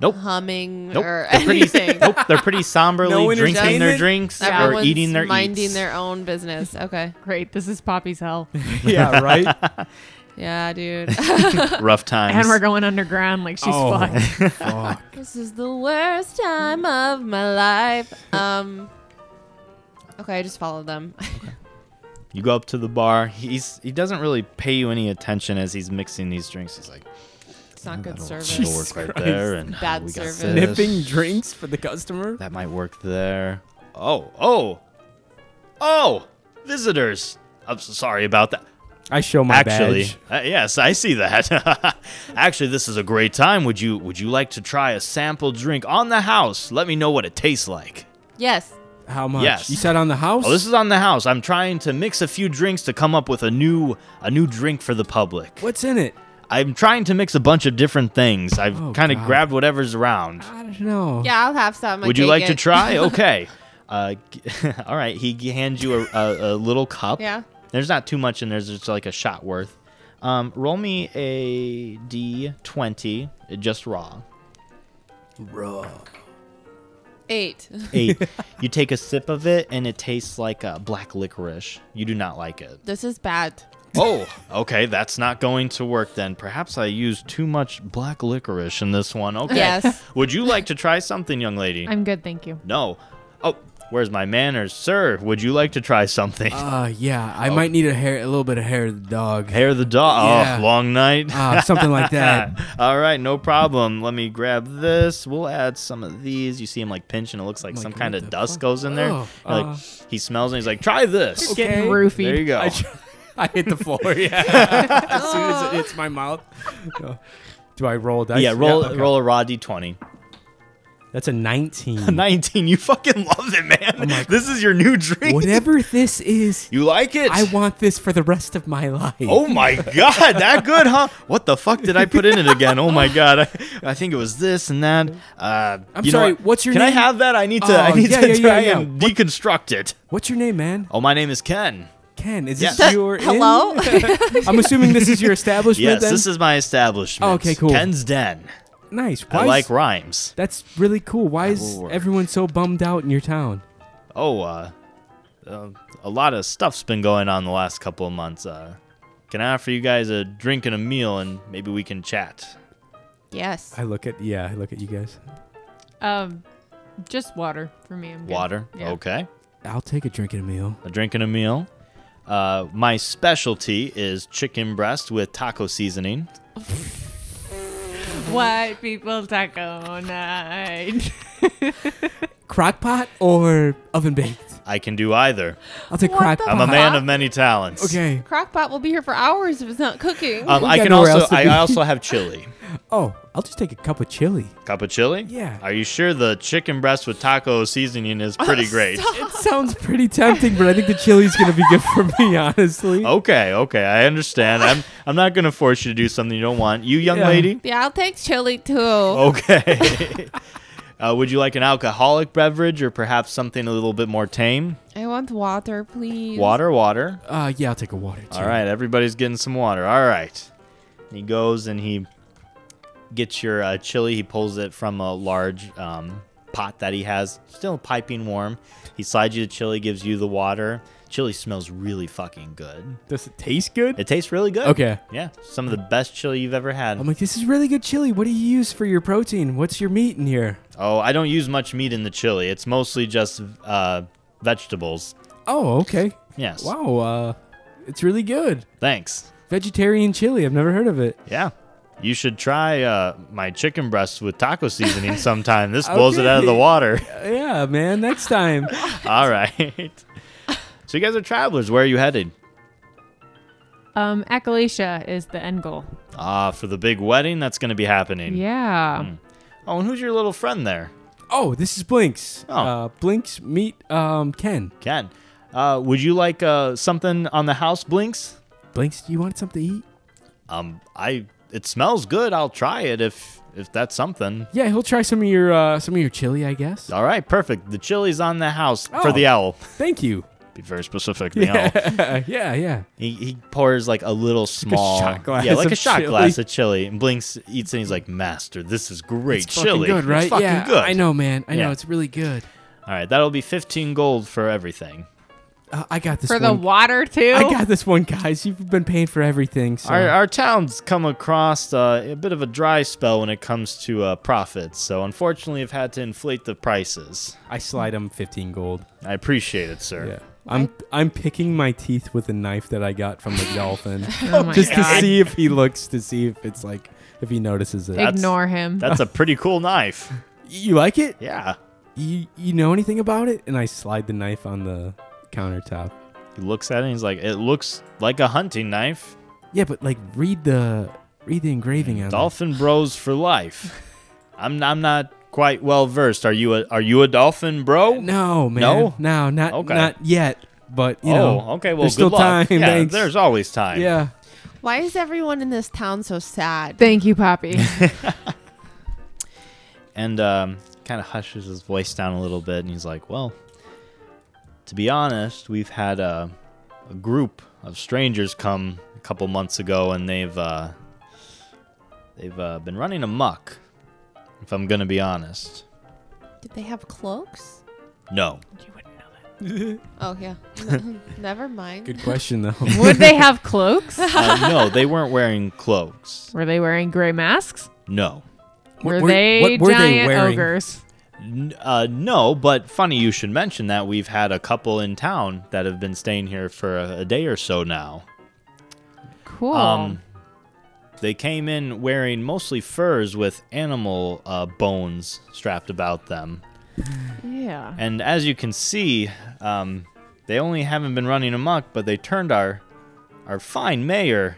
S1: Nope.
S2: humming
S1: Nope.
S2: or
S1: They're pretty,
S2: anything.
S1: nope. They're <laughs> pretty somberly
S4: No
S1: drinking their
S4: entertainment?
S1: drinks or
S2: Everyone's
S1: eating their
S2: minding
S1: eats. <laughs>
S2: their own business. Okay.
S3: Great. This is Poppy's hell.
S4: yeah, <laughs> right.
S2: Yeah, dude. <laughs>
S1: <laughs> rough times.
S3: And we're going underground like she's
S4: Oh. <laughs>
S3: fucked.
S4: Fuck.
S2: this is the worst time of my life. Um. Okay, I just followed them. <laughs>
S1: You go up to the bar. He's he doesn't really pay you any attention as he's mixing these drinks. He's like,
S2: it's not good
S1: "That'll-
S2: service.
S1: that'll
S4: Jesus
S1: work right
S4: Christ.
S1: there, and
S2: Bad
S1: we got
S2: service.
S1: this.
S4: Nipping drinks for the customer.
S1: That might work there. Oh, oh, oh! Visitors. I'm so sorry about that.
S4: I show my
S1: Actually,
S4: badge.
S1: uh, yes, I see that. <laughs> Actually, this is a great time. Would you would you like to try a sample drink on the house? Let me know what it tastes like.
S2: Yes.
S4: How much?
S1: Yes.
S4: You said on the house.
S1: Oh, this is on the house. I'm trying to mix a few drinks to come up with a new a new drink for the public.
S4: What's in it?
S1: I'm trying to mix a bunch of different things. I've
S4: Oh,
S1: kind of
S4: God.
S1: grabbed whatever's around.
S4: I don't know.
S2: Yeah, I'll have some. I
S1: Would you
S2: take
S1: like to
S2: it. <laughs>
S1: try? Okay. Uh, <laughs> g- all right. He g- hands you a, a, a little cup.
S2: Yeah.
S1: There's not too much in there. There's just like a shot worth. Um, roll me a d20, uh, just raw.
S2: Eight. <laughs>
S1: Eight. you take a sip of it, and it tastes like uh, black licorice. You do not like
S2: <laughs>
S1: it.
S2: This is bad.
S1: Oh, okay. That's not going to work then. Perhaps I used too much black licorice in this one. Okay.
S2: Yes.
S1: <laughs> Would you like to try something, young lady?
S3: I'm good, thank you.
S1: No. Oh, where's my manners, sir? Would you like to try something?
S4: Uh, yeah. I might need a hair, a little bit of hair of the dog.
S1: Oh. Hair of the dog.
S4: Yeah.
S1: Oh, long night.
S4: Ah, something like that.
S1: <laughs> All right, no problem. Let me grab this. We'll add some of these. You see him like pinch, and it looks like,
S4: Like,
S1: some
S4: what
S1: kind
S4: the
S1: of dust
S4: fuck?
S1: goes in there.
S4: Oh,
S1: You're like
S4: uh.
S1: he smells, and he's like, "Try this."
S4: Okay.
S3: Getting
S1: There you
S3: roofied.
S1: go.
S4: <laughs> I, tr- I hit the floor.
S1: <laughs>
S4: Yeah. as soon as it hits my mouth. No. Do I roll dice?
S1: yeah, Oh. roll
S4: okay.
S1: roll a raw d twenty. <laughs>
S4: That's a <laughs> 19.
S1: Nineteen. You fucking love it, man.
S4: Oh my-
S1: this is your new drink.
S4: Whatever this is,
S1: <laughs> You like it?
S4: I want this for the rest of my life.
S1: Oh my god, that good, huh? What the fuck did I put in it again? Oh my god, I, I think it was this and that. Uh,
S4: I'm
S1: you know
S4: sorry,
S1: what?
S4: what's your
S1: Can
S4: name?
S1: I have that? I need to.
S4: Oh,
S1: I need
S4: yeah,
S1: to
S4: yeah,
S1: try
S4: yeah, yeah.
S1: and deconstruct it.
S4: What's your name, man?
S1: Oh, my name is Ken.
S4: Ken. Is
S1: Yes.
S4: this your inn?
S2: Hello?
S4: <laughs> I'm assuming this is your establishment
S1: Yes,
S4: then?
S1: this is my establishment.
S4: Oh, okay, cool.
S1: Ken's Den.
S4: nice.
S1: I
S4: Why
S1: like
S4: is-
S1: rhymes.
S4: That's really cool. Why is
S1: will work.
S4: everyone so bummed out in your town?
S1: Oh, uh, uh, a lot of stuff's been going on the last couple of months. Uh, can I offer you guys a drink and a meal, and maybe we can chat?
S2: yes.
S4: I look at yeah, I look at you guys.
S3: Um just water for me. I'm good.
S1: Water,
S3: Yeah.
S1: okay.
S4: I'll take a drink and a meal.
S1: a drink and a meal. Uh, my specialty is chicken breast with taco seasoning.
S3: White people taco night.
S4: Crock pot or oven baked?
S1: I can do either.
S4: I'll take
S2: What
S4: crock
S2: the
S4: pot.
S1: I'm a man of many talents.
S4: Uh-huh. Okay.
S2: Crockpot will be here for hours if it's not cooking.
S1: Um,
S4: We
S1: I
S4: got
S1: can
S4: nowhere
S1: also
S4: else to
S1: I
S4: be.
S1: also
S4: <laughs>
S1: have chili.
S4: Oh, I'll just take a cup of chili.
S1: Cup of chili?
S4: Yeah. Oh,
S1: Are you sure the chicken breast with taco seasoning is pretty great?
S4: It sounds pretty tempting, but I think the chili's gonna be good for me, <laughs> honestly.
S1: Okay, okay, I understand. I'm I'm not gonna force you to do something you don't want. You young
S4: Yeah.
S1: lady?
S2: <laughs> yeah, I'll take chili too.
S1: Oh. Okay. <laughs> uh, would you like an alcoholic beverage or perhaps something a little bit more tame?
S2: I want water, please.
S1: Water, water.
S4: Uh, yeah, I'll take a water. Too.
S1: All right, everybody's getting some water. All right. And he goes and he gets your uh, chili. He pulls it from a large um, pot that he has, still piping warm. He slides you the chili, gives you the water. Chili smells really fucking good.
S4: Does it taste good?
S1: It tastes really good.
S4: Okay.
S1: Yeah, some of the best chili you've ever
S4: I'm
S1: had.
S4: like, this is really good chili. What do you use for your protein? What's your meat in here?
S1: Oh, I don't use much meat in the chili. It's mostly just uh, vegetables.
S4: Oh, okay.
S1: Yes.
S4: Wow, uh, it's really good.
S1: Thanks.
S4: Vegetarian chili. I've never heard of it.
S1: Yeah. You should try uh, my chicken breast with taco seasoning sometime. This blows it out of the
S4: Okay.
S1: water.
S4: Uh, yeah, man.
S3: <laughs>
S4: Next time.
S1: All right. So you guys are travelers. Where are you headed?
S3: Um, Achalacia is the end goal.
S1: Ah, for the big wedding that's going to be happening.
S4: Hmm.
S3: Yeah.
S1: Oh, and who's your little friend there?
S4: Oh, this is Blinks.
S1: Oh.
S4: Uh, Blinks meet um, Ken.
S1: Ken. Uh, would you like uh, something on the house, Blinks?
S4: Blinks, do you want something to eat?
S1: Um, I. It smells good. I'll try it if if that's something.
S4: Yeah, he'll try some of your uh, some of your chili, I guess.
S1: All right, perfect. The chili's on the house for
S4: Oh.
S1: the owl. <laughs>
S4: Thank you.
S1: Be very specific. The owl.
S4: Yeah, <laughs> yeah, yeah.
S1: He, he pours like a little small,
S4: shot glass
S1: yeah, like a
S4: of
S1: shot
S4: chili.
S1: glass of chili, and Blinks eats and he's like, "Master, this is great
S4: It's fucking
S1: chili.
S4: good, right?
S1: It's fucking
S4: yeah,
S1: good."
S4: I know, man. I
S1: Yeah.
S4: know it's really good.
S1: All right, that'll be fifteen gold for everything.
S4: Uh, I got this
S3: For the
S4: one.
S3: water too.
S4: I got this one, guys. You've been paying for everything. So.
S1: Our, our town's come across uh, a bit of a dry spell when it comes to uh, profits, so unfortunately, I've had to inflate the prices.
S4: I slide him 15 gold.
S1: I appreciate it, sir.
S4: Yeah. I'm I'm picking my teeth with a knife that I got from
S3: <laughs>
S4: the dolphin
S3: oh my
S4: just to
S3: God.
S4: see if he looks to see if it's like if he notices it.
S1: That's-
S3: Ignore him.
S1: That's a pretty
S4: <laughs>
S1: cool knife.
S4: You like it?
S1: Yeah.
S4: You you know anything about it? And I slide the knife on the countertop.
S1: He looks at it and he's like, "It looks like a hunting
S4: <laughs>
S1: knife."
S4: Yeah, but like read the read the engraving on it.
S1: Dolphin bros for life. I'm I'm not quite well versed. Are you a are you a dolphin bro?
S4: No, man.
S1: No?
S4: No, not
S1: Okay.
S4: not yet. But you know.
S1: oh, okay. Well,
S4: there's
S1: good
S4: still
S1: luck.
S4: time.
S1: Yeah,
S4: Thanks.
S1: there's always time.
S4: yeah.
S2: Why is everyone in this town so sad?
S3: Thank you,
S4: <laughs>
S3: Poppy.
S1: And um, kind of hushes his voice down a little bit, and he's like, "Well, to be honest, we've had a, a group of strangers come a couple months ago, and they've uh, they've uh, been running amok. If I'm gonna be honest,
S2: Did they have cloaks?
S1: no.
S2: Oh yeah. <laughs> Never mind.
S4: Good question though.
S3: Would they have cloaks?
S1: Uh, no, they weren't wearing cloaks.
S3: <laughs> Were they wearing gray masks?
S1: No.
S3: Were,
S4: What were-
S3: they
S4: what were they
S3: giant
S4: wearing?
S3: ogres?
S1: N- uh, no, but funny you should mention that we've had a couple in town that have been staying here for a, a day or so now.
S3: Cool.
S1: Um, they came in wearing mostly furs with animal uh, bones strapped about them,
S3: yeah.
S1: and as you can see, um, they only haven't been running amok, but they turned our our fine mayor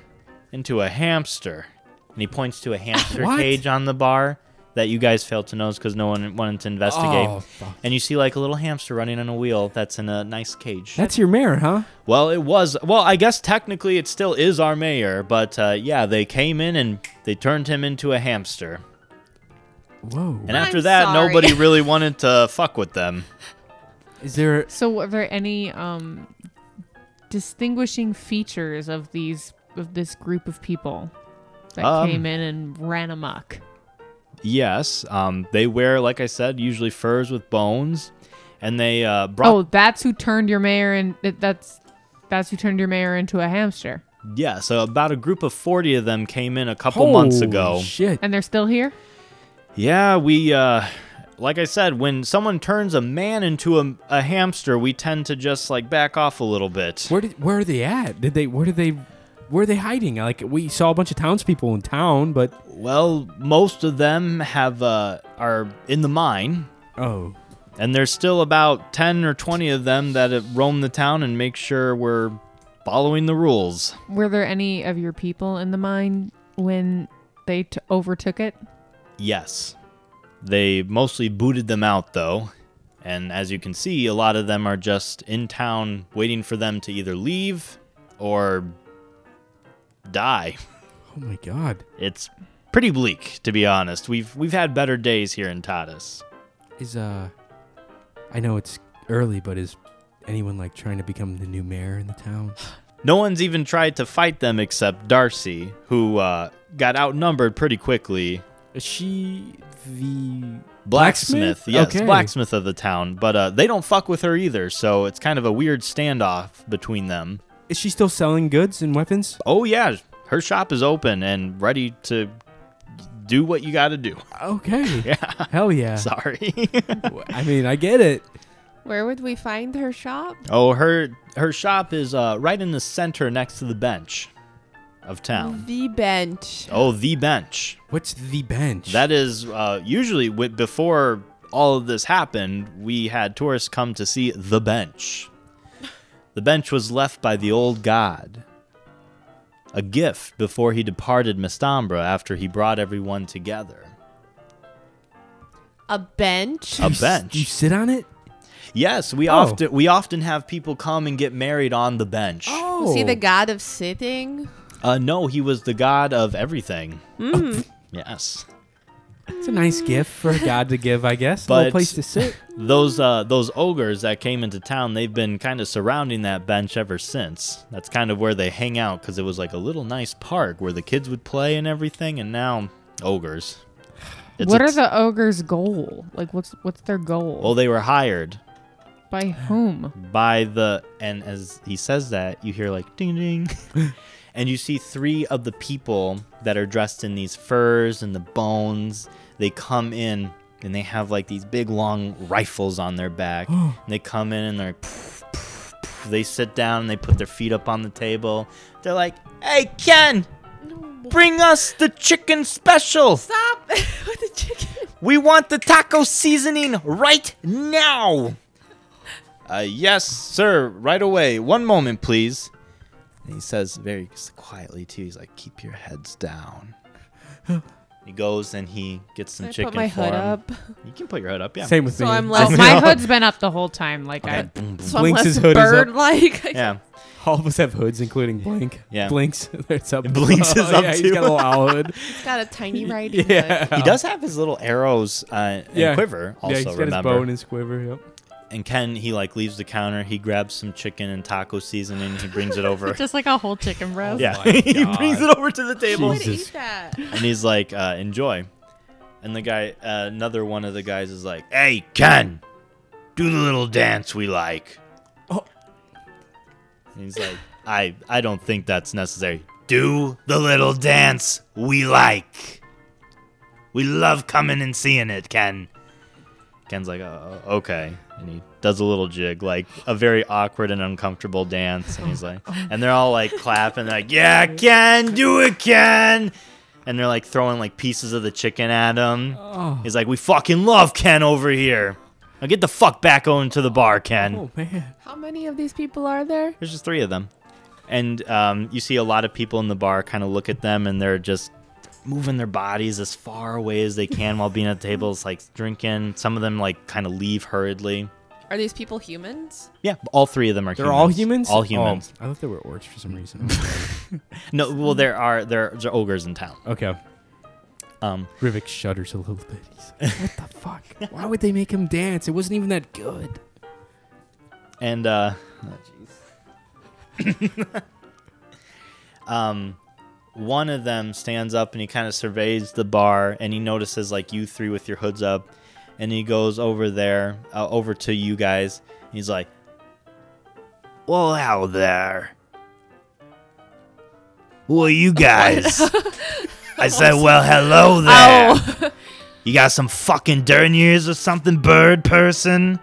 S1: into a hamster. And he points
S4: <laughs>
S1: to a hamster
S4: What?
S1: cage on the bar that you guys failed to notice because no one wanted to <laughs> investigate.
S4: Oh, fuck.
S1: and you see like a little hamster running on a wheel that's in a nice cage.
S4: That's your mare, huh?
S1: well, it was. Well, I guess technically it still is our mayor, but uh, yeah, they came in and they turned him into a hamster.
S4: Whoa.
S1: And after
S2: I'm
S1: that,
S2: sorry. <laughs>
S1: nobody really wanted to fuck with them.
S4: Is there
S3: So, were there any um, distinguishing features of these of this group of people that
S1: Um,
S3: came in and ran amok?
S1: Yes, um, they wear, like I said, usually furs with bones, and they uh, brought.
S3: Oh, that's who turned your mayor and that's that's who turned your mayor into a hamster.
S2: Oh.
S1: Yeah, so about a group of forty of them came in a couple months
S4: Holy
S1: ago.
S4: Shit.
S3: And they're still here.
S1: Yeah, we, uh, like I said, when someone turns a man into a, a hamster, we tend to just like back off a little bit.
S4: Where did where are they at? Did they where did they where are they hiding? Like we saw a bunch of townspeople in town, but
S1: Well, most of them have uh, are in the mine,
S4: oh,
S1: and there's still about ten or twenty of them that have roam the town and make sure we're following the rules.
S3: Were there any of your people in the mine when they t- overtook it?
S1: Yes, they mostly booted them out though, and as you can see, a lot of them are just in town waiting for them to either leave or die.
S4: oh my god.
S1: It's pretty bleak, to be honest. We've we've had better days here in Tatis.
S4: Is uh I know it's early, but is anyone like trying to become the new mayor in the town?
S1: No one's even tried to fight them except Darcy, who uh, got outnumbered pretty quickly.
S4: Is she the
S1: Blacksmith,
S4: Blacksmith?
S1: yes,
S4: Okay.
S1: blacksmith of the town, but uh, they don't fuck with her either. So it's kind of a weird standoff between them.
S4: Is she still selling goods and weapons?
S1: Oh yeah, her shop is open and ready to do what you got to do. <laughs>
S4: Okay. yeah. Hell yeah.
S1: Sorry. <laughs>
S4: I mean, I get it.
S2: Where would we find her shop?
S1: oh, her her shop is uh, right in the center next to the bench of town.
S2: The bench.
S1: Oh, the bench.
S4: What's the bench?
S1: That is uh, usually w- before all of this happened, we had tourists come to see the bench. The bench was left by the old god. a gift before he departed Mestambra after he brought everyone together.
S2: A bench.
S1: A
S4: Do you
S1: bench.
S4: sit on it?
S1: Yes, we
S4: Oh.
S1: often we often have people come and get married on the bench.
S4: Oh.
S2: Was he Oh, the god of sitting?
S1: Uh, no, he was the god of everything.
S4: Hmm.
S1: yes.
S4: Oh, It's a nice gift for a god to give, I guess.
S1: But-
S4: But place to sit.
S1: Those uh, those ogres that came into town, they've been kind of surrounding that bench ever since. That's kind of where they hang out because it was like a little nice park where the kids would play and everything, and now ogres. It's
S3: what
S1: a
S3: are
S1: t-
S3: the ogre's goal? Like, what's what's their goal?
S1: Well, they were hired
S3: By <laughs> whom?
S1: by the and as he says that, you hear like ding ding. and you see three of the people that are dressed in these furs and the bones. They come in and they have like these big long rifles on their back. and they come in and they're like, "Pff, pff, pff." <laughs> they sit down and they put their feet up on the table. They're like, "Hey Ken, bring us the chicken special.
S2: Stop <laughs> with the chicken.
S1: We want the taco seasoning right now. Uh, yes, sir, right away. One moment, please. And he says very quietly, too. He's like, keep your heads
S4: <gasps>
S1: down. he goes and he gets some
S2: I
S1: chicken
S2: put my
S1: for
S2: hood
S1: him.
S2: up.
S1: You can put your hood up, yeah.
S4: Same with
S2: So
S4: me.
S2: I'm like-
S4: Just
S3: My
S4: all-
S3: hood's been up the whole time. Like, I,
S2: So
S4: Blinks
S2: I'm less
S4: his hood is up.
S2: bird like.
S1: Yeah.
S4: <laughs> All of us have hoods, including Blink.
S1: Yeah.
S4: Blinks. <laughs> It's up.
S1: <laughs> Blinks is up
S4: <laughs> yeah,
S1: too.
S4: He's got a little owl hood.
S2: It's got a
S4: <laughs>
S2: tiny riding
S4: yeah.
S1: He does have his little arrows uh, and
S4: Yeah.
S1: quiver also,
S4: yeah, he's got his
S1: remember.
S4: bow and his quiver. Yep.
S1: and Ken, he like leaves the counter, he grabs some chicken and taco seasoning, he
S2: <laughs>
S1: brings it over.
S3: just like a whole chicken breast.
S1: yeah.
S4: Oh my
S1: <laughs> he brings it
S4: God.
S1: over to the table.
S2: hood. I would
S4: Jesus.
S2: eat that.
S1: and he's like, uh, "Enjoy." And the guy, uh, another one of the guys, is like, "Hey, Ken, do the little dance we like."
S4: Oh.
S1: And he's like, "I, I don't think that's necessary. Do the little dance we like. We love coming and seeing it, Ken." Ken's like, "Oh, okay." And he does a little jig, like a very awkward and uncomfortable dance. And he's like, and they're all like clapping, they're like, "Yeah, Ken, do it, Ken." and they're like throwing like pieces of the chicken at him.
S4: Oh.
S1: He's like, "We fucking love Ken over here. Now get the fuck back on to the bar, Ken."
S4: Oh man.
S2: How many of these people are there?
S1: There's just three of them, and um, you see a lot of people in the bar kind of look at them, and they're just moving their bodies as far away as they can while being at the tables, like drinking. Some of them like kind of leave hurriedly.
S2: Are these people humans?
S1: Yeah, all three of them are.
S4: They're all humans.
S1: All humans.
S4: Oh, I thought they were orcs for
S1: <laughs>
S4: some reason.
S1: No, well, there are there are ogres in town.
S4: okay.
S1: Um,
S4: Rivik shudders a little bit. He's
S1: <laughs>
S4: like, what the fuck? Why would they make him dance? It wasn't even that good.
S1: And uh um one of them stands up and he kind of surveys the bar and he notices like you three with your hoods up and he goes over there uh, over to you guys and he's like well out there well
S3: <laughs>
S1: you guys i said well hello there
S3: Oh. <laughs>
S1: you got some fucking dirt in your ears or something bird person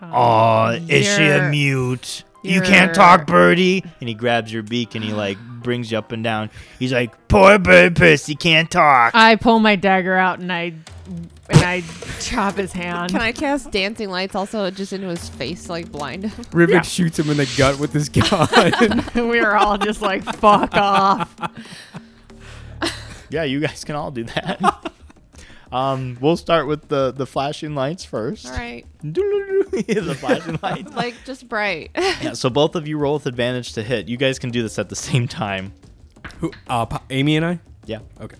S1: Aw, is she a
S3: Oh, You're-
S1: mute? You can't talk,
S3: you're-
S1: birdie. And he grabs your beak and he like brings you up and down. He's like, poor bird pussy can't talk.
S3: I pull my dagger out and I and I chop his hand.
S2: Can I cast dancing lights also just into his face like blind? <laughs>
S4: Rivik shoots him in the gut with his gun.
S3: <laughs> we were all just like, "Fuck off."
S1: yeah, you guys can all do that. <laughs> um, we'll start with the the flashing lights first.
S2: All right.
S1: <laughs> the flashing lights.
S2: Like just bright.
S1: <laughs> Yeah, so both of you roll with advantage to hit. You guys can do this at the same time.
S4: <laughs> Who, uh, Pa- Amy and I?
S1: Yeah,
S4: Okay.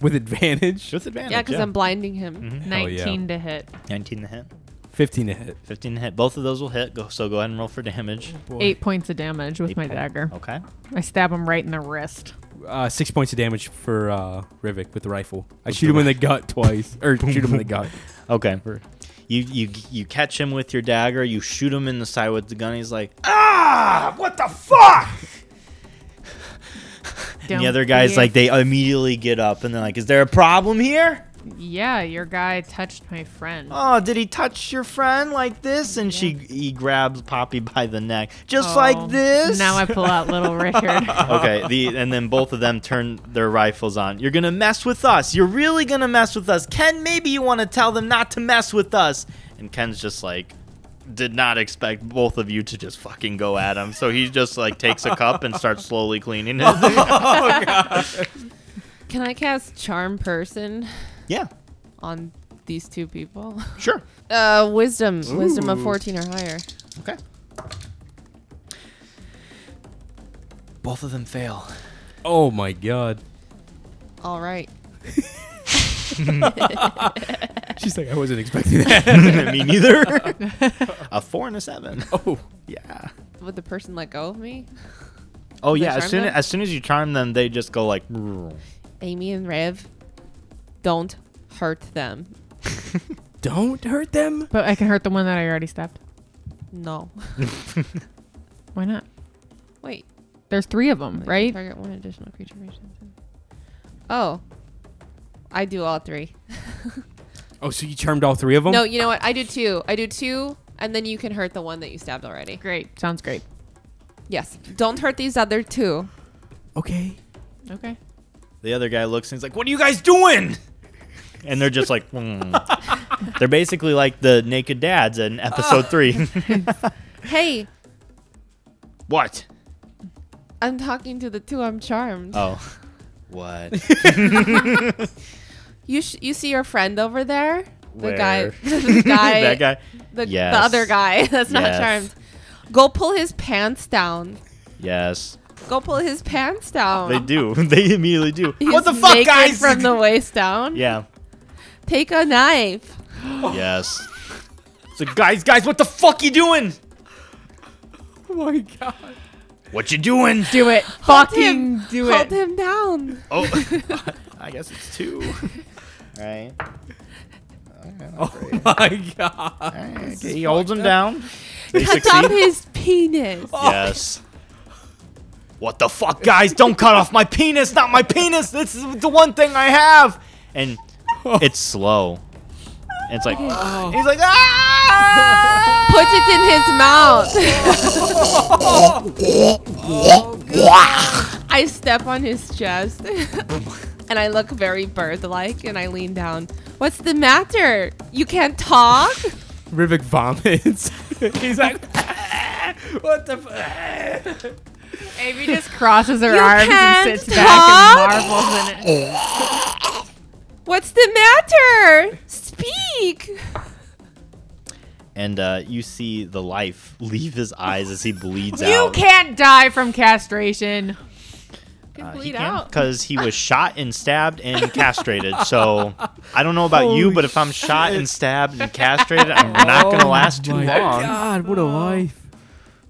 S4: With advantage?
S1: with advantage.
S2: <laughs> yeah, because I'm blinding him.
S4: Hell
S3: <laughs>
S4: yeah.
S3: Nineteen to hit,
S1: 19 to hit,
S4: 15 to hit.
S1: 15 to hit. Both of those will hit. Go, so go ahead and roll for damage.
S2: Mm-hmm.
S3: eight points of damage with
S1: Eight Oh.
S3: my
S1: point-
S3: dagger.
S1: Okay.
S3: I stab him right in the wrist.
S4: Uh, six points of damage for uh, Rivik with the rifle. I shoot him in the gut
S5: <laughs>
S4: twice. Or shoot him in the gut.
S1: Okay. You you you catch him with your dagger. You shoot him in the side with the gun. He's like, ah, what the fuck? And the
S3: Don't
S1: other guys
S3: be
S1: like they immediately get up and they're like, is there a problem here?
S3: Yeah, your guy touched my friend.
S1: Oh, did he touch your friend like this? And she he grabs Poppy by the neck, just like
S3: Oh,
S1: this.
S3: Now I pull out little
S1: <laughs>
S3: Richard.
S1: okay. The and then both of them turn their rifles on. You're gonna mess with us. You're really gonna mess with us, Ken. Maybe you want to tell them not to mess with us. And Ken's just like, did not expect both of you to just fucking go at him. So he just like takes a cup and starts slowly cleaning it. <laughs>
S2: Can I cast Charm Person
S1: yeah,
S2: on these two people?
S1: sure.
S2: Uh, wisdom, wisdom of fourteen or higher.
S1: Okay. Both of them fail.
S4: Oh my god.
S2: All right.
S5: She's like, I
S4: <laughs>
S5: wasn't expecting that.
S1: <laughs> Me neither. a four and a seven.
S4: Oh.
S1: Yeah.
S2: Would the person let go of me?
S1: Oh yeah.
S2: charm
S1: As soon
S2: them?
S1: as soon as you charm them, they just go like.
S2: Amy and Rev, don't hurt them.
S4: Don't hurt them.
S3: But I can hurt the one that I already stabbed.
S2: No. <laughs>
S3: Why not?
S2: Wait.
S3: There's three of them, right?
S2: Target one additional creature. reaches in. Oh. I do all three.
S4: Oh, so you charmed all three of them?
S2: No, you know what? I do two. I do two, and then you can hurt the one that you stabbed already.
S3: Great. Sounds great.
S2: Yes. Don't hurt these other two.
S4: Okay.
S3: Okay.
S1: The other guy looks and he's like, "What are you guys doing?" And they're just like, <laughs> "Hmm." they're basically like the naked dads in episode three.
S2: Hey,
S1: <laughs> what?
S2: I'm talking to the two I'm charmed.
S1: Oh, what?
S2: You sh- you see your friend over there? The guy
S1: Where?
S2: <laughs> the
S1: <laughs>
S2: guy,
S1: <laughs> that guy?
S2: The,
S1: Yes.
S2: the other guy <laughs> that's not
S1: Yes.
S2: charmed. Go pull his pants down.
S1: Yes,
S2: Go pull his pants down.
S1: they do. <laughs> they immediately do.
S2: He's
S1: what the fuck,
S2: naked
S1: guys?
S2: From
S1: <laughs>
S2: the waist down.
S1: yeah.
S2: Take a knife.
S1: Yes. So guys, guys, what the fuck you doing?
S4: Oh my god.
S1: What you doing? <laughs>
S3: Do <gasps> it. Fucking
S2: him.
S3: do
S2: Hold
S3: it.
S2: him down.
S1: Oh, I guess it's <laughs> two. right.
S4: <laughs> Oh my god.
S1: he holds him down. They
S2: Cut off his penis.
S1: Yes. <laughs> What the fuck, guys? Don't cut off my penis. Not my penis. This is the one thing I have.
S4: <laughs>
S1: And it's slow. And it's <gasps> like
S4: Oh.
S1: he's like ah.
S2: Puts it in his
S1: <laughs>
S2: mouth. I step on his chest <laughs> and I look very bird like and I lean down. What's the matter? You can't talk?
S4: Rivik vomits. <laughs> He's like, <laughs> what the? F- <laughs>
S3: Amy just crosses her
S2: You
S3: arms
S2: can't
S3: and sits back
S2: talk?
S3: and marvels in it.
S2: What's the
S1: Oh.
S2: matter? Speak.
S1: And uh, you see the life leave his eyes as he bleeds
S3: You
S1: out.
S3: can't die from castration.
S1: Uh,
S2: Can bleed out.
S1: because he was shot and stabbed and castrated. So I don't know about you,
S4: Holy Oh
S1: but if I'm shot and stabbed and castrated, I'm not
S4: <laughs>
S1: gonna last too long.
S4: God, what a life.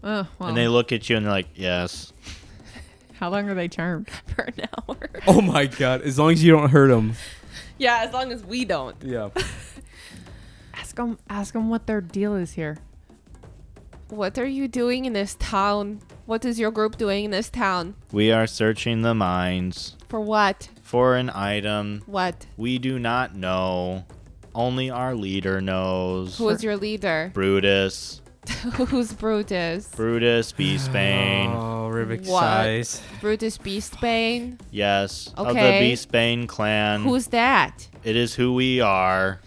S3: Oh, well,
S1: And they look at you and they're like, "Yes,
S3: how long are they charmed?
S2: <laughs> For an hour.
S4: Oh my god. As long as you don't hurt him.
S2: Yeah, as long as we don't.
S4: Yeah.
S3: Ask them, ask them what their deal is here.
S2: What are you doing in this town? What is your group doing in this town?
S1: we are searching the mines
S2: For what?
S1: for an item
S2: What?
S1: we do not know. Only our leader knows.
S2: Who is your leader? <laughs>
S1: Brutus?
S2: Who's Brutus?
S1: Brutus
S2: <sighs>
S1: B. Spain.
S4: Oh, Rivik
S2: What?
S4: sighs.
S2: Brutus Beastbane?
S1: Yes, of the
S2: Okay.
S1: B. Spain clan.
S4: Hmm.
S2: Who's that?
S1: it is who we are.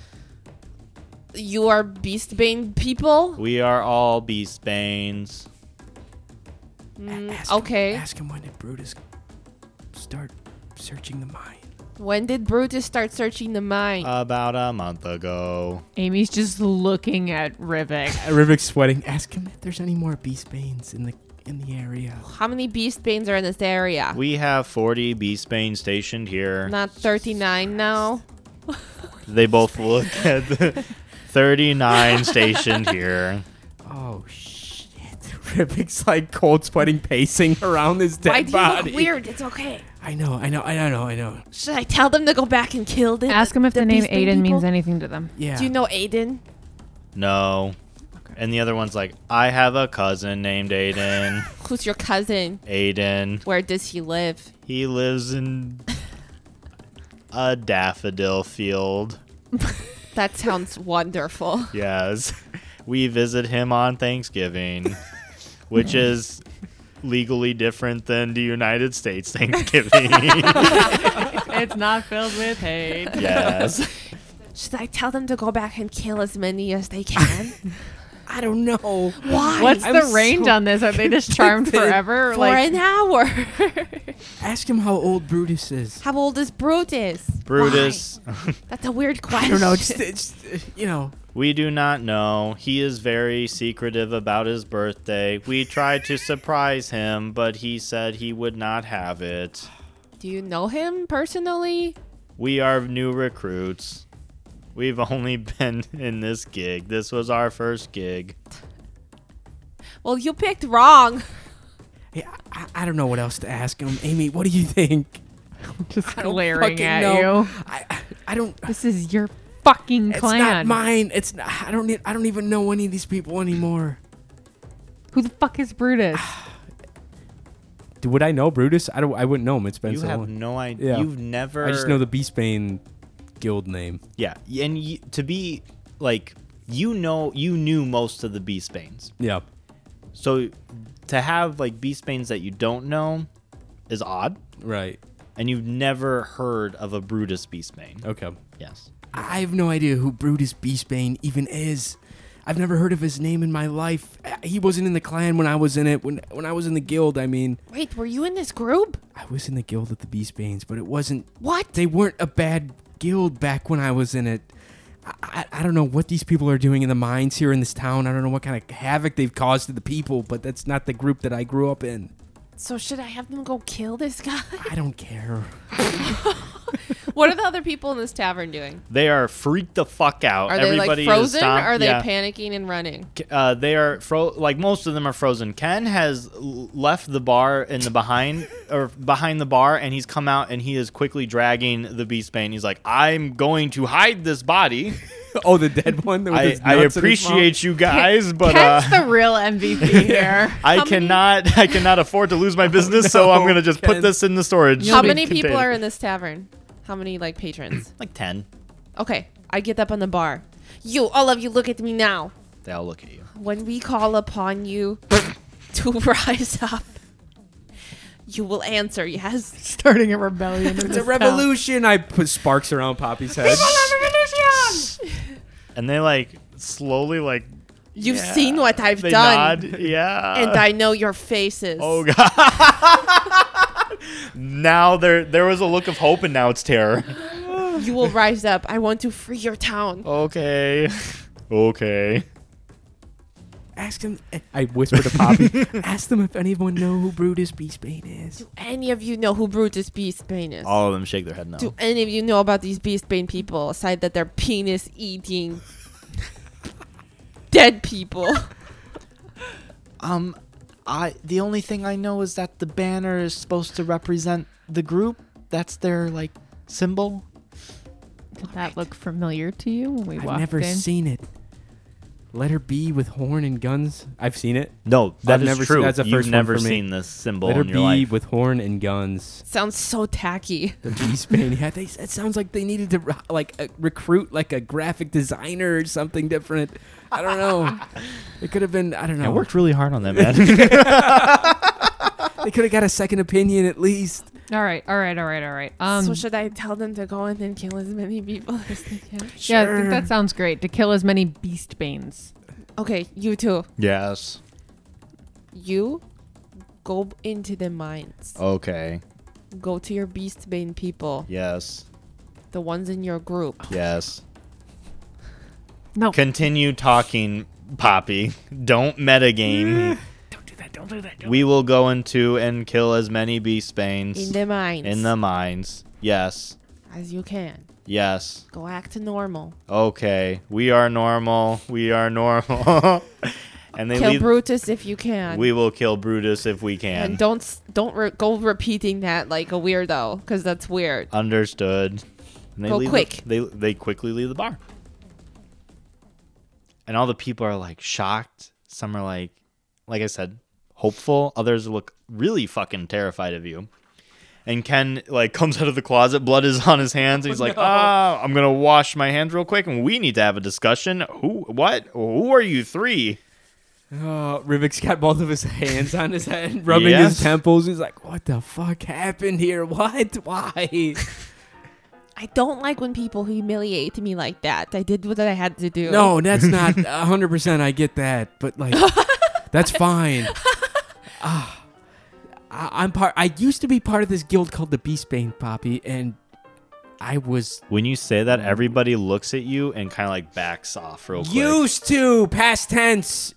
S2: You are Beastbane people?
S1: We are all B. Spains.
S2: Mm, okay.
S4: him when did Brutus start searching the mine.
S2: When did Brutus start searching the mine?
S4: Uh,
S1: About a month ago.
S3: Amy's just looking at Rivik. <laughs>
S4: Rivik's sweating. Ask him if there's any more beast banes in the in the area.
S2: How many Beastbanes are in this area?
S1: We have 40 B. Spain stationed here.
S2: Not 39 now.
S1: They both look at
S2: <laughs>
S1: the 39 stationed here.
S4: Oh shit! <laughs> Rivik's like cold sweating, pacing around his dead
S2: Why do you look
S4: body.
S2: weird? It's okay.
S4: I know, I know, I don't know, I know.
S2: Should I tell them to go back and kill them?
S3: ask them if the, name
S2: Beastbane
S3: Aiden
S2: people?
S3: means anything to them.
S4: Yeah.
S2: Do you know Aiden?
S1: No. And the other one's like, I have a cousin named Aiden.
S2: Who's your cousin?
S1: Aiden.
S2: Where does he live?
S1: He lives in a daffodil field.
S2: That sounds wonderful.
S1: Yes. We visit him on Thanksgiving, which is legally different than the United States Thanksgiving.
S3: <laughs> it's not filled with hate.
S1: yes.
S2: <laughs> Should I tell them to go back and kill as many as they can?
S4: I don't know.
S2: Why?
S3: What's
S4: I'm
S3: the range
S4: so
S3: on this? Are they just charmed
S4: conflicted.
S3: forever?
S2: for
S3: like,
S2: an hour?
S4: Ask him how old Brutus is.
S2: <laughs> How old is Brutus?
S1: Brutus. <laughs>
S2: Why? That's a weird question.
S4: I don't know. Just, it's, you know.
S1: We do not know. He is very secretive about his birthday. We tried to surprise him, but he said he would not have it.
S2: <laughs> Do you know him personally?
S1: We are new recruits. We've only <laughs> been in this gig. This was our first gig.
S2: Well, you picked wrong.
S4: Hey, I, I don't know what else to ask him. Amy, what do you think?
S3: just
S4: I don't
S3: glaring
S4: fucking
S3: at
S4: know.
S3: you.
S4: I, I, I don't.
S3: This is your fucking
S4: It's
S3: clan.
S4: not mine. It's not, I don't. e- I don't even know any of these people anymore.
S3: Who the fuck is
S4: <sighs>
S3: Brutus?
S4: Would I know Brutus? I don't. I wouldn't know him. It's been
S1: You
S4: so
S1: have
S4: long.
S1: no idea.
S4: Yeah.
S1: You've never.
S4: I just know the Beastbane guild name.
S1: Yeah, and y- to be like, you know, you knew most of the Beastbanes.
S4: Yeah.
S1: So to have like Beastbanes that you don't know is odd,
S4: Right.
S1: and you've never heard of a Brutus Beastbane.
S4: Okay.
S1: Yes.
S4: I have no idea who Brutus Beastbane even is. I've never heard of his name in my life. Uh, He wasn't in the clan when I was in it. When when I was in the guild, I mean,
S2: Wait, were you in this group?
S4: I was in the guild of the Beastbanes, but it wasn't.
S2: What?
S4: They weren't a bad guild back when I was in it. I, I, I don't know what these people are doing in the mines here in this town. I don't know what kind of havoc they've caused to the people, but that's not the group that I grew up in.
S2: So should I have them go kill this guy?
S4: I don't care.
S2: <laughs> what are the other people in this tavern doing?
S1: They are freaked the fuck out.
S2: Are
S1: Everybody
S2: they like
S1: Is
S2: frozen?
S1: stomp-
S2: are they
S1: yeah.
S2: panicking and running?
S1: uh, they are fro- like most of them are frozen. Ken has l- left the bar in the behind or behind the bar, and he's come out and he is quickly dragging the Beastbane. He's like, "I'm going to hide this body.
S4: <laughs> oh, the dead one. That
S1: I, I appreciate you guys, but uh,
S3: Ken's the real
S4: <laughs>
S3: MVP here.
S1: I
S2: How many-
S1: cannot I cannot afford to lose my business, so I'm
S4: no,
S1: gonna just put
S4: Ken.
S1: this in the storage.
S2: How many people
S1: container.
S2: are in this tavern? How many like patrons?
S1: Like ten.
S2: Okay, I get up on the bar. You, all of you, look at me now.
S1: They all look at you.
S2: When we call upon you
S1: <laughs>
S2: to <laughs> rise up, you will answer yes.
S3: Starting a rebellion.
S4: It's a revolution. I put sparks around Poppy's head.
S1: <laughs> And they like slowly like
S2: You've
S1: yeah.
S2: seen what I've
S1: they
S2: done,
S1: nod. Yeah.
S2: and I know your faces.
S1: Oh god. <laughs> now there there was a look of hope and now it's terror.
S2: You will rise up. I want to free your town.
S1: Oh. Okay. Okay.
S4: Ask them. I whispered to <laughs> Poppy. ask them if anyone know who Brutus Beastbane is.
S2: Any of you know who Brutus Beastbane is?
S1: All of them shake their head no.
S2: Do any of you know about these Beastbane people aside that they're penis
S1: <laughs>
S2: eating dead people? <laughs>
S1: Um I the only thing I know is that the banner is supposed to represent the group. That's their like symbol.
S3: Did that look familiar to you when we
S4: I've
S3: walked
S4: never
S3: in?
S4: seen it. Letter B with horn and guns. I've seen it.
S1: No,
S4: I've
S1: that is
S4: never
S1: true.
S4: seen- that's the
S1: You've
S4: first one
S1: never
S4: for me.
S1: seen this symbol
S4: Letter
S1: in
S4: B
S1: your life.
S4: with horn and guns.
S2: Sounds so tacky.
S4: The Beastbane. yeah, they, it sounds like they needed to r- like uh, recruit like a graphic designer or something different. I don't know. it could have been. I don't know.
S1: I worked really hard on that, man.
S4: They could have got a second opinion at least.
S3: All right, all right, all right, all right. Um,
S2: so should I tell them to go in and kill as many people as they can?
S3: yeah, I think
S4: Sure.
S3: that sounds great. To kill as many beast banes.
S2: Okay, you two.
S1: <laughs> yes.
S2: You go into the mines.
S1: Oh. Okay.
S2: Go to your Beastbane people,
S1: Yes.
S2: the ones in your group.
S1: Yes.
S3: No,
S1: Continue talking, Poppy. Don't
S2: <laughs>
S1: metagame.
S3: don't do that. Don't do that.
S1: we will go into and kill as many beast banes
S2: In the mines.
S1: in the mines. Yes.
S2: as you can.
S1: Yes.
S2: Go act normal.
S1: Okay. We are normal. We are normal. <laughs> and they
S2: Kill
S1: leave.
S2: Brutus if you can.
S1: we will kill Brutus if we
S2: and
S1: can.
S2: don't s- don't re- go repeating that like a weirdo, because that's weird.
S1: Understood. And they
S2: Go
S1: leave
S2: quick.
S1: The, they they quickly leave the bar. And all the people are like shocked. Some are like, like I said, hopeful. Others look really fucking terrified of you. And Ken like comes out of the closet, blood is on his hands, and he's like, "Ah, I'm gonna wash my hands real quick, and we need to have a discussion. Who, what, who are you three?
S4: Oh, Rivik's got both of his hands on his head, <laughs> rubbing
S1: Yes.
S4: <laughs> his temples. He's like, "What the fuck happened here? What? Why?"
S2: I don't like when people humiliate me like that. I did what I had to do. <laughs>
S4: No,
S1: <laughs>
S4: that's not 100%. I get that, but like, that's fine. Ah, I, I'm part. I used to be part of this guild called the Beastbane Poppy, and I was
S1: When you say that, everybody looks at you and kind of like backs off real quick.
S4: used to past tense.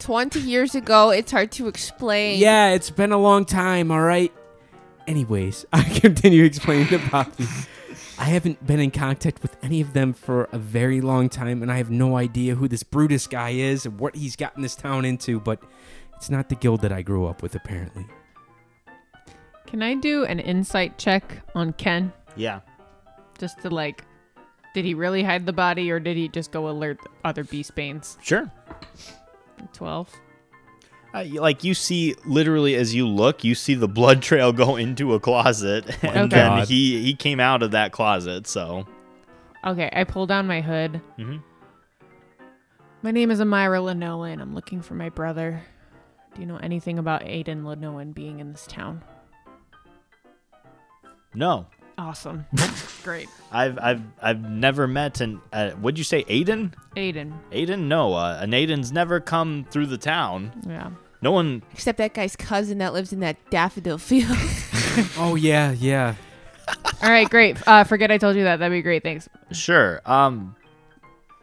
S2: 20 years ago, it's hard to explain.
S4: Yeah, it's been a long time, all right? Anyways, <laughs> I continue explaining to Poppy. I haven't been in contact with any of them for a very long time, and I have no idea who this Brutus guy is and what he's gotten this town into, but it's not the guild that I grew up with, apparently.
S3: Can I do an insight check on Ken?
S1: Yeah.
S3: Just to like, did he really hide the body or did he just go alert the other beast banes?
S1: Sure.
S3: 12.
S1: Uh, you- like you see, literally as you look, you see the blood <laughs> trail go into a closet, and then
S4: God.
S1: he he came out of that closet. So
S3: Okay, I pull down my hood.
S1: Mhm.
S3: My name is Amira Lenoan. I'm looking for my brother. Do you know anything about Aiden Lenoan being in this town?
S1: no,
S3: <laughs> Awesome. Great.
S1: I've I've I've never met an. Uh, would you say Aiden?
S3: Aiden.
S1: Aiden? No, uh, an Aiden's never come through the town.
S3: Yeah.
S1: No one.
S2: Except that guy's cousin that lives in that daffodil field. <laughs>
S4: Oh, yeah, yeah.
S3: All right, great. Uh, forget I told you that. That'd be great. Thanks.
S1: Sure. Um.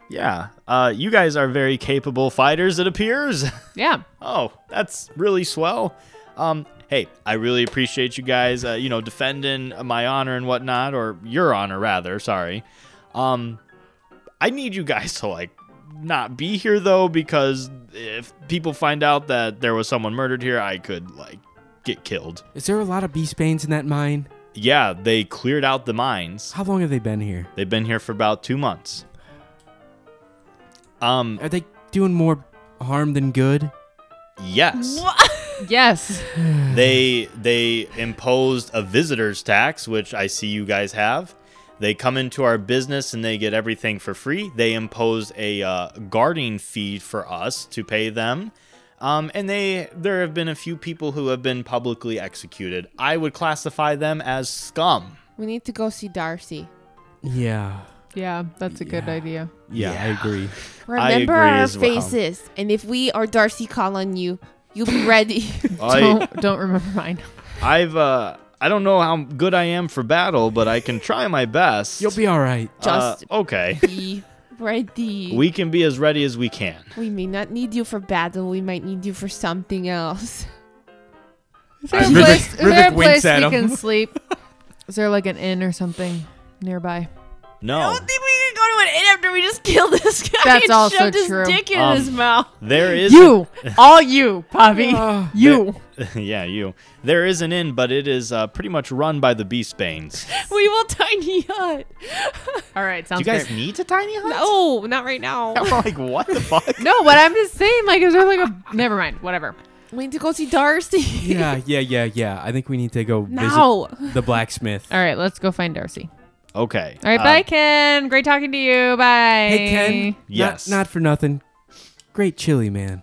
S1: Yeah. Uh. You guys are very capable fighters. It appears. <laughs>
S3: Yeah.
S1: Oh, that's really swell. Um, hey, I really appreciate you guys, uh, you know, defending my honor and whatnot, or your honor rather. Sorry. Um, I need you guys <laughs> to like not be here though, because if people find out that there was someone murdered here, I could like get killed.
S4: Is there a lot of Beastbanes in that mine?
S1: Yeah, they cleared out the mines.
S4: How long have they been here?
S1: They've been here for about two months. Um,
S4: Are they doing more harm than good?
S1: yes.
S3: Yes.
S1: they they imposed a visitors tax which i see you guys have they come into our business and they get everything for free they imposed a uh, guarding fee for us to pay them um, and they there have been a few people who have been publicly executed i would classify them as scum
S2: we need to go see Darcy.
S4: Yeah.
S3: Yeah, that's a good
S4: Yeah.
S3: idea.
S4: Yeah, I agree.
S2: Remember
S1: agree
S2: our
S1: as well.
S2: faces. And if we or Darcy call on you, you'll be ready.
S1: I,
S3: Don't don't remember mine.
S1: i've uh, i don't know how good i am for battle but i can try my best
S4: You'll be all right.
S1: <laughs> Uh,
S2: Just <laughs>
S1: okay
S2: be ready.
S1: we can be as ready as we can
S2: We may not need you for battle. We might need you for something else.
S3: <laughs> Is there a
S5: Rivik-
S3: place, is there a
S5: Rivik
S3: place
S5: winks at
S3: we
S5: him.
S3: can sleep? Is there like an inn or something nearby?
S1: no
S2: think we can go to an inn after we just killed this guy
S3: That's and also shoved his true. dick
S2: in
S1: Um, his
S2: mouth.
S1: there is
S3: You, all you, Poppy, <laughs>
S4: Ah.
S3: you.
S1: <laughs> yeah, you. There is an inn, but it is uh, pretty much run by the Beastbanes.
S2: We will tiny hut.
S3: <laughs> All right,
S1: Do
S3: sounds
S1: you guys
S3: great.
S1: need a tiny hut? <laughs>
S2: No, not right now.
S1: I'm like, what the fuck?
S3: <laughs> No, but I'm just saying, like, is there like a? Never mind. Whatever.
S2: We need to go see
S1: <laughs>
S2: Darcy.
S4: Yeah, yeah, yeah, yeah. I think we need to go
S2: Now.
S4: visit the blacksmith.
S3: All right, let's go find Darcy.
S1: Okay.
S3: All right,
S1: uh,
S3: bye, Ken. Great talking to you. Bye.
S4: Um, Hey Ken. not-
S1: Yes.
S4: Not, for nothing. Great chili, man.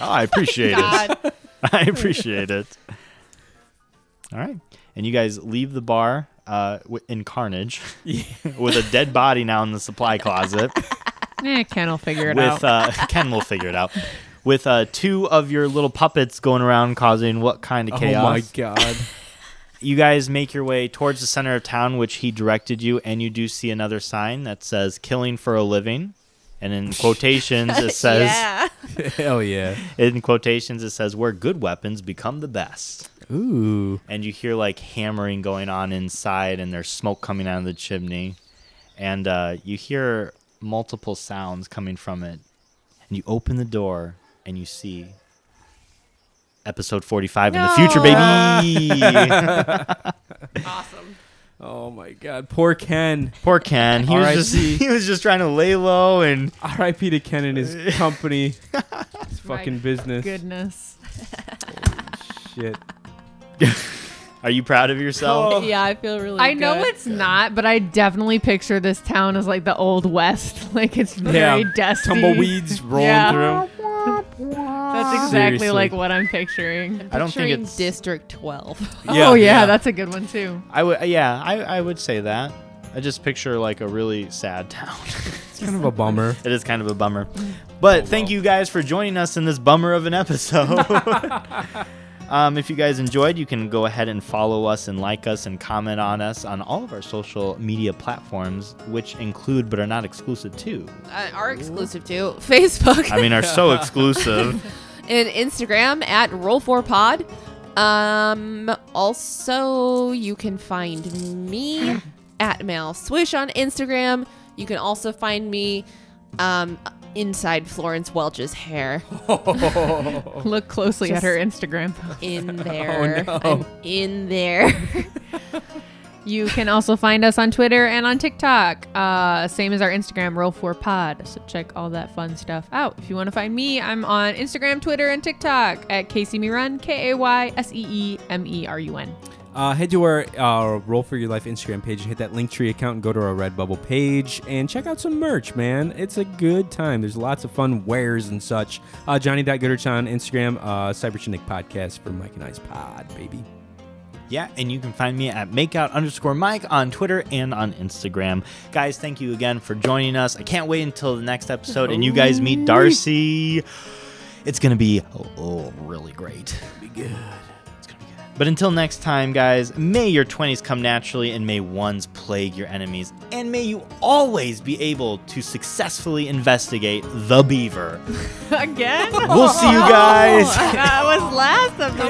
S1: oh, I appreciate
S3: <laughs>
S1: it.
S2: God.
S1: I appreciate it. All right. And you guys leave the bar uh, w- in
S3: <laughs>
S1: carnage with a dead body now in the supply closet.
S3: Eh, Ken will figure it
S1: with
S3: out.
S1: uh, Ken will figure it out. With uh, two of your little puppets going around causing what kind of chaos?
S4: Oh my <laughs> god.
S1: you guys make your way towards the center of town, which he directed you, and you do see another sign that says "killing for a living," and in quotations it says,
S2: yeah.
S4: Hell yeah.
S1: in quotations it says, "Where good weapons become the best."
S4: Ooh.
S1: And you hear like hammering going on inside, and there's smoke coming out of the chimney, and uh, you hear multiple sounds coming from it. And you open the door, and you see episode 45 in the future, baby.
S4: Oh my god. Poor Ken.
S1: Poor Ken. He was
S4: R.I.P..
S1: just <laughs> he was just trying to lay low and
S4: R.I.P. to Ken and <laughs> his company. His
S3: My
S4: fucking business.
S3: Goodness.
S4: Shit.
S1: are you proud of yourself?
S2: yeah, I feel really
S3: I know
S2: good.
S3: it's not, but I definitely picture this town as like the old west. <laughs> Like it's very dusty.
S4: Tumbleweeds rolling
S3: Yeah.
S4: through.
S2: Ah.
S3: That's exactly
S4: Seriously.
S3: like what I'm picturing.
S1: I don't think
S2: Picturing
S1: it's
S2: District 12.
S3: oh yeah, Oh, that's a good one too.
S1: I would yeah, I I would say that. I just picture like a really sad town. <laughs>
S6: It's kind of a bummer.
S1: it is kind of a bummer. But thank you guys for joining us in this bummer of an <laughs> episode. um, if you guys enjoyed, you can go ahead and follow us and like us and comment on us on all of our social media platforms, which include but are not exclusive to.
S2: Uh, are exclusive to <laughs> Facebook
S1: I mean, are <laughs> so exclusive.
S2: and Instagram at Roll4Pod. Um, also, you can find
S6: <clears throat>
S2: me at Mal Swish on Instagram. You can also find me um, inside Florence
S6: <laughs>
S2: Welch's hair
S4: Oh.
S3: Look closely
S2: Just-
S3: at her Instagram.
S2: in
S6: Oh,
S2: there. I'm in there.
S3: You can also find us on Twitter and on TikTok. Uh, same as our Instagram, Roll4Pod. So check all that fun stuff out. If you want to find me, I'm on Instagram, Twitter, and TikTok at Casey Meerun, K A Y S E E M E R U N.
S6: Uh, head to our uh, Roll for Your Life Instagram page and hit that Linktree account and go to our Redbubble page and check out some merch, man. It's a good time. There's lots of fun wares and such. Uh, Johnny.Goodrich on Instagram, uh, Cyberchinic Podcast for Mike and I's pod, baby.
S1: Yeah, and you can find me at makeout underscore Mike on Twitter and on Instagram. Guys, thank you again for joining us. I can't wait until the next episode and you guys meet Darcy. It's going to be oh, oh, really great. Be good. It's gonna be good. But until next time, guys, may your 20s come naturally and may ones plague your enemies. And may you always be able to successfully investigate the beaver.
S3: Again?
S2: <laughs>
S1: We'll see <laughs> you guys.
S3: that was last of the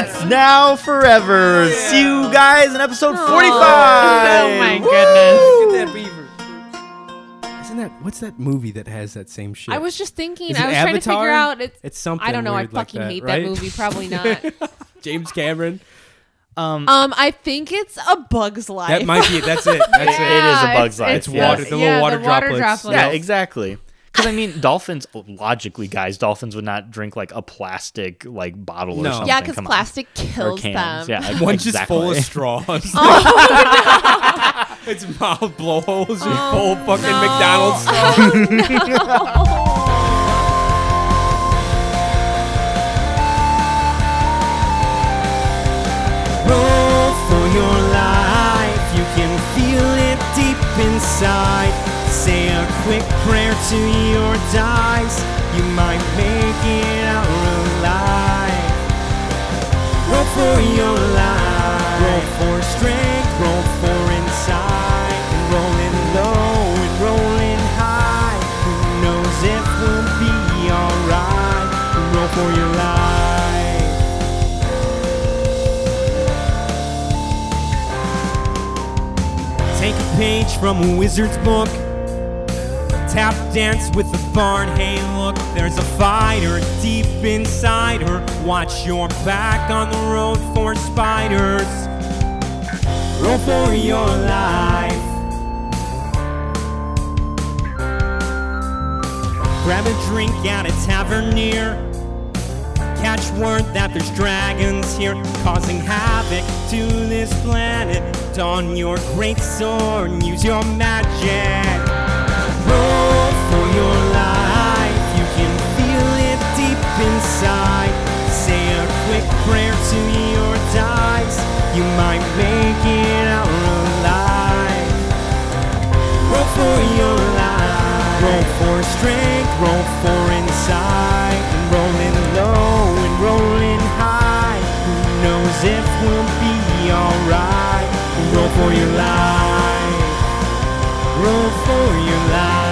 S1: It's now forever. See you guys in episode 45.
S3: Oh my goodness.
S6: that beaver. Isn't that, what's that movie that has that same shit?
S2: I was just thinking.
S6: Is it
S2: I was trying to
S6: Avatar?
S2: figure out. It's,
S6: It's something
S2: I don't know. I
S6: weird like
S2: fucking
S6: that,
S2: hate
S6: right?
S2: that movie. Probably not.
S6: <laughs> James Cameron.
S1: Um,
S2: um, I think it's a Bug's Life.
S6: That might be it. That's it. That's
S1: Yeah.
S6: it.
S1: It is a Bug's Life,
S6: It's water, the little water droplets.
S1: Yeah,
S6: Well-
S1: exactly. Because I mean, dolphins. Logically, guys, dolphins would not drink like a plastic like bottle or
S6: No.
S1: something.
S2: yeah, because
S1: Come on.
S2: plastic
S1: Or
S2: kills them.
S1: cans. Yeah, ex-
S6: One's just
S1: exactly.
S6: full of
S2: <laughs>
S6: straws.
S2: Oh.
S6: <laughs> It's mouth blowholes and full
S2: Oh,
S6: fucking McDonald's straws.
S4: roll for your life. You can feel it deep inside. Say a quick prayer to your dice. You might make it out alive. Roll for your life. Roll for strength. Roll for insight. And rolling low and rolling high. Who knows if we'll be alright? Roll for your life. Take a page from a wizard's book. Tap dance with the barn. Hey, look, there's a fighter deep inside her. Watch your back on the road for spiders. Roll for your life. Grab a drink at a tavern near. Catch word that there's dragons here causing havoc to this planet. Don your great sword and use your magic. Roll for your life, you can feel it deep inside. Say a quick prayer to your dice, you might make it out alive. Roll for your life. Roll for strength. Roll for insight. And rolling low and rolling high. Who knows if we'll be alright? Roll for your life. Roll for your life.